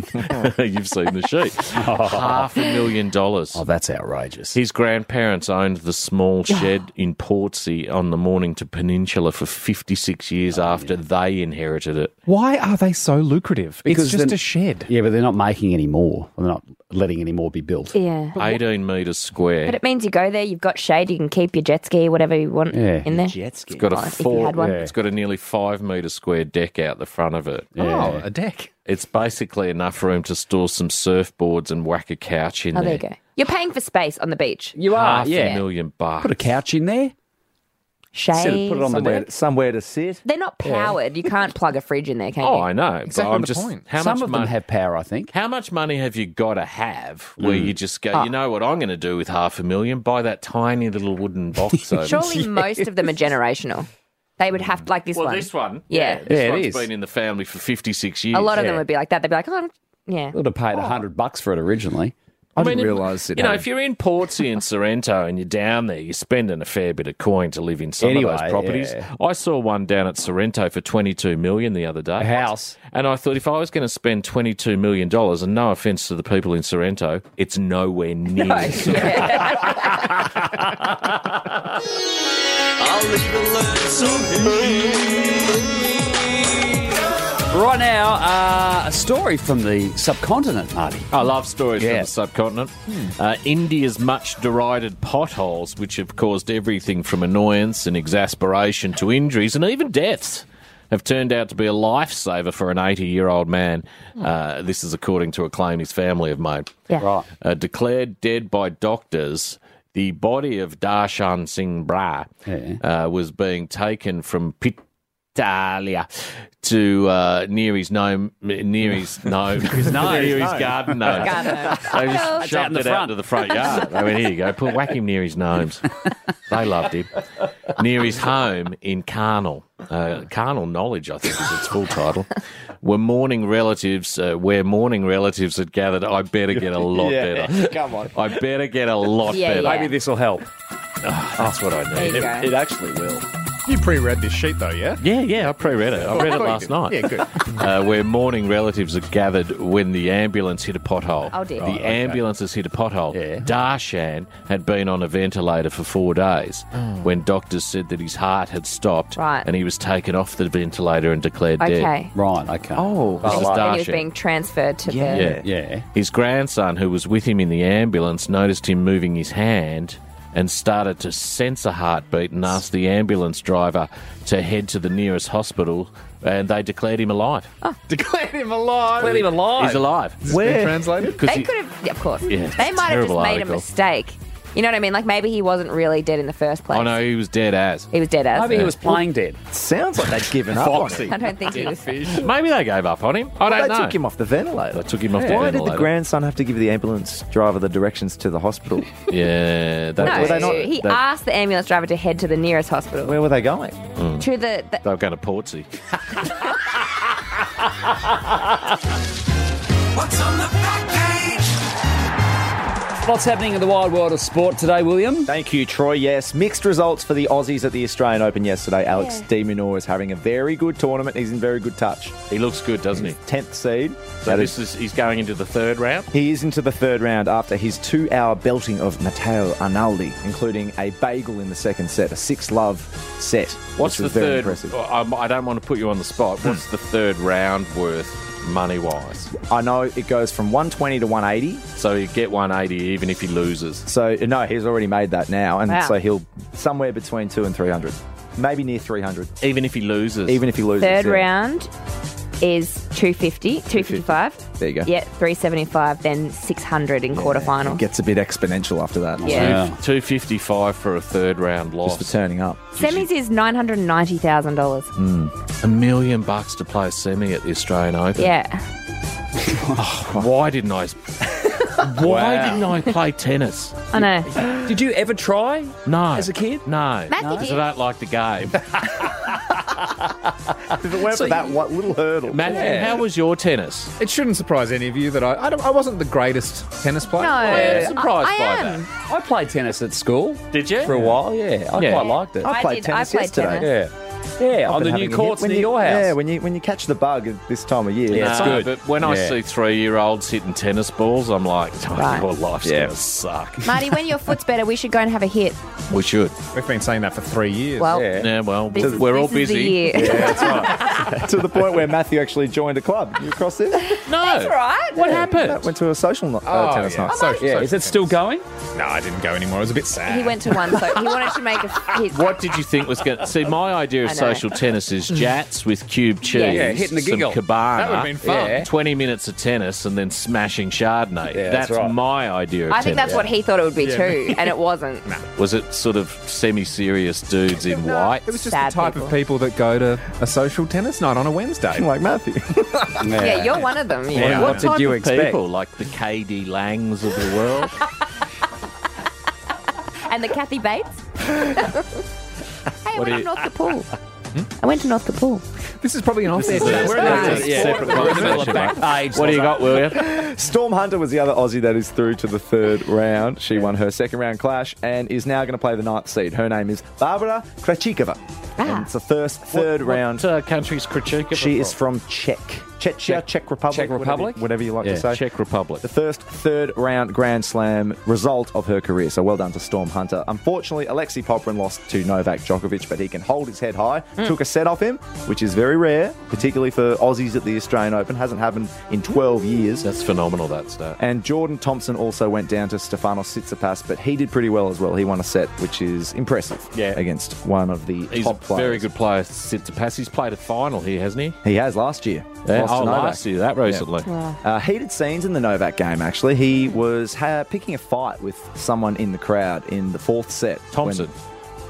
Speaker 4: You've seen the sheet. Half a million dollars. Oh,
Speaker 3: that's outrageous.
Speaker 4: His grandparents owned the small shed in Portsea on the Mornington Peninsula for 56 years after they inherited it.
Speaker 6: Why are they so lucrative? it's just
Speaker 3: they're-
Speaker 6: a
Speaker 4: *laughs*
Speaker 6: shed.
Speaker 3: Yeah, but they're not making any more. They're not letting any more be built.
Speaker 5: Yeah.
Speaker 4: 18 metres square.
Speaker 5: But it means you go there, you've got shade, you can keep your jet ski, whatever you want
Speaker 4: Yeah.
Speaker 5: in there.
Speaker 3: Jet ski.
Speaker 4: It's got a
Speaker 5: Nice. If you
Speaker 4: four.
Speaker 5: had one.
Speaker 4: It's got a nearly five meter square deck out the front of it.
Speaker 6: Oh, a deck.
Speaker 4: It's basically enough room to store some surfboards and whack a couch in
Speaker 5: Oh,
Speaker 4: there.
Speaker 5: there you Oh, go. You're paying for space on the beach.
Speaker 3: You
Speaker 4: Half a million bucks.
Speaker 3: Put a couch in there.
Speaker 5: Shade.
Speaker 7: somewhere, somewhere to sit.
Speaker 5: They're not
Speaker 7: Yeah.
Speaker 5: powered. You can't plug a fridge in there, can you?
Speaker 4: Oh, I know. but I'm just, How
Speaker 3: Some
Speaker 4: much
Speaker 3: of them
Speaker 4: mon-
Speaker 3: have power, I think.
Speaker 4: How much money have you got to have where
Speaker 3: Mm.
Speaker 4: you just go,
Speaker 5: Ah.
Speaker 4: you know what I'm going to do with half a million? Buy that tiny little
Speaker 3: *laughs*
Speaker 4: wooden box over *laughs*
Speaker 5: Surely most of them are generational. They would have like this
Speaker 4: Well,
Speaker 5: one.
Speaker 4: this one.
Speaker 5: Yeah.
Speaker 4: This
Speaker 3: Yeah, it
Speaker 4: one's
Speaker 3: is.
Speaker 4: been in the family for 56 years.
Speaker 5: A lot of them would be like that. They'd be like, oh, yeah.
Speaker 3: Would have paid a hundred bucks for it originally. I,
Speaker 4: mean,
Speaker 3: didn't
Speaker 4: it-
Speaker 3: realise it.
Speaker 4: You know,
Speaker 3: had-
Speaker 4: if you're in Portsea and Sorrento and you're down there, you're spending a fair bit of coin to live in some
Speaker 3: Anyway,
Speaker 4: of those properties.
Speaker 3: yeah.
Speaker 4: I saw one down at Sorrento for 22 million the other day. A
Speaker 3: house.
Speaker 4: And I thought if I was going to spend 22 million dollars, and no offense to the people in Sorrento, it's
Speaker 3: *laughs*
Speaker 4: nowhere near. Sorrento.
Speaker 3: Right now, uh, a story from the subcontinent, Marty.
Speaker 4: I love stories from
Speaker 3: *laughs*
Speaker 4: the subcontinent. Uh, India's much derided potholes, which have caused everything from annoyance and exasperation to injuries and even deaths, have turned out to be a lifesaver for an 80 year old man. Uh, this is according to a claim his family have made.
Speaker 3: Right.
Speaker 4: Uh, declared dead by doctors. The body of Darshan Singh Bra uh, was being taken from Pitalia to uh, near his gnome, near his
Speaker 3: *laughs*
Speaker 4: gnome,
Speaker 3: gnome.
Speaker 4: near his garden gnome.
Speaker 3: Garden gnome.
Speaker 4: They just
Speaker 3: Hello. That's out in
Speaker 4: shoved
Speaker 3: the
Speaker 4: it out
Speaker 3: front.
Speaker 4: to the front yard. I mean, here you go. Put whack him near his gnomes. They loved him. Near his home in Carnal, uh, Carnal Knowledge, I think is its full title. Were mourning relatives uh, where mourning relatives had gathered. I better get a lot
Speaker 3: Yeah,
Speaker 4: better.
Speaker 3: come on.
Speaker 4: I better get a lot
Speaker 3: Yeah,
Speaker 4: better.
Speaker 3: yeah. Maybe
Speaker 4: this will help. that's what I need.
Speaker 3: There you It- go. it
Speaker 4: actually will.
Speaker 6: You pre-read this sheet though, yeah? Oh,
Speaker 4: Yeah, yeah, I pre-read it. I read it last night.
Speaker 6: Yeah, good.
Speaker 4: *laughs* uh, where mourning relatives are gathered when the ambulance hit a pothole.
Speaker 6: Oh, dear.
Speaker 4: The
Speaker 6: Right, okay.
Speaker 4: ambulance has hit a pothole. Darshan had been on a ventilator for four days when doctors said that his heart had stopped
Speaker 5: Right.
Speaker 4: and he was taken off the ventilator and declared
Speaker 5: Okay.
Speaker 4: dead. Right, okay. Oh,
Speaker 5: I
Speaker 4: this is
Speaker 5: just thought he was
Speaker 4: Darshan.
Speaker 5: being transferred to the.
Speaker 4: Yeah. yeah. His grandson, who was with him in the ambulance, noticed him moving his hand and started to sense a heartbeat and asked the ambulance driver to head to the nearest hospital, and they declared him alive.
Speaker 6: Declared him alive.
Speaker 4: Declared him alive. He's alive.
Speaker 6: Is this being
Speaker 4: Where?
Speaker 6: translated?
Speaker 4: 'Cause
Speaker 5: They
Speaker 4: he-
Speaker 5: could have, yeah, of course.
Speaker 4: Yeah, it's
Speaker 5: they
Speaker 4: a
Speaker 5: might have just
Speaker 4: terrible
Speaker 5: made a
Speaker 4: article.
Speaker 5: mistake. You know what I mean? Like maybe he wasn't really dead in the first place.
Speaker 4: Oh no, he was dead as.
Speaker 5: He was dead as.
Speaker 4: Maybe he was playing
Speaker 3: dead.
Speaker 7: Sounds like they'd given up
Speaker 4: Foxy.
Speaker 5: I don't think he was.
Speaker 4: Maybe they gave up on him. I
Speaker 7: Well,
Speaker 4: don't
Speaker 7: they
Speaker 4: know.
Speaker 7: took him off the ventilator.
Speaker 4: They took him off the
Speaker 7: Why did
Speaker 4: ventilator.
Speaker 7: the grandson have to give the ambulance driver the directions to the hospital?
Speaker 4: yeah,
Speaker 5: No,
Speaker 7: that were they not,
Speaker 5: he
Speaker 7: they-
Speaker 5: asked the ambulance driver to head to the nearest hospital.
Speaker 7: Where were they going?
Speaker 5: To the, the
Speaker 4: They were Hmm. going to Portsea.
Speaker 11: What's on the back page?
Speaker 3: What's happening in the wild world of sport today, William?
Speaker 7: Thank you, Troy. Yes, mixed results for the Aussies at the Australian Open yesterday. Alex
Speaker 3: Yeah.
Speaker 7: De Minaur is having a very good tournament. He's in very good touch.
Speaker 4: He looks good, doesn't he?
Speaker 7: Tenth seed.
Speaker 4: So this is he's going into the third round.
Speaker 7: He is into the third round after his two-hour belting of Matteo Arnaldi, including a bagel in the second set, a six-love set. which
Speaker 4: What's the
Speaker 7: was very
Speaker 4: third?
Speaker 7: Impressive.
Speaker 4: I'm- I don't want to put you on the spot. What's the third round worth money wise?
Speaker 7: I know it goes from 120 to 180.
Speaker 4: So you get 180 even if he loses.
Speaker 7: So no, he's already made that now, and
Speaker 5: Wow.
Speaker 7: so he'll somewhere between two and 300, maybe near 300.
Speaker 4: Even if he loses.
Speaker 7: Even if he loses.
Speaker 5: third
Speaker 7: yeah.
Speaker 5: round is 250, 255.
Speaker 7: There you go.
Speaker 5: Yeah, 375, then 600 in quarterfinal.
Speaker 7: It gets a bit exponential after that.
Speaker 5: Yeah.
Speaker 4: Two- 255 for a third round loss.
Speaker 7: Just for turning up.
Speaker 5: Semis is $990,000.
Speaker 4: Hmm. A million bucks to play a semi at the Australian Open.
Speaker 5: Yeah.
Speaker 4: *laughs* Oh, why didn't I? *laughs* Why
Speaker 3: Wow.
Speaker 4: didn't I play tennis?
Speaker 5: I know.
Speaker 3: Did you ever try?
Speaker 4: No.
Speaker 3: As a kid?
Speaker 4: No.
Speaker 3: Matthew
Speaker 4: Because
Speaker 3: did.
Speaker 4: I don't like the *laughs* game.
Speaker 7: If it weren't for that one little hurdle.
Speaker 4: Matthew,
Speaker 6: Yeah.
Speaker 4: how was your tennis?
Speaker 6: It shouldn't surprise any of you that I I, don't, I wasn't the greatest tennis player.
Speaker 4: Oh,
Speaker 5: No.
Speaker 3: I am surprised
Speaker 5: I- I
Speaker 3: by
Speaker 5: am.
Speaker 3: that. I played tennis at school.
Speaker 4: Did you?
Speaker 3: For a while, yeah. I
Speaker 4: Yeah.
Speaker 3: quite liked it.
Speaker 5: I I played did- I tennis played yesterday. tennis.
Speaker 3: Yeah. Yeah,
Speaker 7: I've
Speaker 3: on
Speaker 7: been
Speaker 3: the new
Speaker 7: having a hit.
Speaker 3: courts
Speaker 7: When
Speaker 3: near
Speaker 7: you-
Speaker 3: your house.
Speaker 7: Yeah, when you when you catch the bug at this time of year,
Speaker 4: No, But when I see three year olds hitting tennis balls, I'm like, oh,
Speaker 5: Right.
Speaker 4: your life's
Speaker 7: Yeah.
Speaker 4: going to suck.
Speaker 5: Marty, when your foot's better, we should go and have a *laughs* hit.
Speaker 4: We should.
Speaker 6: We've been saying that for three years.
Speaker 5: Well-
Speaker 4: Yeah, well,
Speaker 5: This is-
Speaker 4: we're all
Speaker 5: this is the
Speaker 4: busy.
Speaker 5: year. Yeah,
Speaker 4: that's right.
Speaker 7: to the point where Matthew actually joined a club. You across there?
Speaker 4: *laughs* No.
Speaker 5: That's right.
Speaker 4: What happened?
Speaker 7: Went to a social no- uh,
Speaker 6: Oh,
Speaker 7: tennis
Speaker 6: yeah.
Speaker 7: night.
Speaker 6: So,
Speaker 3: yeah, is it still going?
Speaker 6: No, I didn't go anymore. It was a bit sad.
Speaker 5: He went to one, so he wanted to make a hit.
Speaker 4: What did you think was going to. See, my idea of
Speaker 5: I know.
Speaker 4: social tennis is jats with cube cheese,
Speaker 3: Yeah, yeah, hitting the giggle.
Speaker 4: some cabana,
Speaker 6: That would've been fun.
Speaker 3: Yeah.
Speaker 4: 20 minutes of tennis, and then smashing Chardonnay.
Speaker 3: Yeah,
Speaker 4: that's
Speaker 3: that's right.
Speaker 4: my idea of
Speaker 5: I think that's
Speaker 4: tennis.
Speaker 5: what he thought it would be
Speaker 6: Yeah.
Speaker 5: too, and
Speaker 4: *laughs*
Speaker 5: it wasn't.
Speaker 4: Was it sort of semi serious dudes in white?
Speaker 6: It was just
Speaker 5: Sad
Speaker 6: the type of people that go to a social tennis night on a Wednesday.
Speaker 7: Like
Speaker 6: *laughs*
Speaker 7: Matthew.
Speaker 5: Yeah, you're one of them. you know.
Speaker 4: What,
Speaker 7: did
Speaker 4: type
Speaker 7: you
Speaker 4: of
Speaker 7: expect?
Speaker 4: people like the KD Langs of the world?
Speaker 5: *laughs* And the
Speaker 4: *laughs*
Speaker 5: Kathy Bates. hey, I
Speaker 4: What
Speaker 5: went
Speaker 4: do
Speaker 5: up
Speaker 4: you-
Speaker 5: North the pool.
Speaker 4: Hmm?
Speaker 5: I went to North the pool.
Speaker 6: This is probably an off-air today. We're in
Speaker 4: That's
Speaker 6: the-
Speaker 4: a separate conversation, mate. What do you got, William?
Speaker 7: Storm Hunter was the other Aussie that is through to the third round. She won her second round clash and is now going to play the ninth seed. Her name is Barbara Krachikova. And it's the first, third round.
Speaker 4: Ah. What uh, country's Krachika?
Speaker 7: She is from Czech. Czechia, Czech, Republic.
Speaker 4: Czech
Speaker 7: whatever-
Speaker 4: Republic?
Speaker 7: Whatever, you like
Speaker 4: Yeah,
Speaker 7: to say.
Speaker 4: Czech Republic.
Speaker 7: The first third round Grand Slam result of her career. So well done to Storm Hunter. Unfortunately, Alexei Poprin lost to Novak Djokovic, but he can hold his head high. Took a set off him, which is very rare, particularly for Aussies at the Australian Open. Hasn't happened in 12 years.
Speaker 4: That's phenomenal, that stat.
Speaker 7: And Jordan Thompson also went down to Stefanos Tsitsipas, but he did pretty well as well. He won a set, which is impressive
Speaker 4: Yeah.
Speaker 7: against one of the
Speaker 4: He's
Speaker 7: top
Speaker 4: a
Speaker 7: players.
Speaker 4: very good player. Sit to pass. He's played a final here, hasn't he?
Speaker 7: He has last year.
Speaker 4: Yeah,
Speaker 7: Lost to
Speaker 4: oh,
Speaker 7: Novak.
Speaker 4: last year, that recently. Yeah.
Speaker 7: Uh, heated scenes in the Novak game, actually. He was ha- picking a fight with someone in the crowd in the fourth set. when-
Speaker 4: Thompson.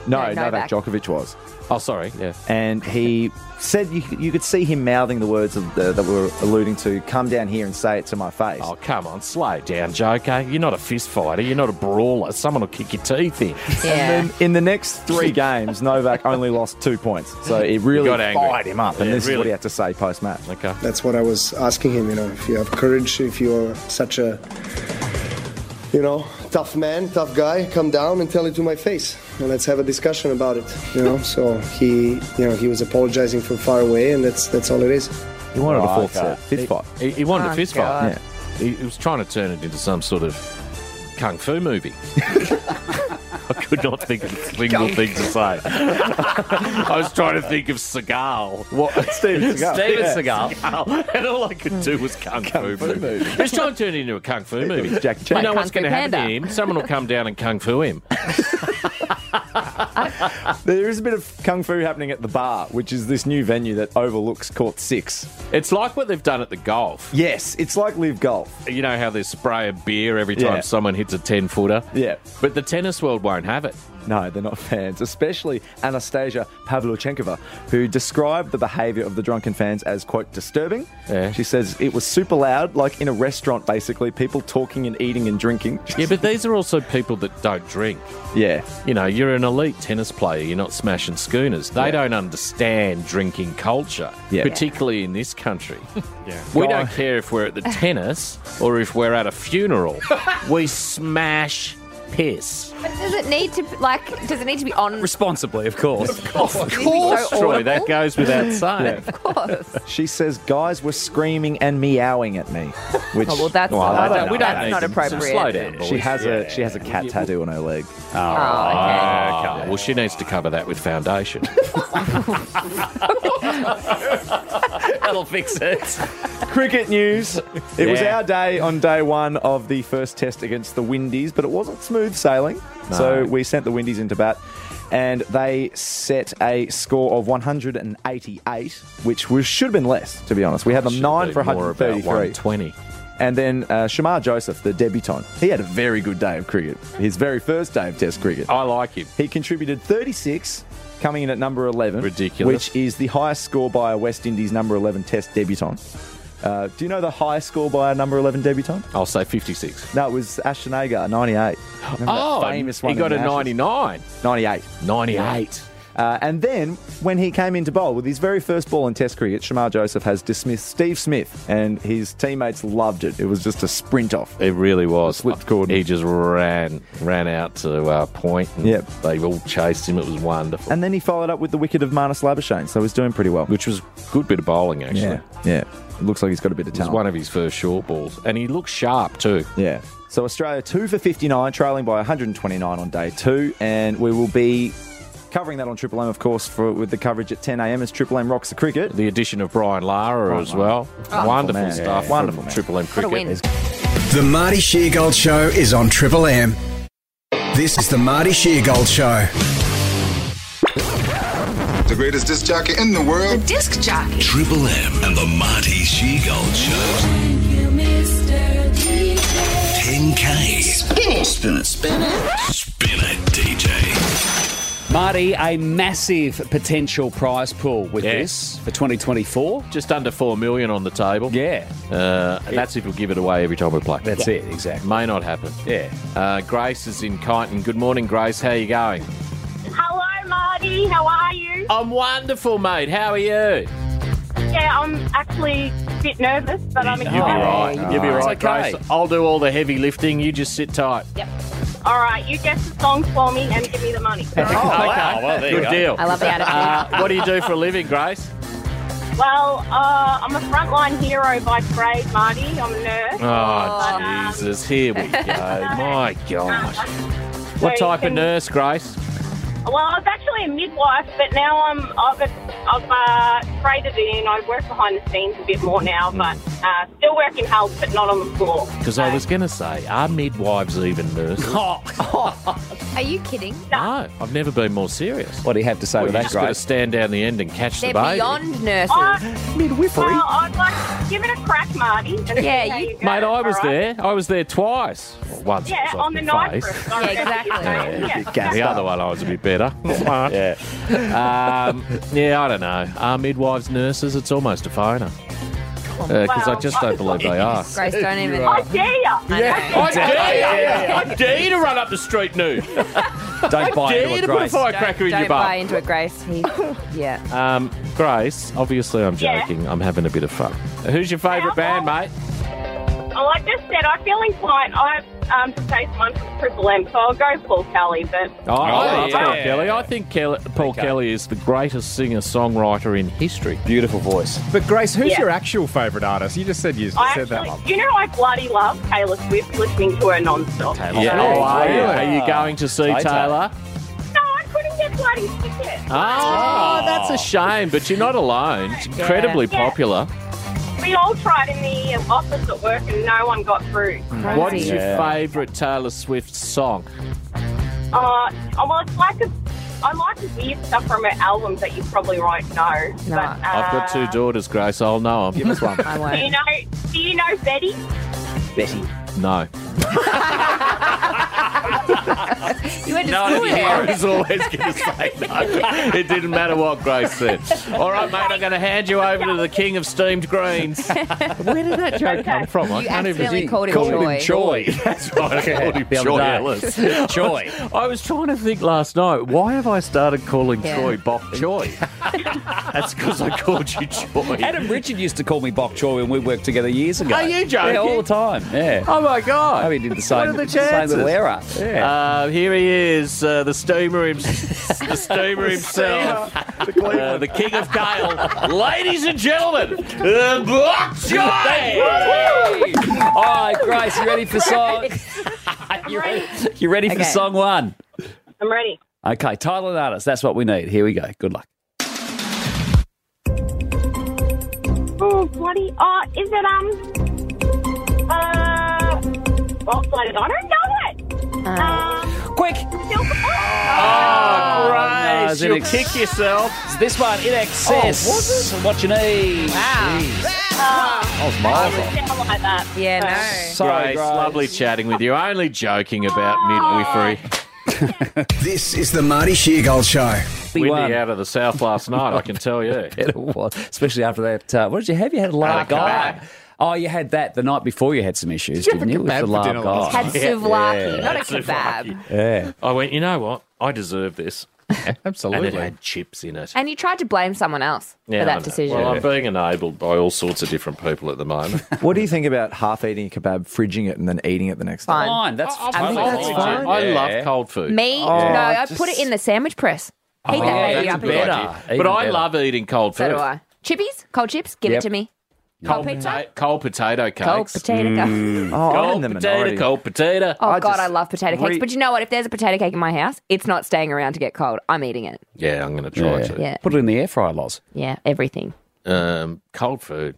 Speaker 7: no,
Speaker 4: No,
Speaker 7: Novak.
Speaker 4: Novak.
Speaker 7: Djokovic was.
Speaker 4: Oh, sorry. Yeah.
Speaker 7: And he said, you, you could see him mouthing the words of the, that we were alluding to, come down here and say it to my face.
Speaker 4: Oh, come on, slow down, Joker. You're not a fist fighter. You're not a brawler. Someone will kick your teeth in.
Speaker 7: And then in the next three *laughs* games, Novak only lost two points. So it really
Speaker 4: got angry.
Speaker 7: fired him up. And
Speaker 4: Yeah,
Speaker 7: this is what
Speaker 4: really.
Speaker 7: he had to say post match.
Speaker 4: Okay.
Speaker 17: That's what I was asking him. You know, if you have courage, if you're such a, you know, tough man, tough guy, come down and tell it to my face, and let's have a discussion about it. You know, so he, you know, he was apologizing from far away, and that's that's all it is.
Speaker 7: He wanted
Speaker 4: Oh,
Speaker 7: a fourth
Speaker 4: okay.
Speaker 7: set, fifth fight.
Speaker 4: He, he wanted
Speaker 17: Oh,
Speaker 4: a fist
Speaker 17: God.
Speaker 4: fight. He, he was trying to turn it into some sort of kung fu movie. I could not think of a single
Speaker 11: Kung-
Speaker 4: thing to say. *laughs* I was trying to think of Seagal. What?
Speaker 7: Steven
Speaker 11: Seagal.
Speaker 4: Steven
Speaker 11: Yeah.
Speaker 4: Seagal. *laughs* And all I could do was kung, fu, movie.
Speaker 11: movie.
Speaker 4: Let's try and turn it into a kung fu movie.
Speaker 11: Jack
Speaker 4: you
Speaker 11: Chan.
Speaker 4: know
Speaker 11: Like
Speaker 4: what's
Speaker 11: Kung
Speaker 4: going
Speaker 11: Fu
Speaker 4: to happen to
Speaker 11: Panda.
Speaker 4: him? Someone will come down and kung fu him.
Speaker 7: *laughs* There is a bit of kung fu happening at the bar, which is this new venue that overlooks Court 6.
Speaker 4: It's like what they've done at the golf.
Speaker 7: Yes, it's like live golf.
Speaker 4: You know how they spray a beer every time
Speaker 7: Yeah.
Speaker 4: someone hits a 10 footer?
Speaker 7: Yeah.
Speaker 4: But the tennis world won't have it.
Speaker 7: No, they're not *laughs* fans, especially Anastasia Pavlochenkova, who described the behaviour of the drunken fans as, quote, disturbing.
Speaker 4: Yeah.
Speaker 7: She says it was super loud, like in a restaurant, basically, people talking and eating and drinking.
Speaker 4: Yeah, but these are also people that don't drink.
Speaker 7: Yeah.
Speaker 4: You know, you're an elite tennis player, you're not smashing schooners. They don't understand drinking culture,
Speaker 7: Yeah.
Speaker 4: particularly in this
Speaker 7: *laughs*
Speaker 4: country.
Speaker 7: Yeah.
Speaker 4: We
Speaker 7: Guy-
Speaker 4: don't care if we're at the tennis or if we're at
Speaker 7: *laughs*
Speaker 4: a funeral. we smash piss.
Speaker 5: But does it need to like? Does it need to be on?
Speaker 3: Responsibly,
Speaker 7: *laughs*
Speaker 3: of course.
Speaker 5: course. Of course,
Speaker 4: Troy, that goes without saying.
Speaker 7: Yeah.
Speaker 5: Of course.
Speaker 7: She says guys were screaming and meowing at me. Which,
Speaker 5: Oh, well, that's not-
Speaker 7: I don't
Speaker 5: that's
Speaker 7: know.
Speaker 5: not That's not appropriate.
Speaker 4: slow down, boys.
Speaker 7: She has
Speaker 4: Yeah.
Speaker 7: a she has a cat tattoo on her leg. Oh,
Speaker 4: Ah, Well, she needs to cover that
Speaker 7: *laughs*
Speaker 4: with foundation.
Speaker 3: *laughs*
Speaker 4: That'll fix it.
Speaker 7: Cricket news. It was
Speaker 4: Yeah.
Speaker 7: our day on day one of the first test against the Windies, but it wasn't smooth sailing.
Speaker 4: No.
Speaker 7: So we sent the Windies into bat and they set a score of 188, which was, should have been less, to be honest. We had them
Speaker 4: Should
Speaker 7: 9
Speaker 4: be
Speaker 7: for
Speaker 4: more about
Speaker 7: 133.
Speaker 4: 120.
Speaker 7: And then uh, Shamar Joseph, the debutant, he had a very good day of cricket. His very first day of Test cricket.
Speaker 4: I like him.
Speaker 7: He contributed 36, coming in at number 11.
Speaker 4: Ridiculous.
Speaker 7: Which is the highest score by a West Indies number 11 Test debutant. Uh, do you know the highest score by a number 11 debutant?
Speaker 4: I'll say 56.
Speaker 7: No, it was Ashton Agar, 98. Remember that
Speaker 4: Oh,
Speaker 7: famous
Speaker 4: he
Speaker 7: one
Speaker 4: got
Speaker 7: in
Speaker 4: a
Speaker 7: the Ashes?
Speaker 4: 99.
Speaker 7: 98.
Speaker 4: 98.
Speaker 7: Uh, and then when he came into bowl with his very first ball in Test cricket, Shamar Joseph has dismissed Steve Smith, and his teammates loved it. It was just a sprint off.
Speaker 4: It really was. Slipped Gordon. He just ran, ran out to uh, point. And
Speaker 7: Yep.
Speaker 4: They all chased him. It was wonderful.
Speaker 7: And then he followed up with the wicket of Marnus Labuschagne, so he's doing pretty well.
Speaker 4: Which was good bit of bowling, actually.
Speaker 7: Yeah, yeah. It looks like he's got a bit of
Speaker 4: It was
Speaker 7: talent.
Speaker 4: one of his first short balls. And he looked sharp, too.
Speaker 7: Yeah. So Australia two for 59, trailing by 129 on day two, and we will be covering that on Triple M, of course, for with the coverage at 10 a.m. as Triple M rocks the cricket.
Speaker 4: The addition of Brian Lara as well.
Speaker 7: Oh.
Speaker 4: Wonderful
Speaker 7: Man.
Speaker 4: stuff.
Speaker 7: Yeah.
Speaker 4: from
Speaker 7: Wonderful man.
Speaker 4: Triple M
Speaker 7: What a
Speaker 4: cricket.
Speaker 7: win.
Speaker 2: The Marty Sheargold Show is on Triple M. This is the Marty Sheargold Show.
Speaker 11: The greatest disc jockey in the world. The disc jockey. Triple M and the Marty Sheegold Show.
Speaker 9: you, Mr. DJ.
Speaker 11: 10K. Spin it. Spin it. Spin it. Spin it, DJ.
Speaker 3: Marty, a massive potential prize pool with this for 2024.
Speaker 4: Oh, Just under 4 million on the table.
Speaker 3: Yeah.
Speaker 4: Uh, and that's if we give it away every time we play.
Speaker 3: That's it, exactly.
Speaker 4: May not happen.
Speaker 3: Yeah.
Speaker 4: Uh, Grace is in Kyneton. Good morning, Grace. How you going?
Speaker 18: Hello, Marty. How are you?
Speaker 4: I'm wonderful, mate. How are you?
Speaker 18: Yeah, I'm actually a bit nervous, but I'm
Speaker 4: You'll be
Speaker 18: excited.
Speaker 4: right. You'll be
Speaker 3: It's
Speaker 4: right,
Speaker 3: okay.
Speaker 4: Grace. I'll do all the heavy lifting. You just sit tight.
Speaker 18: Yep. All right, you guess the song for me and give me the money.
Speaker 3: Oh,
Speaker 4: well, there you Good go. deal.
Speaker 18: I love the attitude.
Speaker 4: Uh, what do you do for a living, Grace?
Speaker 18: Well, uh, I'm a frontline hero by trade, Marty. I'm a nurse. But,
Speaker 4: Oh,
Speaker 18: um,
Speaker 4: Jesus. Here
Speaker 18: *laughs*
Speaker 4: we go. My God.
Speaker 18: So you
Speaker 4: What type of
Speaker 18: can-
Speaker 4: nurse, Grace?
Speaker 18: Well, I was actually a midwife, but now I'm I've, I've uh, traded in. I work behind the scenes a bit more now, but uh, still work in health, but not on the floor.
Speaker 4: Because I was going to say, are midwives even nurses? *laughs*
Speaker 5: Oh. Are you kidding?
Speaker 4: No. I've never been more serious.
Speaker 3: What do you have to say
Speaker 4: well,
Speaker 3: to
Speaker 4: you
Speaker 3: that,
Speaker 4: just got to
Speaker 3: Grace?
Speaker 4: stand down the end and catch
Speaker 5: They're
Speaker 4: the baby.
Speaker 5: beyond nurses.
Speaker 4: Midwifery?
Speaker 18: Uh, Well, I'd like give it a crack, Marty. and see
Speaker 5: Yeah,
Speaker 18: how
Speaker 5: you-
Speaker 18: go,
Speaker 4: Mate, I was
Speaker 18: all right?
Speaker 4: there. I was there twice. Well, once it
Speaker 18: Yeah,
Speaker 4: was
Speaker 18: on
Speaker 4: off
Speaker 18: the
Speaker 4: my
Speaker 18: night.
Speaker 4: face. *laughs*
Speaker 18: shift, I remember you saying.
Speaker 4: Yeah,
Speaker 18: Yeah.
Speaker 4: the other one I was a
Speaker 3: *laughs*
Speaker 4: bit better. yeah. Um, yeah, I don't know. Are midwives nurses? It's almost a phoner. Because I just don't believe they are.
Speaker 5: Grace, don't
Speaker 18: *laughs*
Speaker 5: even.
Speaker 18: I dare you.
Speaker 4: I dare you! I dare you to run up the street nude.
Speaker 3: Don't buy
Speaker 4: dare
Speaker 3: into
Speaker 4: you
Speaker 3: it,
Speaker 4: to put a
Speaker 3: Grace.
Speaker 4: firecracker in
Speaker 5: don't
Speaker 4: your butt.
Speaker 5: buy into it, Grace. He, yeah.
Speaker 4: Um, Grace, obviously I'm
Speaker 18: Yeah.
Speaker 4: joking. I'm having a bit of fun. Who's your favourite band, mate?
Speaker 18: Oh, I just said I feel inclined. I um, to say someone from Triple M, so I'll go Paul Kelly. But
Speaker 4: Oh, I love
Speaker 3: yeah.
Speaker 4: Paul Kelly. I think Kelly, Paul Kelly is the greatest singer-songwriter in history. Beautiful voice.
Speaker 6: But Grace, who's
Speaker 18: Yeah.
Speaker 6: your actual favourite artist? You just said you
Speaker 18: I
Speaker 6: said that
Speaker 18: actually,
Speaker 6: one.
Speaker 18: you know, I bloody love Taylor Swift. Listening to her non-stop.
Speaker 4: Yeah.
Speaker 6: Oh,
Speaker 4: Oh, are, you?
Speaker 6: really?
Speaker 4: are you going to see
Speaker 6: Hey,
Speaker 4: Taylor?
Speaker 6: Taylor.
Speaker 18: No, I couldn't get bloody tickets.
Speaker 4: Oh, that's a shame, but you're not alone. It's incredibly
Speaker 18: Yeah.
Speaker 4: popular.
Speaker 18: We all tried in the office at work and no one got through.
Speaker 4: What is your
Speaker 3: Yeah.
Speaker 4: favourite Taylor Swift song?
Speaker 18: Uh, oh, well, it's like a, I like the weird stuff from her albums that you probably won't know. But, uh,
Speaker 4: I've got two daughters, Grace. I'll know them. Give us one.
Speaker 18: Do you know? Do you know
Speaker 4: *laughs*
Speaker 18: Betty?
Speaker 4: Betty. No.
Speaker 5: You went to
Speaker 4: No,
Speaker 5: school with
Speaker 4: I
Speaker 5: her.
Speaker 4: was always going to say no. It didn't matter what Grace said. All right, mate, I'm going to hand you over to the king of steamed greens. Where did that joke come from?
Speaker 5: You accidentally called him Joy.
Speaker 4: That's right. I called him
Speaker 3: The other
Speaker 4: Joy
Speaker 3: day.
Speaker 4: *laughs* Ellis.
Speaker 3: Joy.
Speaker 4: I was trying to think last night, why have I started calling
Speaker 3: Yeah.
Speaker 4: Troy Bok Joy? That's because I called you Joy.
Speaker 3: Adam Richard used to call me Bok Choy when we worked together years ago.
Speaker 4: Are you joking?
Speaker 3: Yeah, all the time. Yeah.
Speaker 4: Oh my God!
Speaker 3: Oh, he did the same.
Speaker 4: What are the
Speaker 3: Same
Speaker 4: chances?
Speaker 3: little error.
Speaker 4: Uh, here he is, uh, the steamer, him- *laughs* the steamer
Speaker 3: *laughs*
Speaker 4: himself, uh, the king of Gale, ladies and gentlemen, uh, Bok Choy.
Speaker 3: All right, Grace, you ready
Speaker 18: *laughs*
Speaker 3: for song? *laughs*
Speaker 18: I'm ready.
Speaker 3: You ready for
Speaker 18: Okay.
Speaker 3: song one?
Speaker 18: I'm ready.
Speaker 3: Okay, title and artist. That's what we need. Here we go. Good luck.
Speaker 18: Oh, bloody! Oh, is it um? Uh, well, bloody, I don't know it. Um,
Speaker 3: Quick! Oh,
Speaker 18: Oh,
Speaker 3: no,
Speaker 4: Ah, Grace,
Speaker 3: is it
Speaker 4: you'll
Speaker 3: ex-
Speaker 4: kick yourself.
Speaker 3: It's this one in excess.
Speaker 4: Oh, was
Speaker 3: What you need? Wow.
Speaker 18: That
Speaker 3: was
Speaker 18: I
Speaker 3: miles
Speaker 18: don't sound like that.
Speaker 5: Yeah,
Speaker 18: no.
Speaker 4: Grace, lovely chatting with you. Only joking about midwifery.
Speaker 2: This is the Marty Sheargold Show.
Speaker 4: Windy out of the
Speaker 3: *laughs*
Speaker 4: south last night, I can tell you.
Speaker 3: It was, especially after that. Uh, what did you have? You had a live
Speaker 4: Alakabab.
Speaker 3: guy. Oh, you had that the night before. You had some issues, didn't you? With the live guy.
Speaker 5: Had souvlaki, not a
Speaker 4: souvlaki.
Speaker 5: kebab.
Speaker 3: Yeah.
Speaker 4: I went, you know what? I deserve this.
Speaker 6: Absolutely.
Speaker 4: And it had chips in it.
Speaker 5: And you tried to blame someone else
Speaker 4: Yeah,
Speaker 5: for
Speaker 4: I
Speaker 5: that
Speaker 4: know.
Speaker 5: decision.
Speaker 4: Well, I'm being enabled by all sorts of different people at the moment.
Speaker 7: *laughs* What do you think about half eating a kebab, fridging it, and then eating it the next
Speaker 5: Fine.
Speaker 7: day?
Speaker 3: Fine. That's
Speaker 5: I
Speaker 7: think that's fine.
Speaker 4: I
Speaker 7: Yeah.
Speaker 4: love cold food.
Speaker 5: Me?
Speaker 7: Oh,
Speaker 5: no, I
Speaker 7: just-
Speaker 5: put it in the sandwich press. Heat
Speaker 4: Oh,
Speaker 5: that
Speaker 4: that's
Speaker 5: baby up.
Speaker 4: better.
Speaker 5: again.
Speaker 4: But I love eating cold food.
Speaker 5: So do I. Chippies? Cold chips? Give
Speaker 4: Yep.
Speaker 5: it to me.
Speaker 4: Cold,
Speaker 5: Cold pizza?
Speaker 4: pota- cold potato cakes.
Speaker 5: Cold potato cakes.
Speaker 7: Oh, I'm in
Speaker 4: cold
Speaker 7: the
Speaker 4: potato,
Speaker 7: minority.
Speaker 4: cold potato.
Speaker 5: Oh, God, I love potato cakes.
Speaker 4: re-
Speaker 5: but you know what? If there's a potato cake in my house, it's not staying around to get cold. I'm eating it.
Speaker 4: Yeah, I'm going to try
Speaker 3: Yeah.
Speaker 4: to.
Speaker 5: Yeah.
Speaker 3: Put it in the air fryer, Loz.
Speaker 5: Yeah, everything.
Speaker 4: Um, cold food.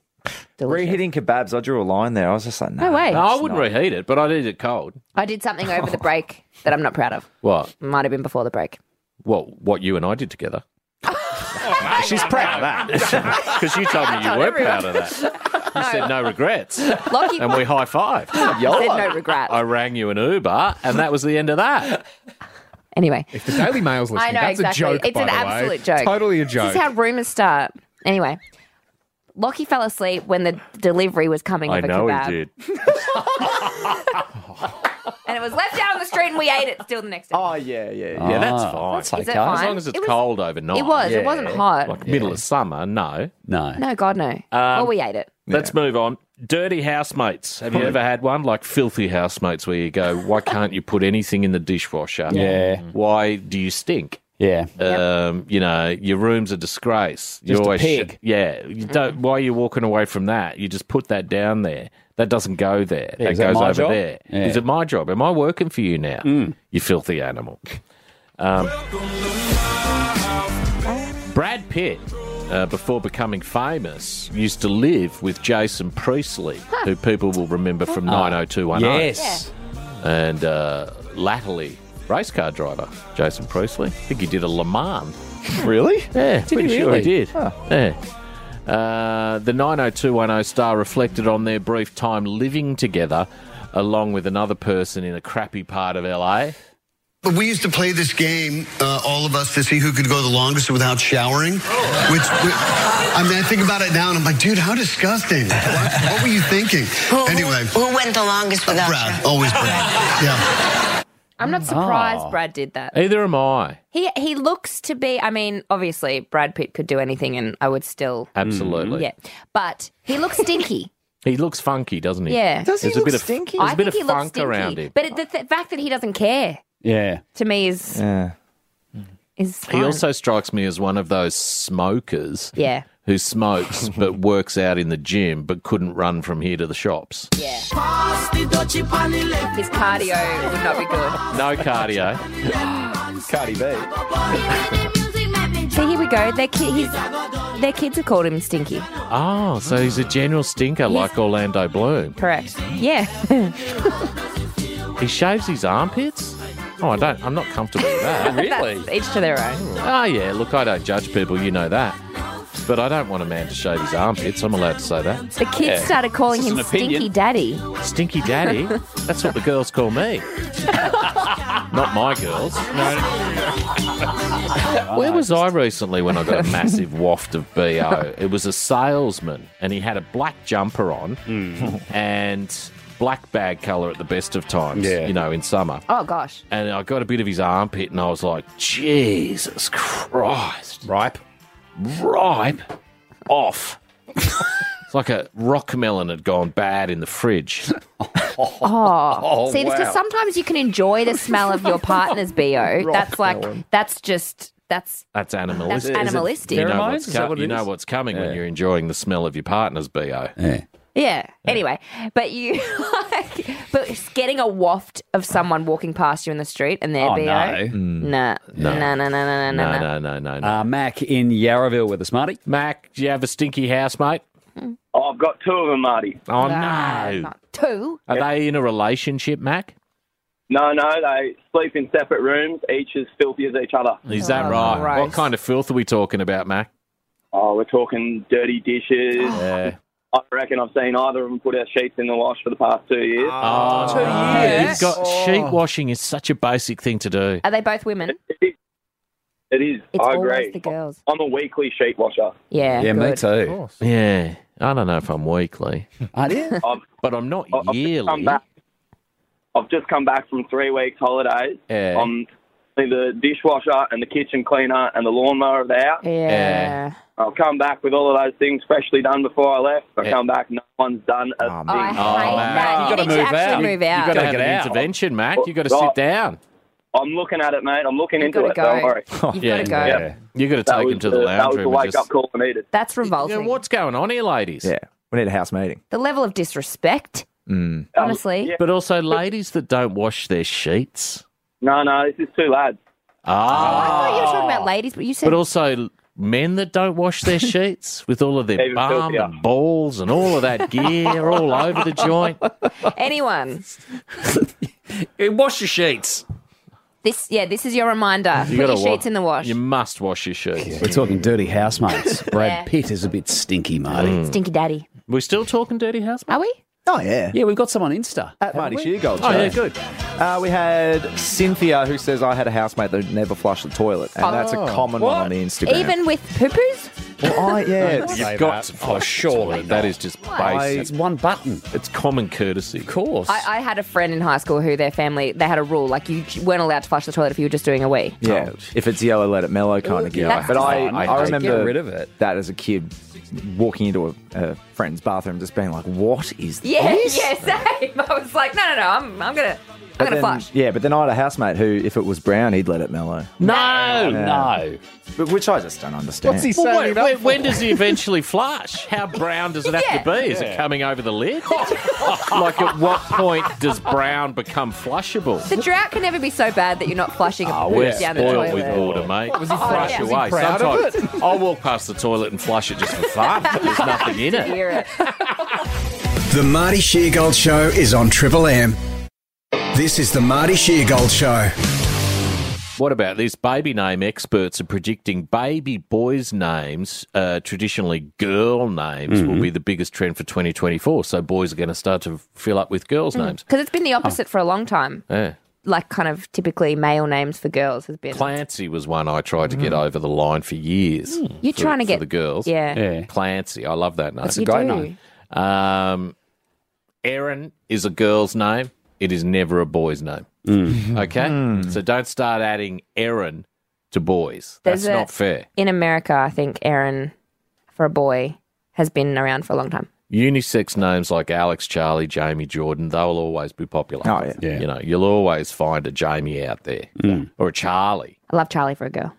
Speaker 7: Reheating kebabs, I drew a line there. I was just like,
Speaker 5: No way.
Speaker 4: No, I wouldn't reheat it, but I'd eat it cold.
Speaker 5: I did something
Speaker 6: *laughs*
Speaker 5: over the break that I'm not proud of.
Speaker 4: What?
Speaker 5: Might have been before the break.
Speaker 4: Well, what you and I did together.
Speaker 7: She's proud of that.
Speaker 4: *laughs* Because you told me you were proud of
Speaker 5: *laughs*
Speaker 4: that. You said no regrets.
Speaker 5: Lockie-
Speaker 4: and we high five.
Speaker 5: I said no regrets.
Speaker 4: I rang you an Uber, and that was the end of that.
Speaker 5: Anyway.
Speaker 6: If the Daily Mail's listening,
Speaker 5: I know,
Speaker 6: that's
Speaker 5: exactly.
Speaker 6: a joke.
Speaker 5: it's
Speaker 6: by
Speaker 5: an
Speaker 6: the way.
Speaker 5: absolute joke.
Speaker 6: Totally a joke.
Speaker 5: This is how rumours start. Anyway, Lockie fell asleep when the delivery was coming
Speaker 4: I
Speaker 5: of a
Speaker 4: know
Speaker 5: kebab.
Speaker 4: he did.
Speaker 5: *laughs* And it was left out on the street and we ate it still the next day.
Speaker 7: Oh, yeah, yeah.
Speaker 4: Yeah, that's
Speaker 3: Ah,
Speaker 4: fine.
Speaker 3: that's
Speaker 5: Is it
Speaker 3: okay.
Speaker 5: fine?
Speaker 4: As long as it's
Speaker 5: It was-
Speaker 4: cold overnight.
Speaker 5: it was. It wasn't hot.
Speaker 4: Like middle of summer, no.
Speaker 3: No.
Speaker 4: Um,
Speaker 5: No, God, no. well, we ate it.
Speaker 4: Let's move on. dirty housemates. Have you ever had one? Like filthy housemates where you go, why can't you put anything in the dishwasher?
Speaker 3: Yeah.
Speaker 5: Mm-hmm.
Speaker 4: Why do you stink?
Speaker 3: Yeah.
Speaker 4: Um, you know, your room's a disgrace. you
Speaker 3: Just a
Speaker 4: always sh-
Speaker 3: pig.
Speaker 4: yeah. You
Speaker 5: Mm-hmm.
Speaker 4: don't, why are you walking away from that? You just put that down there. That doesn't go there.
Speaker 3: Yeah,
Speaker 4: that
Speaker 3: is that
Speaker 4: goes
Speaker 3: my
Speaker 4: over
Speaker 3: job?
Speaker 4: there. Is
Speaker 3: Yeah. Mm.
Speaker 4: it my job? Am I working for you now? You
Speaker 3: *laughs*
Speaker 4: filthy animal. Um, Brad Pitt, uh, before becoming famous, used to live with Jason Priestley, who people will remember from 90210.
Speaker 3: Oh, yes.
Speaker 4: And uh, latterly, race car driver Jason Priestley. I think he did a Le Mans.
Speaker 7: Really?
Speaker 4: Yeah,
Speaker 3: Did he
Speaker 4: pretty sure
Speaker 3: *laughs* really?
Speaker 4: he did.
Speaker 3: Huh.
Speaker 4: Yeah. Uh, the 90210 star reflected on their brief time living together along with another person in a crappy part of LA.
Speaker 19: But we used to play this game, uh, all of us, to see who could go the longest without showering. Which, which- I mean, I think about it now, and I'm like, dude, how disgusting! What, what were you thinking? anyway,
Speaker 20: Who went the longest without
Speaker 19: Brad, always Brad. Yeah.
Speaker 5: I'm not surprised
Speaker 6: Ah.
Speaker 4: Oh.
Speaker 5: Brad did that.
Speaker 4: Either am I.
Speaker 5: He he looks to be. I mean, obviously Brad Pitt could do anything, and I would still
Speaker 4: Absolutely.
Speaker 5: Yeah, but he
Speaker 4: *laughs*
Speaker 5: looks stinky.
Speaker 4: He looks funky, doesn't he?
Speaker 5: yeah,
Speaker 4: There's a bit Of, there's
Speaker 5: I
Speaker 4: a bit of
Speaker 5: think he looks
Speaker 4: funk
Speaker 5: stinky.
Speaker 4: around him.
Speaker 5: But it- the th- fact that he doesn't care
Speaker 4: Yeah.
Speaker 5: to me is
Speaker 4: Yeah.
Speaker 5: is
Speaker 4: He
Speaker 5: fine.
Speaker 4: also strikes me as one of those smokers.
Speaker 5: Yeah.
Speaker 4: Who smokes *laughs* but works out in the gym but couldn't run from here to the shops.
Speaker 5: yeah. His cardio would not be good.
Speaker 4: No cardio.
Speaker 7: Cardi B.
Speaker 5: So here we go. Their ki- his, their kids have called him Stinky.
Speaker 4: Oh, so he's a general stinker like Orlando Bloom.
Speaker 5: Correct.
Speaker 4: *laughs*
Speaker 5: Yeah.
Speaker 4: Oh, He shaves his armpits? Oh, I don't. I'm not comfortable with *laughs* that.
Speaker 5: That's each to their own.
Speaker 4: Oh, yeah. Look, I don't judge people. You know that. But I don't want a man to shave his armpits. I'm allowed to say that.
Speaker 5: The kids
Speaker 4: Yeah.
Speaker 5: started calling
Speaker 4: This is
Speaker 5: him
Speaker 4: an opinion.
Speaker 5: Stinky Daddy. *laughs*
Speaker 4: Stinky Daddy? That's what the girls call me. Not my girls. *laughs* Where was I recently when I got a massive waft of BO? It was a salesman and he had a black jumper on *laughs* and black bag colour at the best of times,
Speaker 3: Yeah.
Speaker 4: you know, in summer. *laughs*
Speaker 5: Oh gosh.
Speaker 4: And I got a bit of his armpit and I was like, Jesus Christ. Ripe? Ripe? Off. it's like a rock melon had gone bad in the fridge.
Speaker 5: *laughs* Oh,
Speaker 4: Oh,
Speaker 5: see, it's
Speaker 4: wow.
Speaker 5: because sometimes you can enjoy the smell of your partner's bo. That's like that's just that's
Speaker 4: That's animalistic.
Speaker 5: That's Is it- is it animalistic.
Speaker 4: You know
Speaker 5: pheromones?
Speaker 4: what's,
Speaker 5: Is that
Speaker 4: co-
Speaker 5: what it
Speaker 4: you know
Speaker 5: is?
Speaker 4: what's coming when you're enjoying the smell of your partner's BO.
Speaker 5: yeah. Anyway, but you *laughs* like, but it's getting a waft of someone walking past you in the street and their
Speaker 3: Oh,
Speaker 5: bo.
Speaker 3: no.
Speaker 5: Nah,
Speaker 3: No.
Speaker 5: nah, nah, nah, nah, nah, nah. nah.
Speaker 4: Mm. no, no,
Speaker 3: no. Uh, Mac in Yarraville with us, Marty.
Speaker 4: Mac, do you have a stinky housemate?
Speaker 21: Oh, I've got two of them, Marty.
Speaker 4: Oh,
Speaker 21: Ah,
Speaker 4: no.
Speaker 21: not
Speaker 5: Two?
Speaker 4: Are they in a relationship, Mac?
Speaker 21: No, no, they sleep in separate rooms, each as filthy as each other.
Speaker 4: Is
Speaker 5: Oh,
Speaker 4: that right? What kind of filth are we talking about, Mac?
Speaker 21: Oh, we're talking dirty dishes.
Speaker 4: *gasps* Yeah.
Speaker 21: I reckon I've seen either of them put our sheets in the wash for the past two years.
Speaker 4: Oh, no. You've got
Speaker 5: Oh.
Speaker 4: sheet washing is such a basic thing to do.
Speaker 5: Are they both women?
Speaker 21: It is.
Speaker 5: It's
Speaker 21: I
Speaker 5: always
Speaker 21: agree.
Speaker 5: the girls.
Speaker 21: I'm a weekly sheet washer.
Speaker 5: Yeah.
Speaker 4: too. Yeah. I don't know if
Speaker 21: *laughs*
Speaker 4: I'm weekly.
Speaker 3: I did.
Speaker 21: Oh,
Speaker 4: but I'm not
Speaker 21: yearly. I've just come back from three weeks holidays.
Speaker 4: Yeah.
Speaker 21: I'm the dishwasher and the kitchen cleaner and the lawnmower of the house.
Speaker 5: Yeah.
Speaker 21: I've come back with all of those things freshly done before I left. I
Speaker 4: Yeah.
Speaker 21: come back, no one's done a thing.
Speaker 5: I hate that.
Speaker 21: You
Speaker 5: You,
Speaker 21: gotta
Speaker 5: need to
Speaker 21: move
Speaker 5: actually
Speaker 21: out. You-
Speaker 5: move
Speaker 21: you
Speaker 5: out.
Speaker 21: gotta
Speaker 4: Gotta have
Speaker 21: get
Speaker 4: an
Speaker 21: out.
Speaker 4: intervention, Mac. you got to
Speaker 21: Right.
Speaker 4: sit down.
Speaker 21: I'm looking at it, mate. I'm looking into
Speaker 5: gotta
Speaker 21: it. Don't
Speaker 5: go.
Speaker 21: worry.
Speaker 5: You've gotta go.
Speaker 4: Oh, *laughs* yeah. you got to
Speaker 21: That
Speaker 4: take
Speaker 21: was
Speaker 4: him to the lounge
Speaker 21: That was
Speaker 4: room
Speaker 21: the
Speaker 4: and
Speaker 21: wake
Speaker 4: just-
Speaker 21: up call I needed.
Speaker 5: That's revolting.
Speaker 4: What's going on here, ladies?
Speaker 7: Yeah. We need a house meeting.
Speaker 5: The level of disrespect, Mm.
Speaker 4: Oh,
Speaker 5: honestly.
Speaker 4: But also, ladies that don't wash their sheets.
Speaker 21: No, no, this is two lads.
Speaker 5: Oh, I
Speaker 4: Ah.
Speaker 5: thought you were talking about ladies, but you said
Speaker 4: But also, men that don't wash
Speaker 5: *laughs*
Speaker 4: their sheets with all of their
Speaker 21: Even
Speaker 4: balm
Speaker 21: filthier.
Speaker 4: and balls and all of
Speaker 5: *laughs*
Speaker 4: that gear all over the joint.
Speaker 5: anyone.
Speaker 4: Wash your sheets.
Speaker 5: This, yeah, this is your reminder. Put your sheets in the wash.
Speaker 4: You must wash your sheets.
Speaker 3: We're talking dirty
Speaker 5: *laughs*
Speaker 3: housemates.
Speaker 5: Yeah.
Speaker 3: Brad Pitt is a bit stinky, Marty.
Speaker 4: Mm.
Speaker 5: Stinky daddy.
Speaker 4: We're still talking dirty housemates?
Speaker 5: Are we?
Speaker 3: Oh, yeah. Yeah, we've got some on Insta.
Speaker 7: At Marty Sheargold.
Speaker 3: Oh, yeah,
Speaker 7: good. Uh, we had Cynthia who says, I had a housemate that never flushed the toilet. And that's a
Speaker 5: Oh.
Speaker 7: common one on the Instagram.
Speaker 5: Even with poo-poos?
Speaker 7: Well, I
Speaker 5: *laughs*
Speaker 7: yeah,
Speaker 4: You've got to follow. surely Oh, that is just basic.
Speaker 8: It's one button.
Speaker 4: It's common courtesy. Of
Speaker 8: course.
Speaker 5: I, I had a friend in high school who their family they had a rule like you j- weren't allowed to flush the toilet if you were just doing a wee.
Speaker 7: Yeah, if it's yellow, let it mellow kind of
Speaker 5: yeah,
Speaker 7: gear.
Speaker 5: that's
Speaker 7: But I,
Speaker 5: fine.
Speaker 7: I,
Speaker 5: Just
Speaker 7: remember
Speaker 5: get rid of it.
Speaker 7: that as a kid, walking into a, a friend's bathroom, just being like, "What is
Speaker 5: Yeah,
Speaker 7: this?"
Speaker 5: yeah, same. *laughs* I was like, no, no, no, I'm, I'm gonna, I'm
Speaker 7: But
Speaker 5: gonna
Speaker 7: then-
Speaker 5: flush.
Speaker 7: Yeah, but then I had a housemate who, if it was brown, he'd let it mellow.
Speaker 4: No,
Speaker 7: no. But which I just don't understand.
Speaker 4: Well, wait, when, when does he eventually flush? How brown does it have to
Speaker 7: Yeah.
Speaker 4: be? Is
Speaker 7: Yeah.
Speaker 4: it coming over the
Speaker 5: *laughs*
Speaker 4: lid? like, at what point does brown become flushable?
Speaker 5: The drought can never be so bad that you're not flushing a
Speaker 4: Oh,
Speaker 5: poop
Speaker 4: we're
Speaker 5: down the toilet.
Speaker 4: spoiled with water, mate.
Speaker 5: Was he proud-
Speaker 4: flush
Speaker 5: was he
Speaker 4: away.
Speaker 5: proud of
Speaker 4: Sometimes I'll walk past the toilet and flush it just for fun. There's nothing
Speaker 5: *laughs*
Speaker 4: in it.
Speaker 2: The Marty Sheargold Show is on Triple M. This is the Marty Sheargold Show.
Speaker 4: What about this? Baby name experts are predicting baby boys' names, uh, traditionally girl names, will
Speaker 5: Mm-hmm.
Speaker 4: be the biggest trend for 2024. So boys are going to start to fill up with girls' names. Um,
Speaker 5: Because Mm. it's been the opposite for a long time.
Speaker 4: Yeah.
Speaker 5: Like, kind of typically male names for girls has been.
Speaker 4: Clancy was one I tried to get over the line for years.
Speaker 5: Mm. You're
Speaker 4: for-
Speaker 5: trying to
Speaker 4: for
Speaker 5: get-
Speaker 4: the girls.
Speaker 5: yeah. Yeah.
Speaker 4: Clancy. I love that name.
Speaker 5: That's a You great do. name.
Speaker 4: Um, Erin is a girl's name. It is never a boy's name.
Speaker 5: Mm.
Speaker 4: Okay, so don't start adding Erin to boys.
Speaker 5: There's
Speaker 4: That's
Speaker 5: a-
Speaker 4: not fair.
Speaker 5: In America, I think Aaron for a boy has been around for a long time.
Speaker 4: Unisex names like Alex, Charlie, Jamie, Jordan, they will always be popular.
Speaker 7: Oh, yeah. Mm.
Speaker 4: You know, you'll always find a Jamie out there or a Charlie.
Speaker 5: I love Charlie for a girl.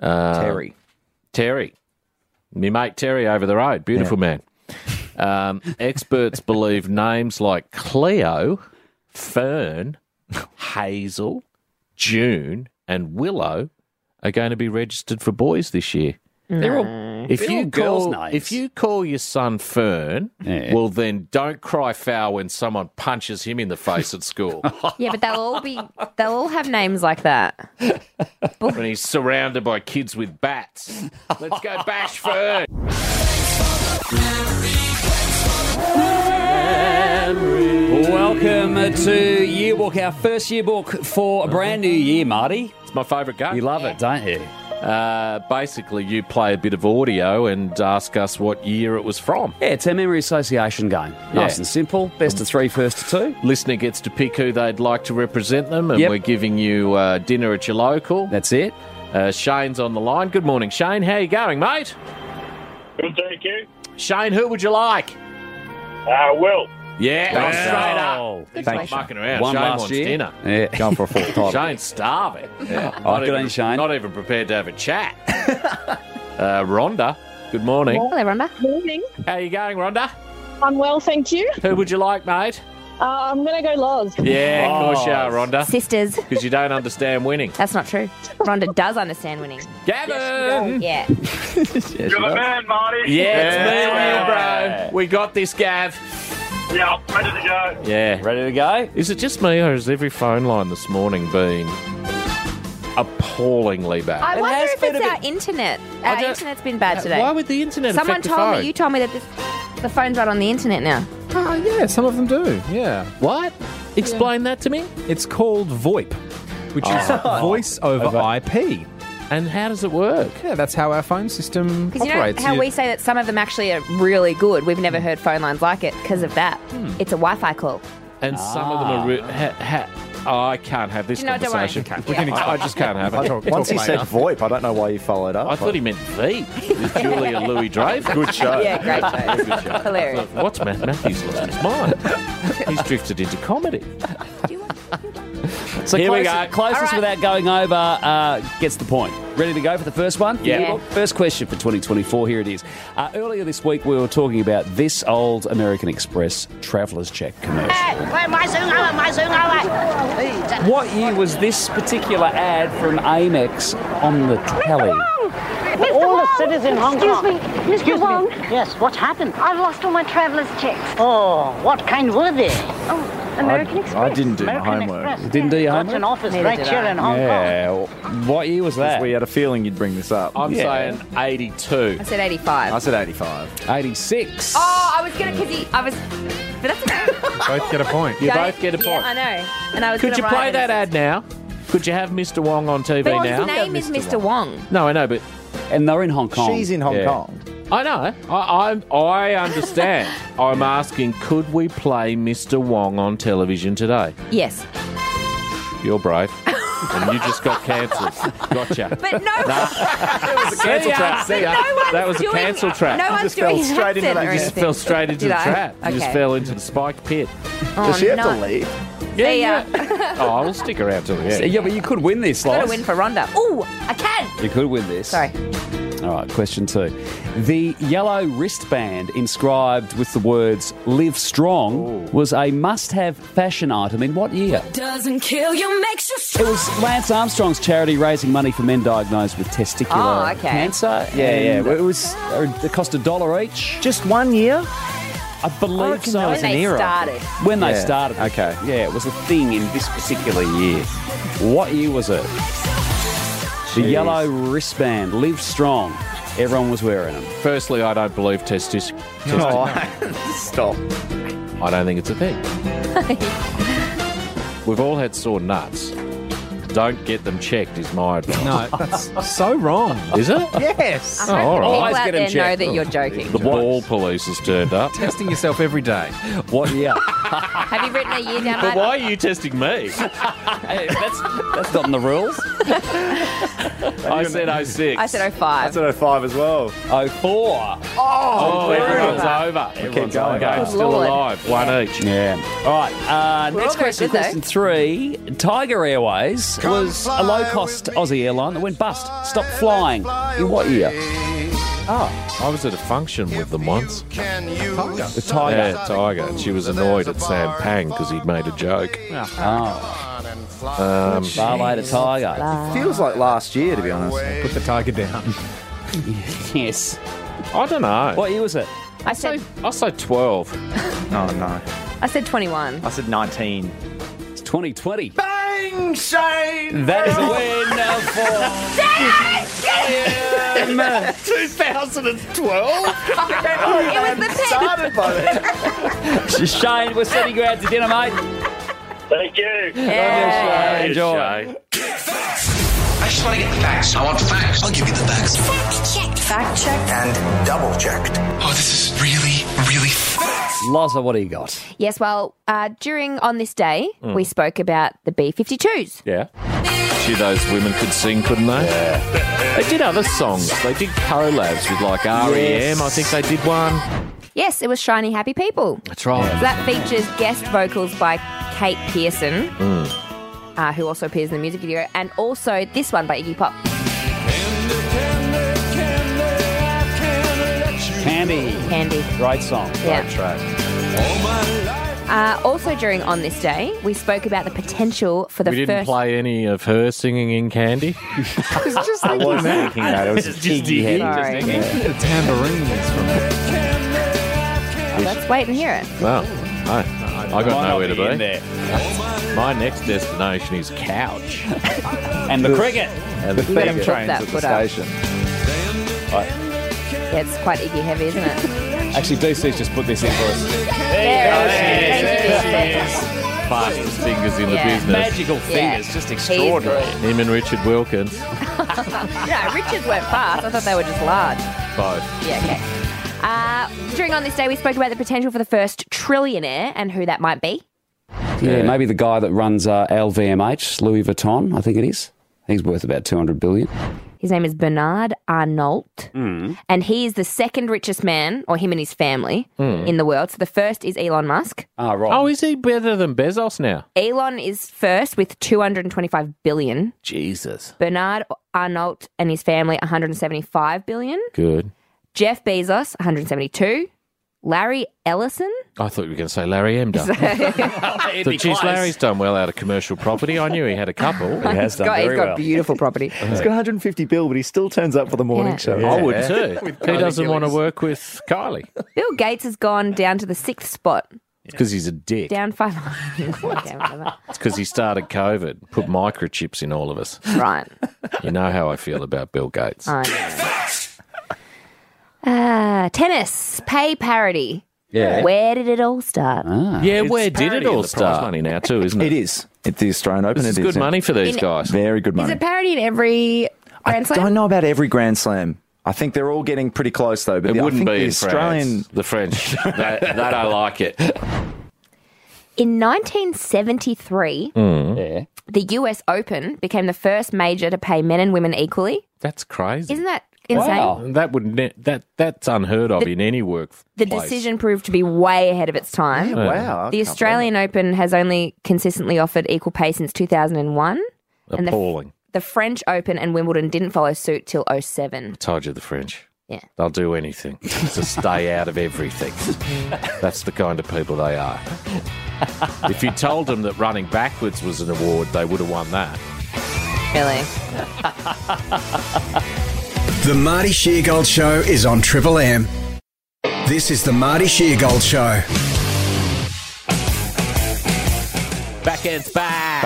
Speaker 4: Uh,
Speaker 7: Terry.
Speaker 4: Terry. Me mate Terry over the road. Beautiful man. Um, experts believe names like Cleo, Fern, Hazel, June, and Willow are going to be registered for boys this year.
Speaker 8: They're
Speaker 5: Mm.
Speaker 8: all
Speaker 3: Mm-hmm.
Speaker 4: If
Speaker 8: they're all
Speaker 4: you
Speaker 8: girls'
Speaker 4: call,
Speaker 8: names.
Speaker 4: if you call your son Fern, well then don't cry foul when someone punches him in the face
Speaker 3: *laughs*
Speaker 4: at school
Speaker 3: Oh,
Speaker 5: Yeah, but they'll all be, they'll all have names like that.
Speaker 4: when he's surrounded by kids with bats. *laughs* Let's go bash Fern.
Speaker 3: Welcome to Yearbook, our first yearbook for a brand new year, Marty.
Speaker 4: It's my favourite game.
Speaker 3: You love it, don't you?
Speaker 4: Uh, basically, you play a bit of audio and ask us what year it was from.
Speaker 3: Yeah, it's our memory association game. Nice and simple. Best of three, first to two.
Speaker 4: Listener gets to pick who they'd like to represent them, and
Speaker 3: Yep.
Speaker 4: we're giving you uh, dinner at your local.
Speaker 3: That's it.
Speaker 4: Uh, Shane's on the line. Good morning, Shane. How you going, mate?
Speaker 22: Good, thank you.
Speaker 4: Shane, who would you like?
Speaker 22: Uh, Will.
Speaker 4: Yeah,
Speaker 22: Wow.
Speaker 4: straight
Speaker 3: Wow.
Speaker 4: up. It's
Speaker 3: Thank
Speaker 4: not
Speaker 3: you.
Speaker 4: mucking around.
Speaker 3: Oh. One
Speaker 4: Shane
Speaker 3: last
Speaker 4: wants
Speaker 3: year.
Speaker 4: dinner.
Speaker 3: Yeah.
Speaker 7: Going for a fourth
Speaker 4: *laughs*
Speaker 7: title.
Speaker 4: Shane's starving.
Speaker 3: Oh,
Speaker 4: Not
Speaker 3: good
Speaker 4: even-
Speaker 3: on you, Shane.
Speaker 4: Not even prepared to have
Speaker 3: *laughs*
Speaker 4: a chat. uh, Rhonda, good morning.
Speaker 5: Hello, Rhonda.
Speaker 20: Morning.
Speaker 4: How you going, Rhonda?
Speaker 20: I'm well, thank you.
Speaker 4: Who would you like, mate?
Speaker 20: Uh, I'm going to go Loz.
Speaker 4: Yeah, of course you are, Rhonda.
Speaker 5: Sisters.
Speaker 4: Because you don't understand winning.
Speaker 5: That's not true. Rhonda does understand winning.
Speaker 4: Gavin!
Speaker 5: Yeah.
Speaker 4: You're
Speaker 22: the man, Marty.
Speaker 4: Yeah, it's me and you, bro. We got this, Gav.
Speaker 22: Yeah, I'm ready to go.
Speaker 4: Yeah.
Speaker 3: Ready to go?
Speaker 4: Is it just me, or has every phone line this morning been appallingly bad?
Speaker 5: I wonder if it's our internet. Our
Speaker 4: don't- Uh,
Speaker 5: internet's been bad today.
Speaker 4: Why would the internet
Speaker 5: Someone
Speaker 4: affect the
Speaker 5: told
Speaker 4: phone?
Speaker 5: me. You told me that this, the phone's right on the internet now.
Speaker 6: Oh, yeah, some of them do. Yeah.
Speaker 4: What? Explain that to me.
Speaker 6: It's called VoIP, which is
Speaker 4: Oh.
Speaker 6: *laughs* voice over, IP.
Speaker 4: And how does it work?
Speaker 6: Yeah, that's how our phone system
Speaker 5: Because you know
Speaker 6: operates.
Speaker 5: how
Speaker 6: You-
Speaker 5: we say that some of them actually are really good. We've never heard phone lines like it because of that.
Speaker 4: Hmm.
Speaker 5: It's a Wi-Fi call.
Speaker 4: And some of them are. Re- ha- ha- I can't have this
Speaker 5: You know, don't worry.
Speaker 4: conversation. *laughs*
Speaker 5: We can
Speaker 4: I, I just can't have
Speaker 7: I
Speaker 4: it.
Speaker 7: talk- Once he said VoIP, I don't know why you followed up.
Speaker 4: I thought he meant V. With Julia Louis Dreyfus.
Speaker 7: Good show.
Speaker 5: Yeah, great show.
Speaker 4: Good *laughs* show.
Speaker 5: Hilarious.
Speaker 4: What's Matt Matthews lost his mind? He's drifted into comedy.
Speaker 3: So
Speaker 4: Here we
Speaker 3: close-
Speaker 4: go.
Speaker 3: Closest
Speaker 4: All right.
Speaker 3: without going over uh, gets the point. Ready to go for the first one?
Speaker 4: Yeah.
Speaker 3: Well, First question for 2024. Here it is. Uh, earlier this week, we were talking about this old American Express traveller's check commercial. What year was this particular ad from Amex on the telly?
Speaker 23: Mr.
Speaker 24: all the
Speaker 23: Wong,
Speaker 24: cities in Hong
Speaker 23: excuse
Speaker 24: Kong.
Speaker 23: me, Mr.
Speaker 24: Excuse me.
Speaker 23: Wong.
Speaker 24: Yes, what happened?
Speaker 23: I've lost all my traveller's checks.
Speaker 24: Oh, what kind were they?
Speaker 23: Oh, American
Speaker 24: I- I
Speaker 23: Express.
Speaker 7: didn't do
Speaker 24: American
Speaker 7: my homework.
Speaker 24: Express.
Speaker 3: Didn't do your
Speaker 24: Got
Speaker 3: homework?
Speaker 24: an office right here in Hong Kong.
Speaker 3: yeah. What year was that?
Speaker 7: We had a feeling you'd bring this up.
Speaker 4: I'm saying 82.
Speaker 5: I said 85.
Speaker 7: I said 85.
Speaker 3: 86.
Speaker 5: Oh, I was gonna because he. I was. But that's okay.
Speaker 6: both get a point.
Speaker 5: Don't- Yeah, I know. And I was.
Speaker 4: Could
Speaker 5: gonna
Speaker 4: you
Speaker 5: write
Speaker 4: play
Speaker 5: it
Speaker 4: that
Speaker 5: as-
Speaker 4: ad now? Could you have Mr. Wong on TV
Speaker 5: Well,
Speaker 4: now?
Speaker 5: his name is Mr. Wong.
Speaker 4: No, I know, but
Speaker 3: and they're in Hong Kong.
Speaker 4: She's in Hong Kong. I know. I I, I *laughs* understand. I'm asking, could we play Mr. Wong on television today?
Speaker 5: Yes.
Speaker 4: You're brave. and you just got cancelled. Gotcha.
Speaker 5: But no.
Speaker 4: *laughs* that was a cancel trap. See ya. that was a cancel trap.
Speaker 5: no
Speaker 4: You
Speaker 5: one's
Speaker 4: just
Speaker 5: doing
Speaker 4: fell straight into
Speaker 5: accent
Speaker 4: the- You
Speaker 5: or
Speaker 4: just
Speaker 5: anything.
Speaker 4: fell straight into
Speaker 5: Did
Speaker 4: the
Speaker 5: I?
Speaker 4: trap. You just
Speaker 5: Okay.
Speaker 4: fell into the spiked pit.
Speaker 5: Oh, Does she have to no.
Speaker 4: leave?
Speaker 5: See ya. *laughs*
Speaker 4: Oh, I will stick around till the
Speaker 3: Yeah.
Speaker 4: end.
Speaker 3: but you could win this,
Speaker 5: Got
Speaker 3: Loz.
Speaker 5: to win for Ronda. Ooh, I can.
Speaker 3: You could win this.
Speaker 5: Sorry.
Speaker 3: All right, question two. The yellow wristband inscribed with the words Live Strong was a must have fashion item in what year?
Speaker 9: Doesn't kill you, makes you
Speaker 3: It was Lance Armstrong's charity raising money for men diagnosed with testicular
Speaker 9: Oh, okay.
Speaker 3: cancer.
Speaker 9: Yeah,
Speaker 3: and
Speaker 9: yeah.
Speaker 3: It was uh, it cost a dollar each.
Speaker 7: Just one year?
Speaker 3: I believe
Speaker 7: reckon
Speaker 3: so.
Speaker 7: that was When an they era. started.
Speaker 3: When they
Speaker 7: Yeah,
Speaker 3: started. Okay. Yeah, it was a thing in this particular year. What year was it? The yellow wristband, live strong. Everyone was wearing them.
Speaker 4: Firstly, I don't believe testis.
Speaker 3: No. *laughs*
Speaker 4: testi- Stop. I don't think it's a thing.
Speaker 11: *laughs*
Speaker 4: We've all had sore nuts. Don't get them checked is my advice. *laughs*
Speaker 6: No,
Speaker 5: Uh-huh.
Speaker 6: that's so wrong.
Speaker 4: Is it?
Speaker 6: *laughs* Yes.
Speaker 4: Oh, all right.
Speaker 5: People Uh-huh. out there know that you're joking.
Speaker 4: The ball police has turned up.
Speaker 6: Testing yourself every
Speaker 4: *laughs*
Speaker 6: day.
Speaker 3: What year?
Speaker 5: Have you written a year down?
Speaker 4: But
Speaker 5: Ida?
Speaker 4: why are you testing me?
Speaker 3: that's that's not in the rules.
Speaker 4: I said 06.
Speaker 5: I said 05.
Speaker 7: That's at 05 as well.
Speaker 3: 04.
Speaker 4: Oh,
Speaker 3: brutal.
Speaker 4: everyone's over. Everyone's
Speaker 3: going.
Speaker 4: over.
Speaker 3: Good
Speaker 4: Still
Speaker 3: Lord.
Speaker 4: alive. One each.
Speaker 3: Yeah. All right. Uh,
Speaker 5: We're
Speaker 3: next
Speaker 5: all very
Speaker 3: question,
Speaker 5: good, though.
Speaker 3: question three. Tiger Airways
Speaker 5: Come
Speaker 3: was a low cost Aussie airline that went bust, stopped flying. In what year?
Speaker 4: Oh. I was at a function with them once.
Speaker 7: Tiger.
Speaker 4: The tiger. Yeah, tiger. And she was annoyed at Sam Pang because he'd made a joke.
Speaker 3: Oh.
Speaker 4: Um,
Speaker 3: Barley to Tiger.
Speaker 7: It feels like last year, to be honest.
Speaker 6: Put the tiger
Speaker 4: *laughs*
Speaker 6: down. *laughs*
Speaker 3: yes.
Speaker 4: I don't know.
Speaker 3: What year was it?
Speaker 5: I said
Speaker 4: I say 12.
Speaker 7: Oh, no.
Speaker 5: *laughs* I said 21.
Speaker 7: I said 19.
Speaker 3: It's 2020.
Speaker 7: Bang, Shane!
Speaker 3: That is a win uh, for.
Speaker 5: Damn!
Speaker 3: Man.
Speaker 7: 2012?
Speaker 5: it was the pen.
Speaker 7: Started by then.
Speaker 3: Shane, we're sending you out to dinner, mate.
Speaker 22: Thank you.
Speaker 3: Yeah. Enjoy.
Speaker 11: I just want to get the facts. I want facts. I'll give you the facts. Fact checked. Fact checked. And double checked. Oh, this is really, really
Speaker 3: Loza, what do you got?
Speaker 5: Yes, well, uh, during on this day,
Speaker 7: Mm.
Speaker 5: we spoke about the B 52s.
Speaker 4: Yeah. Gee, those women could sing, couldn't they? Yeah. They did other songs. They did collabs with like REM. I think they did one.
Speaker 5: Yes, it was Shiny Happy People.
Speaker 4: That's right.
Speaker 5: So that features guest vocals by Kate Pearson,
Speaker 11: Mm.
Speaker 5: uh, who also appears in the music video, and also this one by Iggy Pop.
Speaker 3: Candy.
Speaker 5: Candy.
Speaker 3: Great song.
Speaker 5: Yeah.
Speaker 3: Great track.
Speaker 5: Uh, also during on this day, we spoke about the potential for the
Speaker 4: we didn't
Speaker 5: first.
Speaker 4: play any of her singing in Candy.
Speaker 5: I was just
Speaker 7: I was
Speaker 5: that.
Speaker 7: thinking that. It was
Speaker 4: Just
Speaker 7: Iggy
Speaker 4: Iggy.
Speaker 7: Head.
Speaker 5: Sorry.
Speaker 6: The tambourine is from
Speaker 5: Let's wait and hear it.
Speaker 4: Well, I, I
Speaker 3: Might
Speaker 4: got
Speaker 3: not
Speaker 4: nowhere to
Speaker 3: be in
Speaker 4: be.
Speaker 3: there.
Speaker 4: My next destination is couch.
Speaker 3: And the cricket.
Speaker 7: And the
Speaker 5: gotta
Speaker 7: feeder
Speaker 5: put
Speaker 7: trains at
Speaker 5: that
Speaker 7: the
Speaker 5: foot up.
Speaker 7: station.
Speaker 5: Yeah, it's quite Iggy heavy, isn't it?
Speaker 3: Actually, DC's just put this in for us.
Speaker 5: There it is.
Speaker 4: Fastest fingers in
Speaker 5: Yeah.
Speaker 4: the business.
Speaker 3: Magical fingers,
Speaker 5: Yeah.
Speaker 3: just
Speaker 5: He's
Speaker 3: extraordinary.
Speaker 5: good.
Speaker 4: Him and Richard Wilkins,
Speaker 5: *laughs* No, Richards weren't fast. I thought they were just large.
Speaker 4: both.
Speaker 5: Yeah, okay. Uh, during on this day, we spoke about the potential for the first trillionaire and who that might be.
Speaker 3: Yeah, maybe the guy that runs uh, LVMH, Louis Vuitton, I think it is. He's worth about 200 billion.
Speaker 5: His name is Bernard Arnault, and he is the second richest man, or him and his family, in the world. So the first is Elon Musk.
Speaker 3: Ah, right.
Speaker 4: Oh, is he better than Bezos now?
Speaker 5: Elon is first with 225 billion.
Speaker 4: Jesus.
Speaker 5: Bernard Arnault and his family, 175 billion.
Speaker 4: Good.
Speaker 5: Jeff Bezos, 172. Larry Ellison,
Speaker 4: I thought you were going to say Larry Emder.
Speaker 5: *laughs*
Speaker 4: so, geez, Larry's done well out of commercial property. I knew he had a couple.
Speaker 5: He has done God, *laughs* he's very got well. beautiful property.
Speaker 7: *laughs* He's got 150 bill, but he still turns up for the morning
Speaker 5: Yeah.
Speaker 7: show.
Speaker 4: I
Speaker 7: *laughs*
Speaker 4: would
Speaker 5: *laughs*
Speaker 4: too. Who
Speaker 7: Kylie
Speaker 4: doesn't want to
Speaker 7: Gillies.
Speaker 4: work with Kylie?
Speaker 5: Bill Gates has gone down to the sixth spot,
Speaker 4: Because he's a dick.
Speaker 5: down five. *laughs* Okay, whatever.
Speaker 4: It's because he started COVID, put microchips in all of us.
Speaker 5: right.
Speaker 4: *laughs* You know how I feel about Bill Gates. *laughs*
Speaker 5: I know. Uh, tennis, pay parity.
Speaker 3: Yeah.
Speaker 5: Where did it all start?
Speaker 4: yeah, where did
Speaker 7: parody
Speaker 4: it
Speaker 7: of
Speaker 4: all
Speaker 7: the prize
Speaker 4: start? Money now too, isn't it?
Speaker 7: Ah. It is. At the Australian Open,
Speaker 4: This is
Speaker 7: it
Speaker 4: good
Speaker 7: yeah.
Speaker 4: money for these
Speaker 5: In-
Speaker 4: guys.
Speaker 7: Very good money.
Speaker 5: Is it parodied in every Grand Slam?
Speaker 7: Don't know about every Grand Slam. I think they're all getting pretty close though. But
Speaker 4: It
Speaker 7: the, I
Speaker 4: wouldn't
Speaker 7: think
Speaker 4: be
Speaker 7: the
Speaker 4: in
Speaker 7: Australian.
Speaker 4: France. The *laughs* French, they, they don't like it.
Speaker 5: In 1973,
Speaker 4: Yeah,
Speaker 5: the US Open became the first major to pay men and women equally.
Speaker 4: that's crazy.
Speaker 5: Isn't that insane?
Speaker 4: that would ne- that that's unheard of
Speaker 5: The-
Speaker 4: in any work.
Speaker 5: The decision proved to be way ahead of its time.
Speaker 4: Yeah, wow, I
Speaker 5: The
Speaker 4: can't
Speaker 5: Australian Open has only consistently offered equal pay since 2001. And the,
Speaker 4: appalling.
Speaker 5: the French Open and Wimbledon didn't follow suit till
Speaker 3: *laughs*
Speaker 5: 07.
Speaker 4: Told you the French.
Speaker 5: Yeah.
Speaker 4: They'll do anything to stay out of everything. That's the kind of people they are. If you told them that running backwards was an award, they would have won that.
Speaker 5: Really?
Speaker 2: The Marty Sheargold Show is on Triple M. This is the Marty Sheargold Show.
Speaker 3: Backend's back.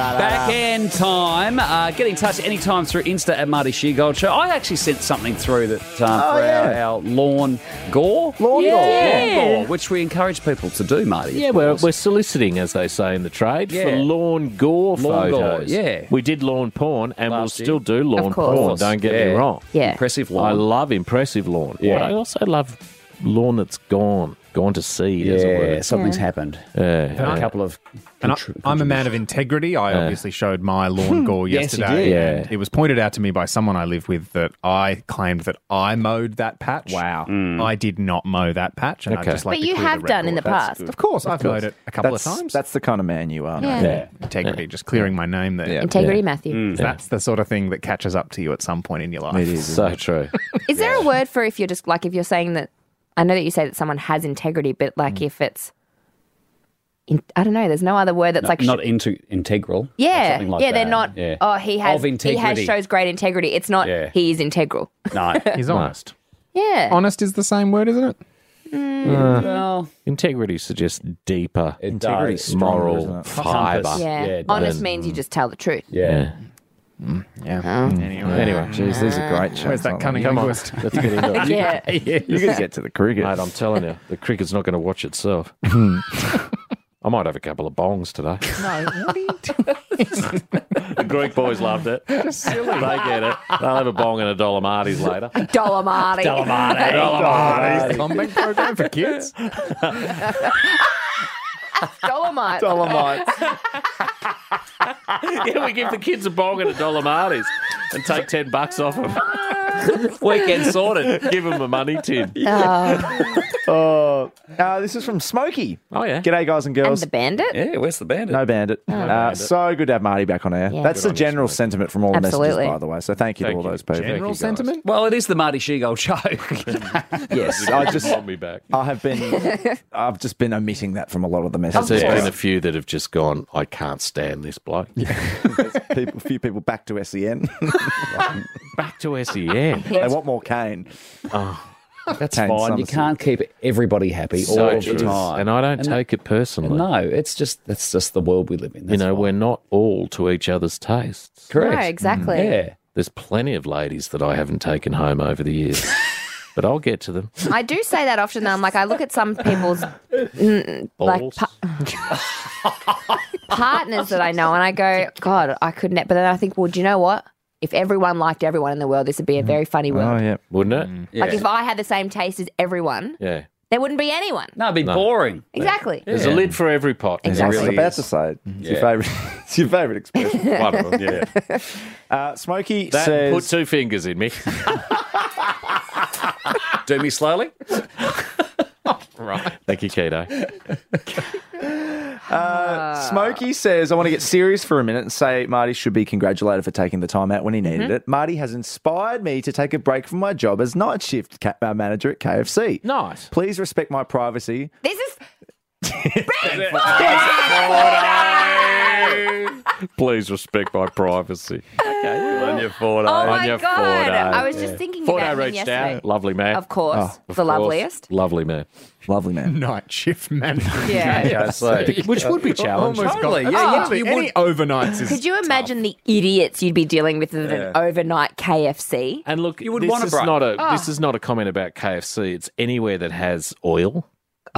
Speaker 3: Backend time. Uh, get in touch anytime through Insta at Marty Sheargold Show. I actually sent something through that uh, for our, our lawn gore.
Speaker 7: gore.
Speaker 3: Lawn Lawn gore, which we encourage people to do, Marty.
Speaker 4: Yeah, we're, we're soliciting, as they say in the trade, for
Speaker 3: Yeah.
Speaker 4: lawn gore
Speaker 3: Lawn gore,
Speaker 4: photos.
Speaker 3: yeah.
Speaker 4: We did lawn porn and
Speaker 3: Last
Speaker 4: we'll
Speaker 3: year.
Speaker 4: still do lawn
Speaker 5: Of course.
Speaker 4: porn, don't get me
Speaker 3: Yeah.
Speaker 4: wrong.
Speaker 5: Yeah.
Speaker 3: Impressive
Speaker 4: I
Speaker 3: lawn.
Speaker 4: love impressive lawn.
Speaker 3: Yeah.
Speaker 4: But I also love lawn that's gone, gone to seed, as it
Speaker 3: yeah,
Speaker 4: were.
Speaker 3: something's happened.
Speaker 4: Yeah.
Speaker 3: A couple of.
Speaker 6: And I, I'm a man of integrity. I obviously showed my
Speaker 3: *laughs*
Speaker 6: lawn gore
Speaker 3: Yes, you
Speaker 6: yesterday.
Speaker 3: did.
Speaker 6: and It was pointed out to me by someone I live with that I claimed that I mowed that patch. Wow.
Speaker 3: Mm.
Speaker 6: I did not mow that patch. And
Speaker 4: Okay.
Speaker 6: I just like
Speaker 5: but
Speaker 6: to
Speaker 5: you
Speaker 6: clear the
Speaker 5: have done in the
Speaker 6: record.
Speaker 5: past.
Speaker 6: Of course, I've mowed it a couple
Speaker 7: that's,
Speaker 6: of times.
Speaker 7: That's the kind of man you are.
Speaker 5: Yeah.
Speaker 7: mate.
Speaker 6: integrity, just clearing my name there.
Speaker 5: Integrity, Matthew.
Speaker 6: That's the sort of thing that catches up to you at some point in your life.
Speaker 7: Mm. It is.
Speaker 4: So true.
Speaker 5: Is there a word for if you're just like, if you're saying that, I know that you say that someone has integrity, but like
Speaker 3: Mm.
Speaker 5: if it's, in, I don't know, there's no other word that's like,
Speaker 3: not into integral. or
Speaker 5: yeah,
Speaker 3: something like
Speaker 5: yeah, they're
Speaker 3: that.
Speaker 5: not.
Speaker 3: Yeah.
Speaker 5: Oh, he has.
Speaker 3: Of
Speaker 5: He has
Speaker 3: integrity.
Speaker 5: shows great integrity. It's not.
Speaker 3: Yeah.
Speaker 5: He is integral. *laughs*
Speaker 3: No.
Speaker 4: *laughs*
Speaker 6: He's
Speaker 3: *laughs*
Speaker 6: honest.
Speaker 5: Yeah. Mm.
Speaker 6: Honest is the same word, isn't it? Uh.
Speaker 3: well,
Speaker 4: Uh, Integrity suggests deeper
Speaker 3: it
Speaker 7: Integrity's
Speaker 3: does.
Speaker 7: stronger, isn't
Speaker 4: moral
Speaker 7: it?
Speaker 4: fibre.
Speaker 3: Compass.
Speaker 5: yeah.
Speaker 3: Yeah, it Mm.
Speaker 5: Honest means you just tell the truth.
Speaker 3: Yeah.
Speaker 4: Mm.
Speaker 7: Anyway, geez, these are great shows.
Speaker 6: Where's that
Speaker 7: aren't
Speaker 6: cunning
Speaker 7: they?
Speaker 6: linguist?
Speaker 4: Let's get into it.
Speaker 5: Yeah.
Speaker 4: *laughs*
Speaker 7: You could get to the cricket.
Speaker 4: Mate, I'm telling you, the cricket's not going to watch *laughs* itself. I might have a couple of bongs today. No,
Speaker 6: *laughs*
Speaker 4: *laughs* the Greek boys loved it. They get it. They'll have a bong and a dollar Marty's later.
Speaker 5: Dolomati.
Speaker 6: Is the Combank program for kids?
Speaker 5: *laughs* Dolomite. *laughs*
Speaker 4: yeah, we give the kids a bong and a dollar Marty's and take 10 bucks off them. Weekend sorted. Give them a money tin.
Speaker 7: *laughs* Oh, uh, this is from Smokey.
Speaker 4: Oh, yeah.
Speaker 7: G'day, guys and
Speaker 5: And
Speaker 7: girls.
Speaker 5: the bandit.
Speaker 3: Yeah, where's the bandit?
Speaker 7: no bandit. uh, So good to have Marty back on air.
Speaker 5: Yeah.
Speaker 7: That's the general sentiment from all the
Speaker 5: Absolutely.
Speaker 7: messages, by the way. So thank you
Speaker 4: Thank
Speaker 7: to all
Speaker 4: you.
Speaker 7: those people.
Speaker 4: Thank you,
Speaker 6: General
Speaker 4: guys.
Speaker 6: sentiment?
Speaker 3: Well, it is the Marty Sheagold *laughs* show.
Speaker 7: Yes, I just
Speaker 4: want me *laughs* back.
Speaker 7: I have been I've just been omitting that from a lot of the messages.
Speaker 4: There's been a few that have just gone, I can't stand this bloke. *laughs*
Speaker 7: People, few people back to SEN.
Speaker 4: Back *laughs* to E SEN.
Speaker 7: *laughs* they want more Kane.
Speaker 3: That's
Speaker 7: Kane
Speaker 3: fine. You
Speaker 7: Somerset.
Speaker 3: can't keep everybody happy
Speaker 4: So
Speaker 3: all
Speaker 4: true.
Speaker 3: the time.
Speaker 4: And I don't take it personally.
Speaker 3: No, it's just that's just the world we live in.
Speaker 4: you
Speaker 3: That's
Speaker 4: know,
Speaker 3: fine.
Speaker 4: we're not all to each other's tastes.
Speaker 5: No,
Speaker 3: correct. Mm,
Speaker 5: exactly.
Speaker 3: yeah.
Speaker 4: There's plenty of ladies that I haven't taken home over the
Speaker 5: *laughs*
Speaker 4: years, but I'll get to them.
Speaker 5: I do say that often. Though. I'm like, I look at some people's Mm, like
Speaker 4: Balls.
Speaker 5: pa- *laughs* partners that I know, and I go, God, I couldn't. But then I think, well, do you know what? If everyone liked everyone in the world, this would be a very funny
Speaker 4: Oh,
Speaker 3: Oh,
Speaker 5: world.
Speaker 7: yeah.
Speaker 4: Wouldn't it?
Speaker 3: Mm.
Speaker 5: Like if I had the same taste as everyone,
Speaker 4: Yeah.
Speaker 5: there wouldn't be anyone.
Speaker 3: No, it'd be boring.
Speaker 5: Exactly.
Speaker 4: There's a lid for every pot.
Speaker 7: I was
Speaker 5: Exactly.
Speaker 7: about to say it. It's your
Speaker 3: *laughs*
Speaker 7: favorite. It's your favorite
Speaker 5: *laughs*
Speaker 7: expression.
Speaker 4: One of them. Yeah.
Speaker 7: Uh, Smokey
Speaker 4: That
Speaker 7: says,
Speaker 4: put two fingers in me.
Speaker 3: Do me slowly.
Speaker 4: Thank you,
Speaker 7: *laughs*
Speaker 4: Keto.
Speaker 7: Uh, Smokey says, I want to get serious for a minute and say Marty should be congratulated for taking the time out when he needed
Speaker 4: Mm-hmm.
Speaker 7: it. Marty has inspired me to take a break from my job as night shift ca- uh, manager at KFC.
Speaker 4: Nice.
Speaker 7: Please respect my privacy. *laughs*
Speaker 5: This is
Speaker 4: Please respect my privacy. Okay. On your four
Speaker 5: oh my god! I was just thinking
Speaker 4: Fordo
Speaker 5: about him
Speaker 4: reached
Speaker 5: yesterday.
Speaker 4: out. Lovely man. Oh,
Speaker 5: Of course,
Speaker 4: Of
Speaker 5: the
Speaker 4: course.
Speaker 5: loveliest.
Speaker 4: Lovely man.
Speaker 7: Lovely man.
Speaker 6: Night shift *laughs* manager.
Speaker 5: Yeah.
Speaker 4: Which would be challenging.
Speaker 6: Almost
Speaker 3: Totally.
Speaker 6: got,
Speaker 3: Yeah, you-
Speaker 6: absolutely.
Speaker 3: you
Speaker 6: Any overnights is
Speaker 5: Ah. Could you imagine the idiots you'd be dealing with at an overnight KFC?
Speaker 4: And look, you
Speaker 3: would
Speaker 4: this
Speaker 5: Oh. Ah.
Speaker 3: want a
Speaker 4: is
Speaker 3: break.
Speaker 4: not a this is not a comment about KFC. It's anywhere that has oil.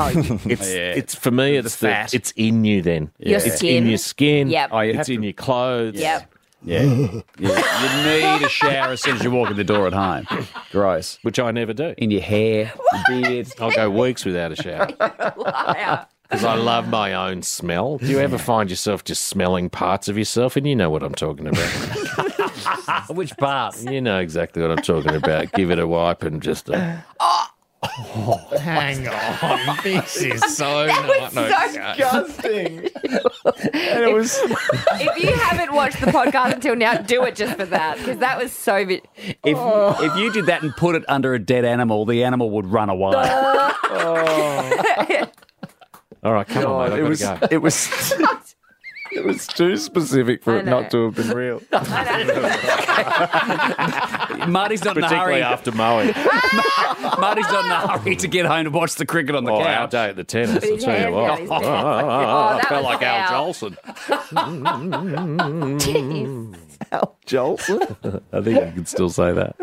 Speaker 5: Oh,
Speaker 4: *laughs* it's it's for me. It's the,
Speaker 5: fat.
Speaker 4: it's in you. Then
Speaker 5: Your
Speaker 4: it's
Speaker 5: skin.
Speaker 4: in your skin.
Speaker 5: Yep. Oh, you
Speaker 4: it's
Speaker 5: have
Speaker 4: in your clothes.
Speaker 5: Yep.
Speaker 3: Yeah.
Speaker 4: *laughs*
Speaker 3: yeah. You need a shower as soon as you walk in the door at home. Gross.
Speaker 4: Which I never do.
Speaker 3: In your hair, your beard.
Speaker 4: I'll go weeks without a
Speaker 5: *laughs*
Speaker 4: shower because I love my own smell. Do you ever find yourself just smelling parts of yourself? And you know what I'm talking about.
Speaker 3: Which parts?
Speaker 4: You know exactly what I'm talking about. Give it a wipe and just.
Speaker 5: *laughs*
Speaker 4: A...
Speaker 6: Hang on. This is so not-
Speaker 5: was so *laughs*
Speaker 6: no, *laughs*
Speaker 7: disgusting. and it was
Speaker 5: if you haven't watched the podcast until now, do it just for that because that was so. Oh. Vi-
Speaker 3: If, if you did that and put it under a dead animal, the animal would run away.
Speaker 4: Oh.
Speaker 3: Oh.
Speaker 4: All right, come on,
Speaker 7: God,
Speaker 4: mate.
Speaker 7: it
Speaker 4: I've
Speaker 7: was
Speaker 4: got to go.
Speaker 7: *laughs* it was it was too specific for
Speaker 5: I
Speaker 7: it not to
Speaker 5: know.
Speaker 7: have been
Speaker 3: *laughs*
Speaker 7: real.
Speaker 3: Marty's not in a
Speaker 4: Particularly
Speaker 3: hurry.
Speaker 4: after mowing.
Speaker 3: Marty's not in a *laughs* hurry to get home to watch the cricket on the
Speaker 4: Oh, our
Speaker 3: couch.
Speaker 4: day at the
Speaker 3: *laughs*
Speaker 4: tennis. I'll
Speaker 5: His
Speaker 4: tell you
Speaker 5: hand
Speaker 4: what.
Speaker 5: goes
Speaker 4: Oh, oh,
Speaker 5: down.
Speaker 4: oh, oh,
Speaker 5: Oh,
Speaker 4: I
Speaker 5: that
Speaker 4: felt
Speaker 5: was
Speaker 4: like Al
Speaker 5: foul.
Speaker 4: Jolson.
Speaker 5: Jeez.
Speaker 7: Jolson.
Speaker 4: *laughs* I think you can still say that.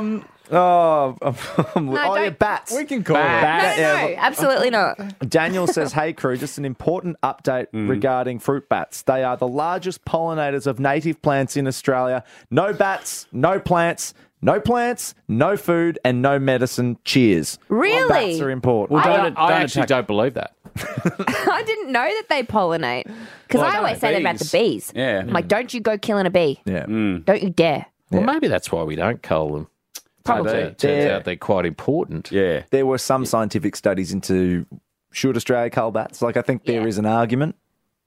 Speaker 7: Um. Oh, *laughs* I'm, I'm,
Speaker 5: No,
Speaker 7: oh,
Speaker 5: don't-
Speaker 7: yeah, bats.
Speaker 6: We can call it
Speaker 7: Bat-
Speaker 5: No,
Speaker 6: that.
Speaker 5: no, no, absolutely not.
Speaker 7: Daniel says, Hey, crew, just an important update regarding fruit bats. They are the largest pollinators of native plants in Australia. No bats, no plants, no plants, no food, and no medicine. Cheers.
Speaker 5: Really?
Speaker 7: Bats are important.
Speaker 4: Well,
Speaker 5: I-
Speaker 4: don't, I
Speaker 3: don't
Speaker 4: actually
Speaker 3: attack-
Speaker 4: don't believe that.
Speaker 5: *laughs* I didn't know that they pollinate because I
Speaker 4: no,
Speaker 5: always say that about the bees.
Speaker 3: Yeah.
Speaker 5: I'm like, don't you go killing a bee.
Speaker 7: yeah.
Speaker 5: Don't you dare.
Speaker 4: Mm. Well, maybe that's why we don't cull them.
Speaker 5: Probably.
Speaker 4: Turns out, turns
Speaker 7: They're-
Speaker 4: out they're quite important.
Speaker 3: Yeah.
Speaker 7: There were some scientific studies into should Australia cull bats. Like, I think there is an argument.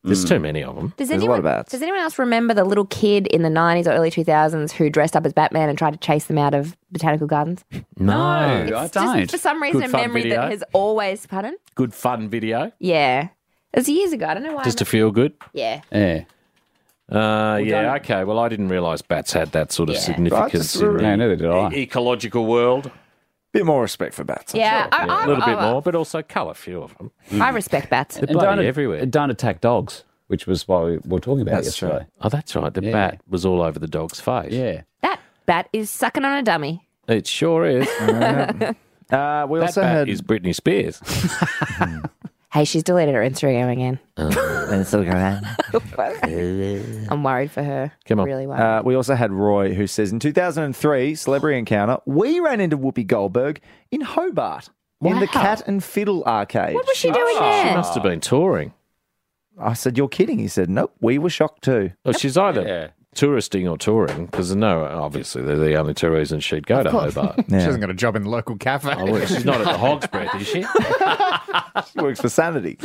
Speaker 4: There's too many of them.
Speaker 5: Does
Speaker 7: There's a
Speaker 5: anyone,
Speaker 7: lot of bats.
Speaker 4: *laughs*
Speaker 5: Does anyone else remember the little kid in the 90s or early 2000s who dressed up as Batman and tried to chase them out of botanical gardens?
Speaker 3: No, I
Speaker 5: It's
Speaker 3: don't.
Speaker 5: Just for some reason,
Speaker 4: Good
Speaker 5: a
Speaker 4: fun
Speaker 5: memory
Speaker 4: video.
Speaker 5: that has always. Pardon?
Speaker 4: Good fun video.
Speaker 5: Yeah. It was years ago. I don't know why.
Speaker 4: Just
Speaker 5: I
Speaker 4: to feel good.
Speaker 5: yeah.
Speaker 3: yeah.
Speaker 4: Uh, yeah, okay. Well, I didn't realise bats had that sort of
Speaker 5: Yeah.
Speaker 4: significance in the e-,
Speaker 3: Yeah, neither did I.
Speaker 4: ecological world.
Speaker 7: Bit more respect for bats.
Speaker 5: Yeah. I,
Speaker 4: A
Speaker 5: I,
Speaker 4: little bit
Speaker 5: I-
Speaker 4: more, but also cull a few of them.
Speaker 3: Mm.
Speaker 5: I respect bats.
Speaker 4: They're bloody
Speaker 3: don't,
Speaker 4: everywhere.
Speaker 3: Don't attack dogs, which was why we were talking about
Speaker 7: That's
Speaker 3: yesterday.
Speaker 4: Oh, that's right. The
Speaker 3: Yeah.
Speaker 4: bat was all over the dog's face.
Speaker 3: Yeah.
Speaker 5: That bat is sucking on a dummy.
Speaker 4: It
Speaker 7: *laughs*
Speaker 4: sure is. that
Speaker 7: Uh, we also
Speaker 4: bat
Speaker 7: had.
Speaker 4: is Britney Spears.
Speaker 5: Hey, she's deleted her Instagram again.
Speaker 4: Uh.
Speaker 5: *laughs* I'm worried for her.
Speaker 4: *laughs* Come on.
Speaker 5: Really worried.
Speaker 7: Uh, we also had Roy, who says in 2003, Celebrity Encounter, we ran into Whoopi Goldberg in Hobart in the Cat and Fiddle arcade.
Speaker 5: what was she doing there?
Speaker 4: She must have been touring.
Speaker 7: I said, You're kidding. He said, Nope, *laughs* we were shocked too.
Speaker 4: Well, Oh, she's either touristing or touring because no, obviously they're the only two reasons she'd go
Speaker 7: *laughs*
Speaker 4: to Hobart.
Speaker 6: She hasn't got a job in the local cafe.
Speaker 4: *laughs* Oh, well, she's
Speaker 6: *laughs*
Speaker 4: not at the Hog's Breath, is *laughs* she?
Speaker 7: She works for
Speaker 5: *laughs*
Speaker 7: Sanity,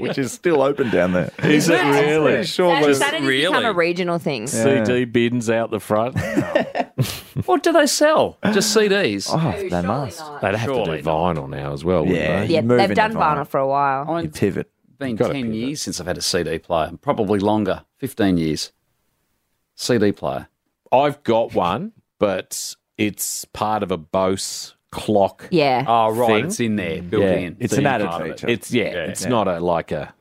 Speaker 7: which is still open down there.
Speaker 4: Is it really?
Speaker 7: Pretty sure
Speaker 5: That-
Speaker 7: was-
Speaker 5: that has become a regional thing.
Speaker 4: CD bins out the front. Oh,
Speaker 3: What do they sell? Just CDs.
Speaker 7: Oh, they must.
Speaker 4: They'd have to
Speaker 3: Surely
Speaker 4: do vinyl now as well, wouldn't
Speaker 7: Yeah.
Speaker 4: they?
Speaker 5: Yeah,
Speaker 7: Moving
Speaker 5: they've done
Speaker 7: it
Speaker 5: vinyl
Speaker 7: on.
Speaker 5: for a while.
Speaker 3: I've
Speaker 7: Pivot.
Speaker 3: been
Speaker 4: Gotta
Speaker 3: 10
Speaker 4: pivot.
Speaker 3: years since I've had a CD player, probably longer, 15 years. CD player.
Speaker 4: I've got one, but it's part of a Bose clock.
Speaker 5: Yeah.
Speaker 3: Oh, right.
Speaker 4: Thing?
Speaker 3: It's in there, built
Speaker 4: Yeah.
Speaker 3: in.
Speaker 7: It's
Speaker 3: So
Speaker 7: an
Speaker 3: you
Speaker 7: added
Speaker 3: can't-
Speaker 7: feature.
Speaker 4: It's yeah, it's not a like a.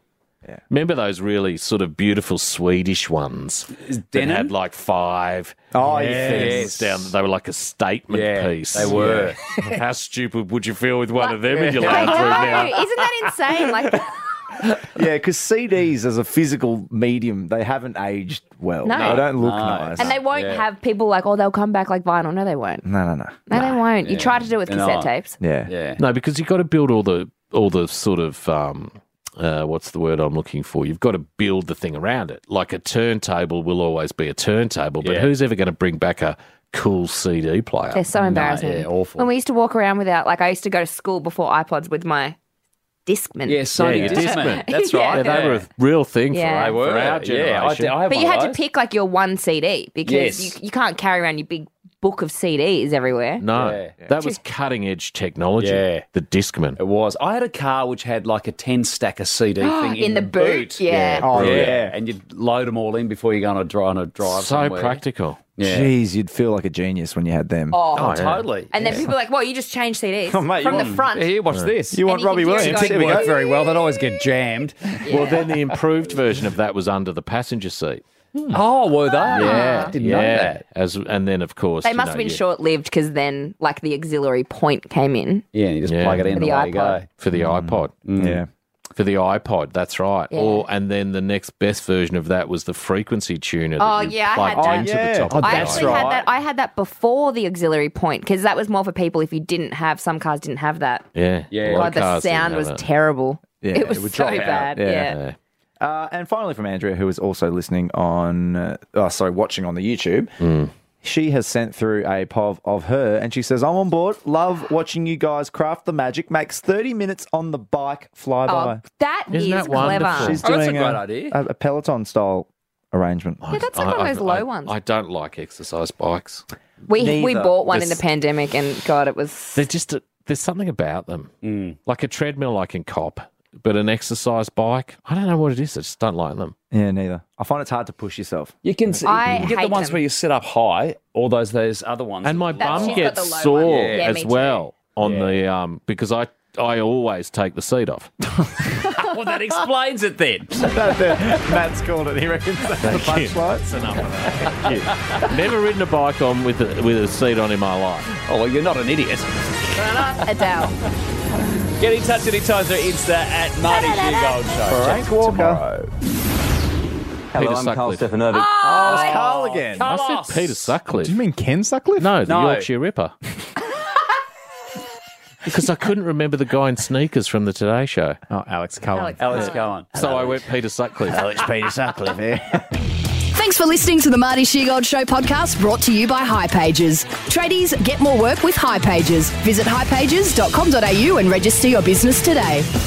Speaker 4: Remember those really sort of beautiful Swedish ones that
Speaker 3: denim?
Speaker 4: had like five
Speaker 7: Oh,
Speaker 4: things
Speaker 7: yes.
Speaker 4: down. They were like a statement
Speaker 3: Yeah,
Speaker 4: piece.
Speaker 3: they were.
Speaker 4: Yeah. *laughs* How stupid would you feel with one of them in your
Speaker 5: I
Speaker 4: lounge room now?
Speaker 5: know. Isn't that insane? Like,
Speaker 7: Yeah, because CDs as a physical medium, they haven't aged well.
Speaker 5: No.
Speaker 7: They don't look nice.
Speaker 5: and they won't have people like, oh, they'll come back like vinyl. No, they won't. No,
Speaker 7: no, no, no.
Speaker 5: they won't. You try to do it with
Speaker 3: They're
Speaker 5: cassette
Speaker 3: not.
Speaker 5: tapes.
Speaker 7: Yeah.
Speaker 3: Yeah.
Speaker 4: No, because you've got to build all the all the sort of um, uh, what's the word I'm looking for? You've got to build the thing around it. Like a turntable will always be a turntable, but
Speaker 3: Yeah.
Speaker 4: who's ever going to bring back a cool CD player?
Speaker 5: They're so embarrassing.
Speaker 3: yeah, awful.
Speaker 5: When we used to walk around without, like, I used to go to school before iPods with my Discman.
Speaker 3: Yeah, Sony
Speaker 4: your
Speaker 3: Discman. *laughs* That's
Speaker 5: *laughs* Yeah.
Speaker 3: right.
Speaker 4: They were a real thing
Speaker 5: Yeah.
Speaker 4: for,
Speaker 5: They
Speaker 4: for our
Speaker 3: Yeah, I,
Speaker 4: generation.
Speaker 3: did- I had
Speaker 5: But you
Speaker 3: one
Speaker 5: had to
Speaker 3: of those.
Speaker 5: pick like your one CD because
Speaker 3: Yes.
Speaker 5: you, you can't carry around your big book of CDs everywhere.
Speaker 4: no,
Speaker 3: Yeah.
Speaker 4: that was cutting edge technology.
Speaker 3: Yeah.
Speaker 4: The Discman.
Speaker 3: It was. I had a car which had like a 10 stack of
Speaker 5: *gasps*
Speaker 3: CD thing in,
Speaker 5: In the boot? Yeah.
Speaker 7: Oh,
Speaker 3: yeah.
Speaker 7: yeah.
Speaker 3: And you'd load them all in before you go on a drive, on a drive
Speaker 4: So
Speaker 3: somewhere.
Speaker 4: practical.
Speaker 3: Yeah.
Speaker 7: Jeez, you'd feel like a genius when you had them.
Speaker 5: Oh,
Speaker 3: Totally. Oh,
Speaker 5: and then
Speaker 3: *laughs*
Speaker 5: people are like, well, you just changed
Speaker 4: *laughs*
Speaker 5: CDs
Speaker 4: Oh,
Speaker 7: mate, you
Speaker 5: from the
Speaker 7: want-
Speaker 5: front.
Speaker 3: Here, watch this.
Speaker 7: you want
Speaker 5: and you
Speaker 7: Robbie
Speaker 5: can do it
Speaker 7: Williams?
Speaker 5: like-
Speaker 7: Here we go.
Speaker 4: *laughs*
Speaker 3: Worked very well. They'd always get jammed.
Speaker 4: Well, then the improved version of that was under the passenger seat.
Speaker 8: Oh, were they?
Speaker 4: Yeah,
Speaker 8: I didn't know that.
Speaker 4: As and then of course
Speaker 5: They
Speaker 4: you
Speaker 5: must
Speaker 4: know,
Speaker 5: have been
Speaker 4: you-
Speaker 5: short lived because then, like, the auxiliary point came in.
Speaker 4: Yeah, you just
Speaker 5: plug it in For the and away you iPod. go. Hmm.
Speaker 4: For the iPod. Yeah. For the iPod, that's right.
Speaker 5: Yeah.
Speaker 4: Or and then the next best version of that was the frequency tuner.
Speaker 5: Oh
Speaker 4: that you
Speaker 5: yeah, I had
Speaker 4: plugged
Speaker 5: that.
Speaker 4: into the top of
Speaker 5: I
Speaker 4: the
Speaker 5: actually
Speaker 4: iPod.
Speaker 5: had that. I had that before the auxiliary point because that was more for people if you didn't have some cars didn't have that.
Speaker 4: Yeah,
Speaker 5: Yeah. God, the sound was terrible. It was
Speaker 7: would
Speaker 5: so
Speaker 7: drop out.
Speaker 5: bad, yeah.
Speaker 7: Uh, and finally, from Andrea, who is also listening on, uh, oh, sorry, watching on the YouTube.
Speaker 5: Mm.
Speaker 7: She has sent through a POV of her and she says, I'm on board. Love watching you guys craft the magic. Makes 30 minutes on the bike fly by.
Speaker 5: Oh, that
Speaker 7: Isn't that
Speaker 5: is clever.
Speaker 7: She's doing a, A, a Peloton style arrangement.
Speaker 5: Yeah, that's like
Speaker 4: I-
Speaker 5: one of
Speaker 4: I-
Speaker 5: those low
Speaker 4: I-
Speaker 5: ones.
Speaker 4: I don't like exercise bikes.
Speaker 5: we we
Speaker 4: Neither.
Speaker 5: bought one in
Speaker 4: This-
Speaker 5: the pandemic, and God, it was.
Speaker 4: They're just a, there's something about them.
Speaker 8: Mm.
Speaker 4: Like a treadmill, I can cop, but an exercise bike, I don't know what it is. I just don't like them.
Speaker 7: Yeah, neither. I find it's hard to push yourself.
Speaker 8: You can, s- you
Speaker 5: I
Speaker 8: can get the
Speaker 5: hate
Speaker 8: ones
Speaker 5: them.
Speaker 8: where you sit up high, or those those other ones.
Speaker 4: and my
Speaker 8: That's-
Speaker 4: bum
Speaker 8: she's got
Speaker 4: gets
Speaker 8: the low one.
Speaker 4: sore
Speaker 8: Yeah. Yeah, me
Speaker 4: as
Speaker 8: too.
Speaker 4: well on the um because I I always take the
Speaker 8: *laughs*
Speaker 4: seat off.
Speaker 8: well, that explains it
Speaker 4: *laughs*
Speaker 8: then.
Speaker 6: *laughs*
Speaker 7: Matt's called it. He reckons that's
Speaker 4: Thank
Speaker 7: the
Speaker 4: you.
Speaker 7: punchline.
Speaker 4: That's enough of that. Never ridden a bike on with a, with a seat on in my life.
Speaker 8: Oh well, you're not an idiot.
Speaker 5: Adele.
Speaker 8: Get in touch anytime through Insta at Marty G Gold Show.
Speaker 7: Frank Walker.
Speaker 4: Peter
Speaker 6: Hello, I'm Carl
Speaker 4: Sutcliffe.
Speaker 6: Stefanovic.
Speaker 7: Oh, it's Carl again.
Speaker 4: I said Peter Sutcliffe.
Speaker 6: Do you mean Ken Suckliff?
Speaker 4: No, the
Speaker 6: No. *laughs*
Speaker 4: Yorkshire Ripper. because I couldn't remember the guy in sneakers from the Today Show.
Speaker 6: Oh, Alex Cohen.
Speaker 4: Alex,
Speaker 8: Alex Cohen.
Speaker 4: So I went Peter Sutcliffe.
Speaker 8: Alex Peter Sutcliffe.
Speaker 4: yeah.
Speaker 1: Thanks for listening to the Marty Sheargold Show podcast brought to you by hipages. Tradies, get more work with hipages. Visit hipages.com.au and register your business today.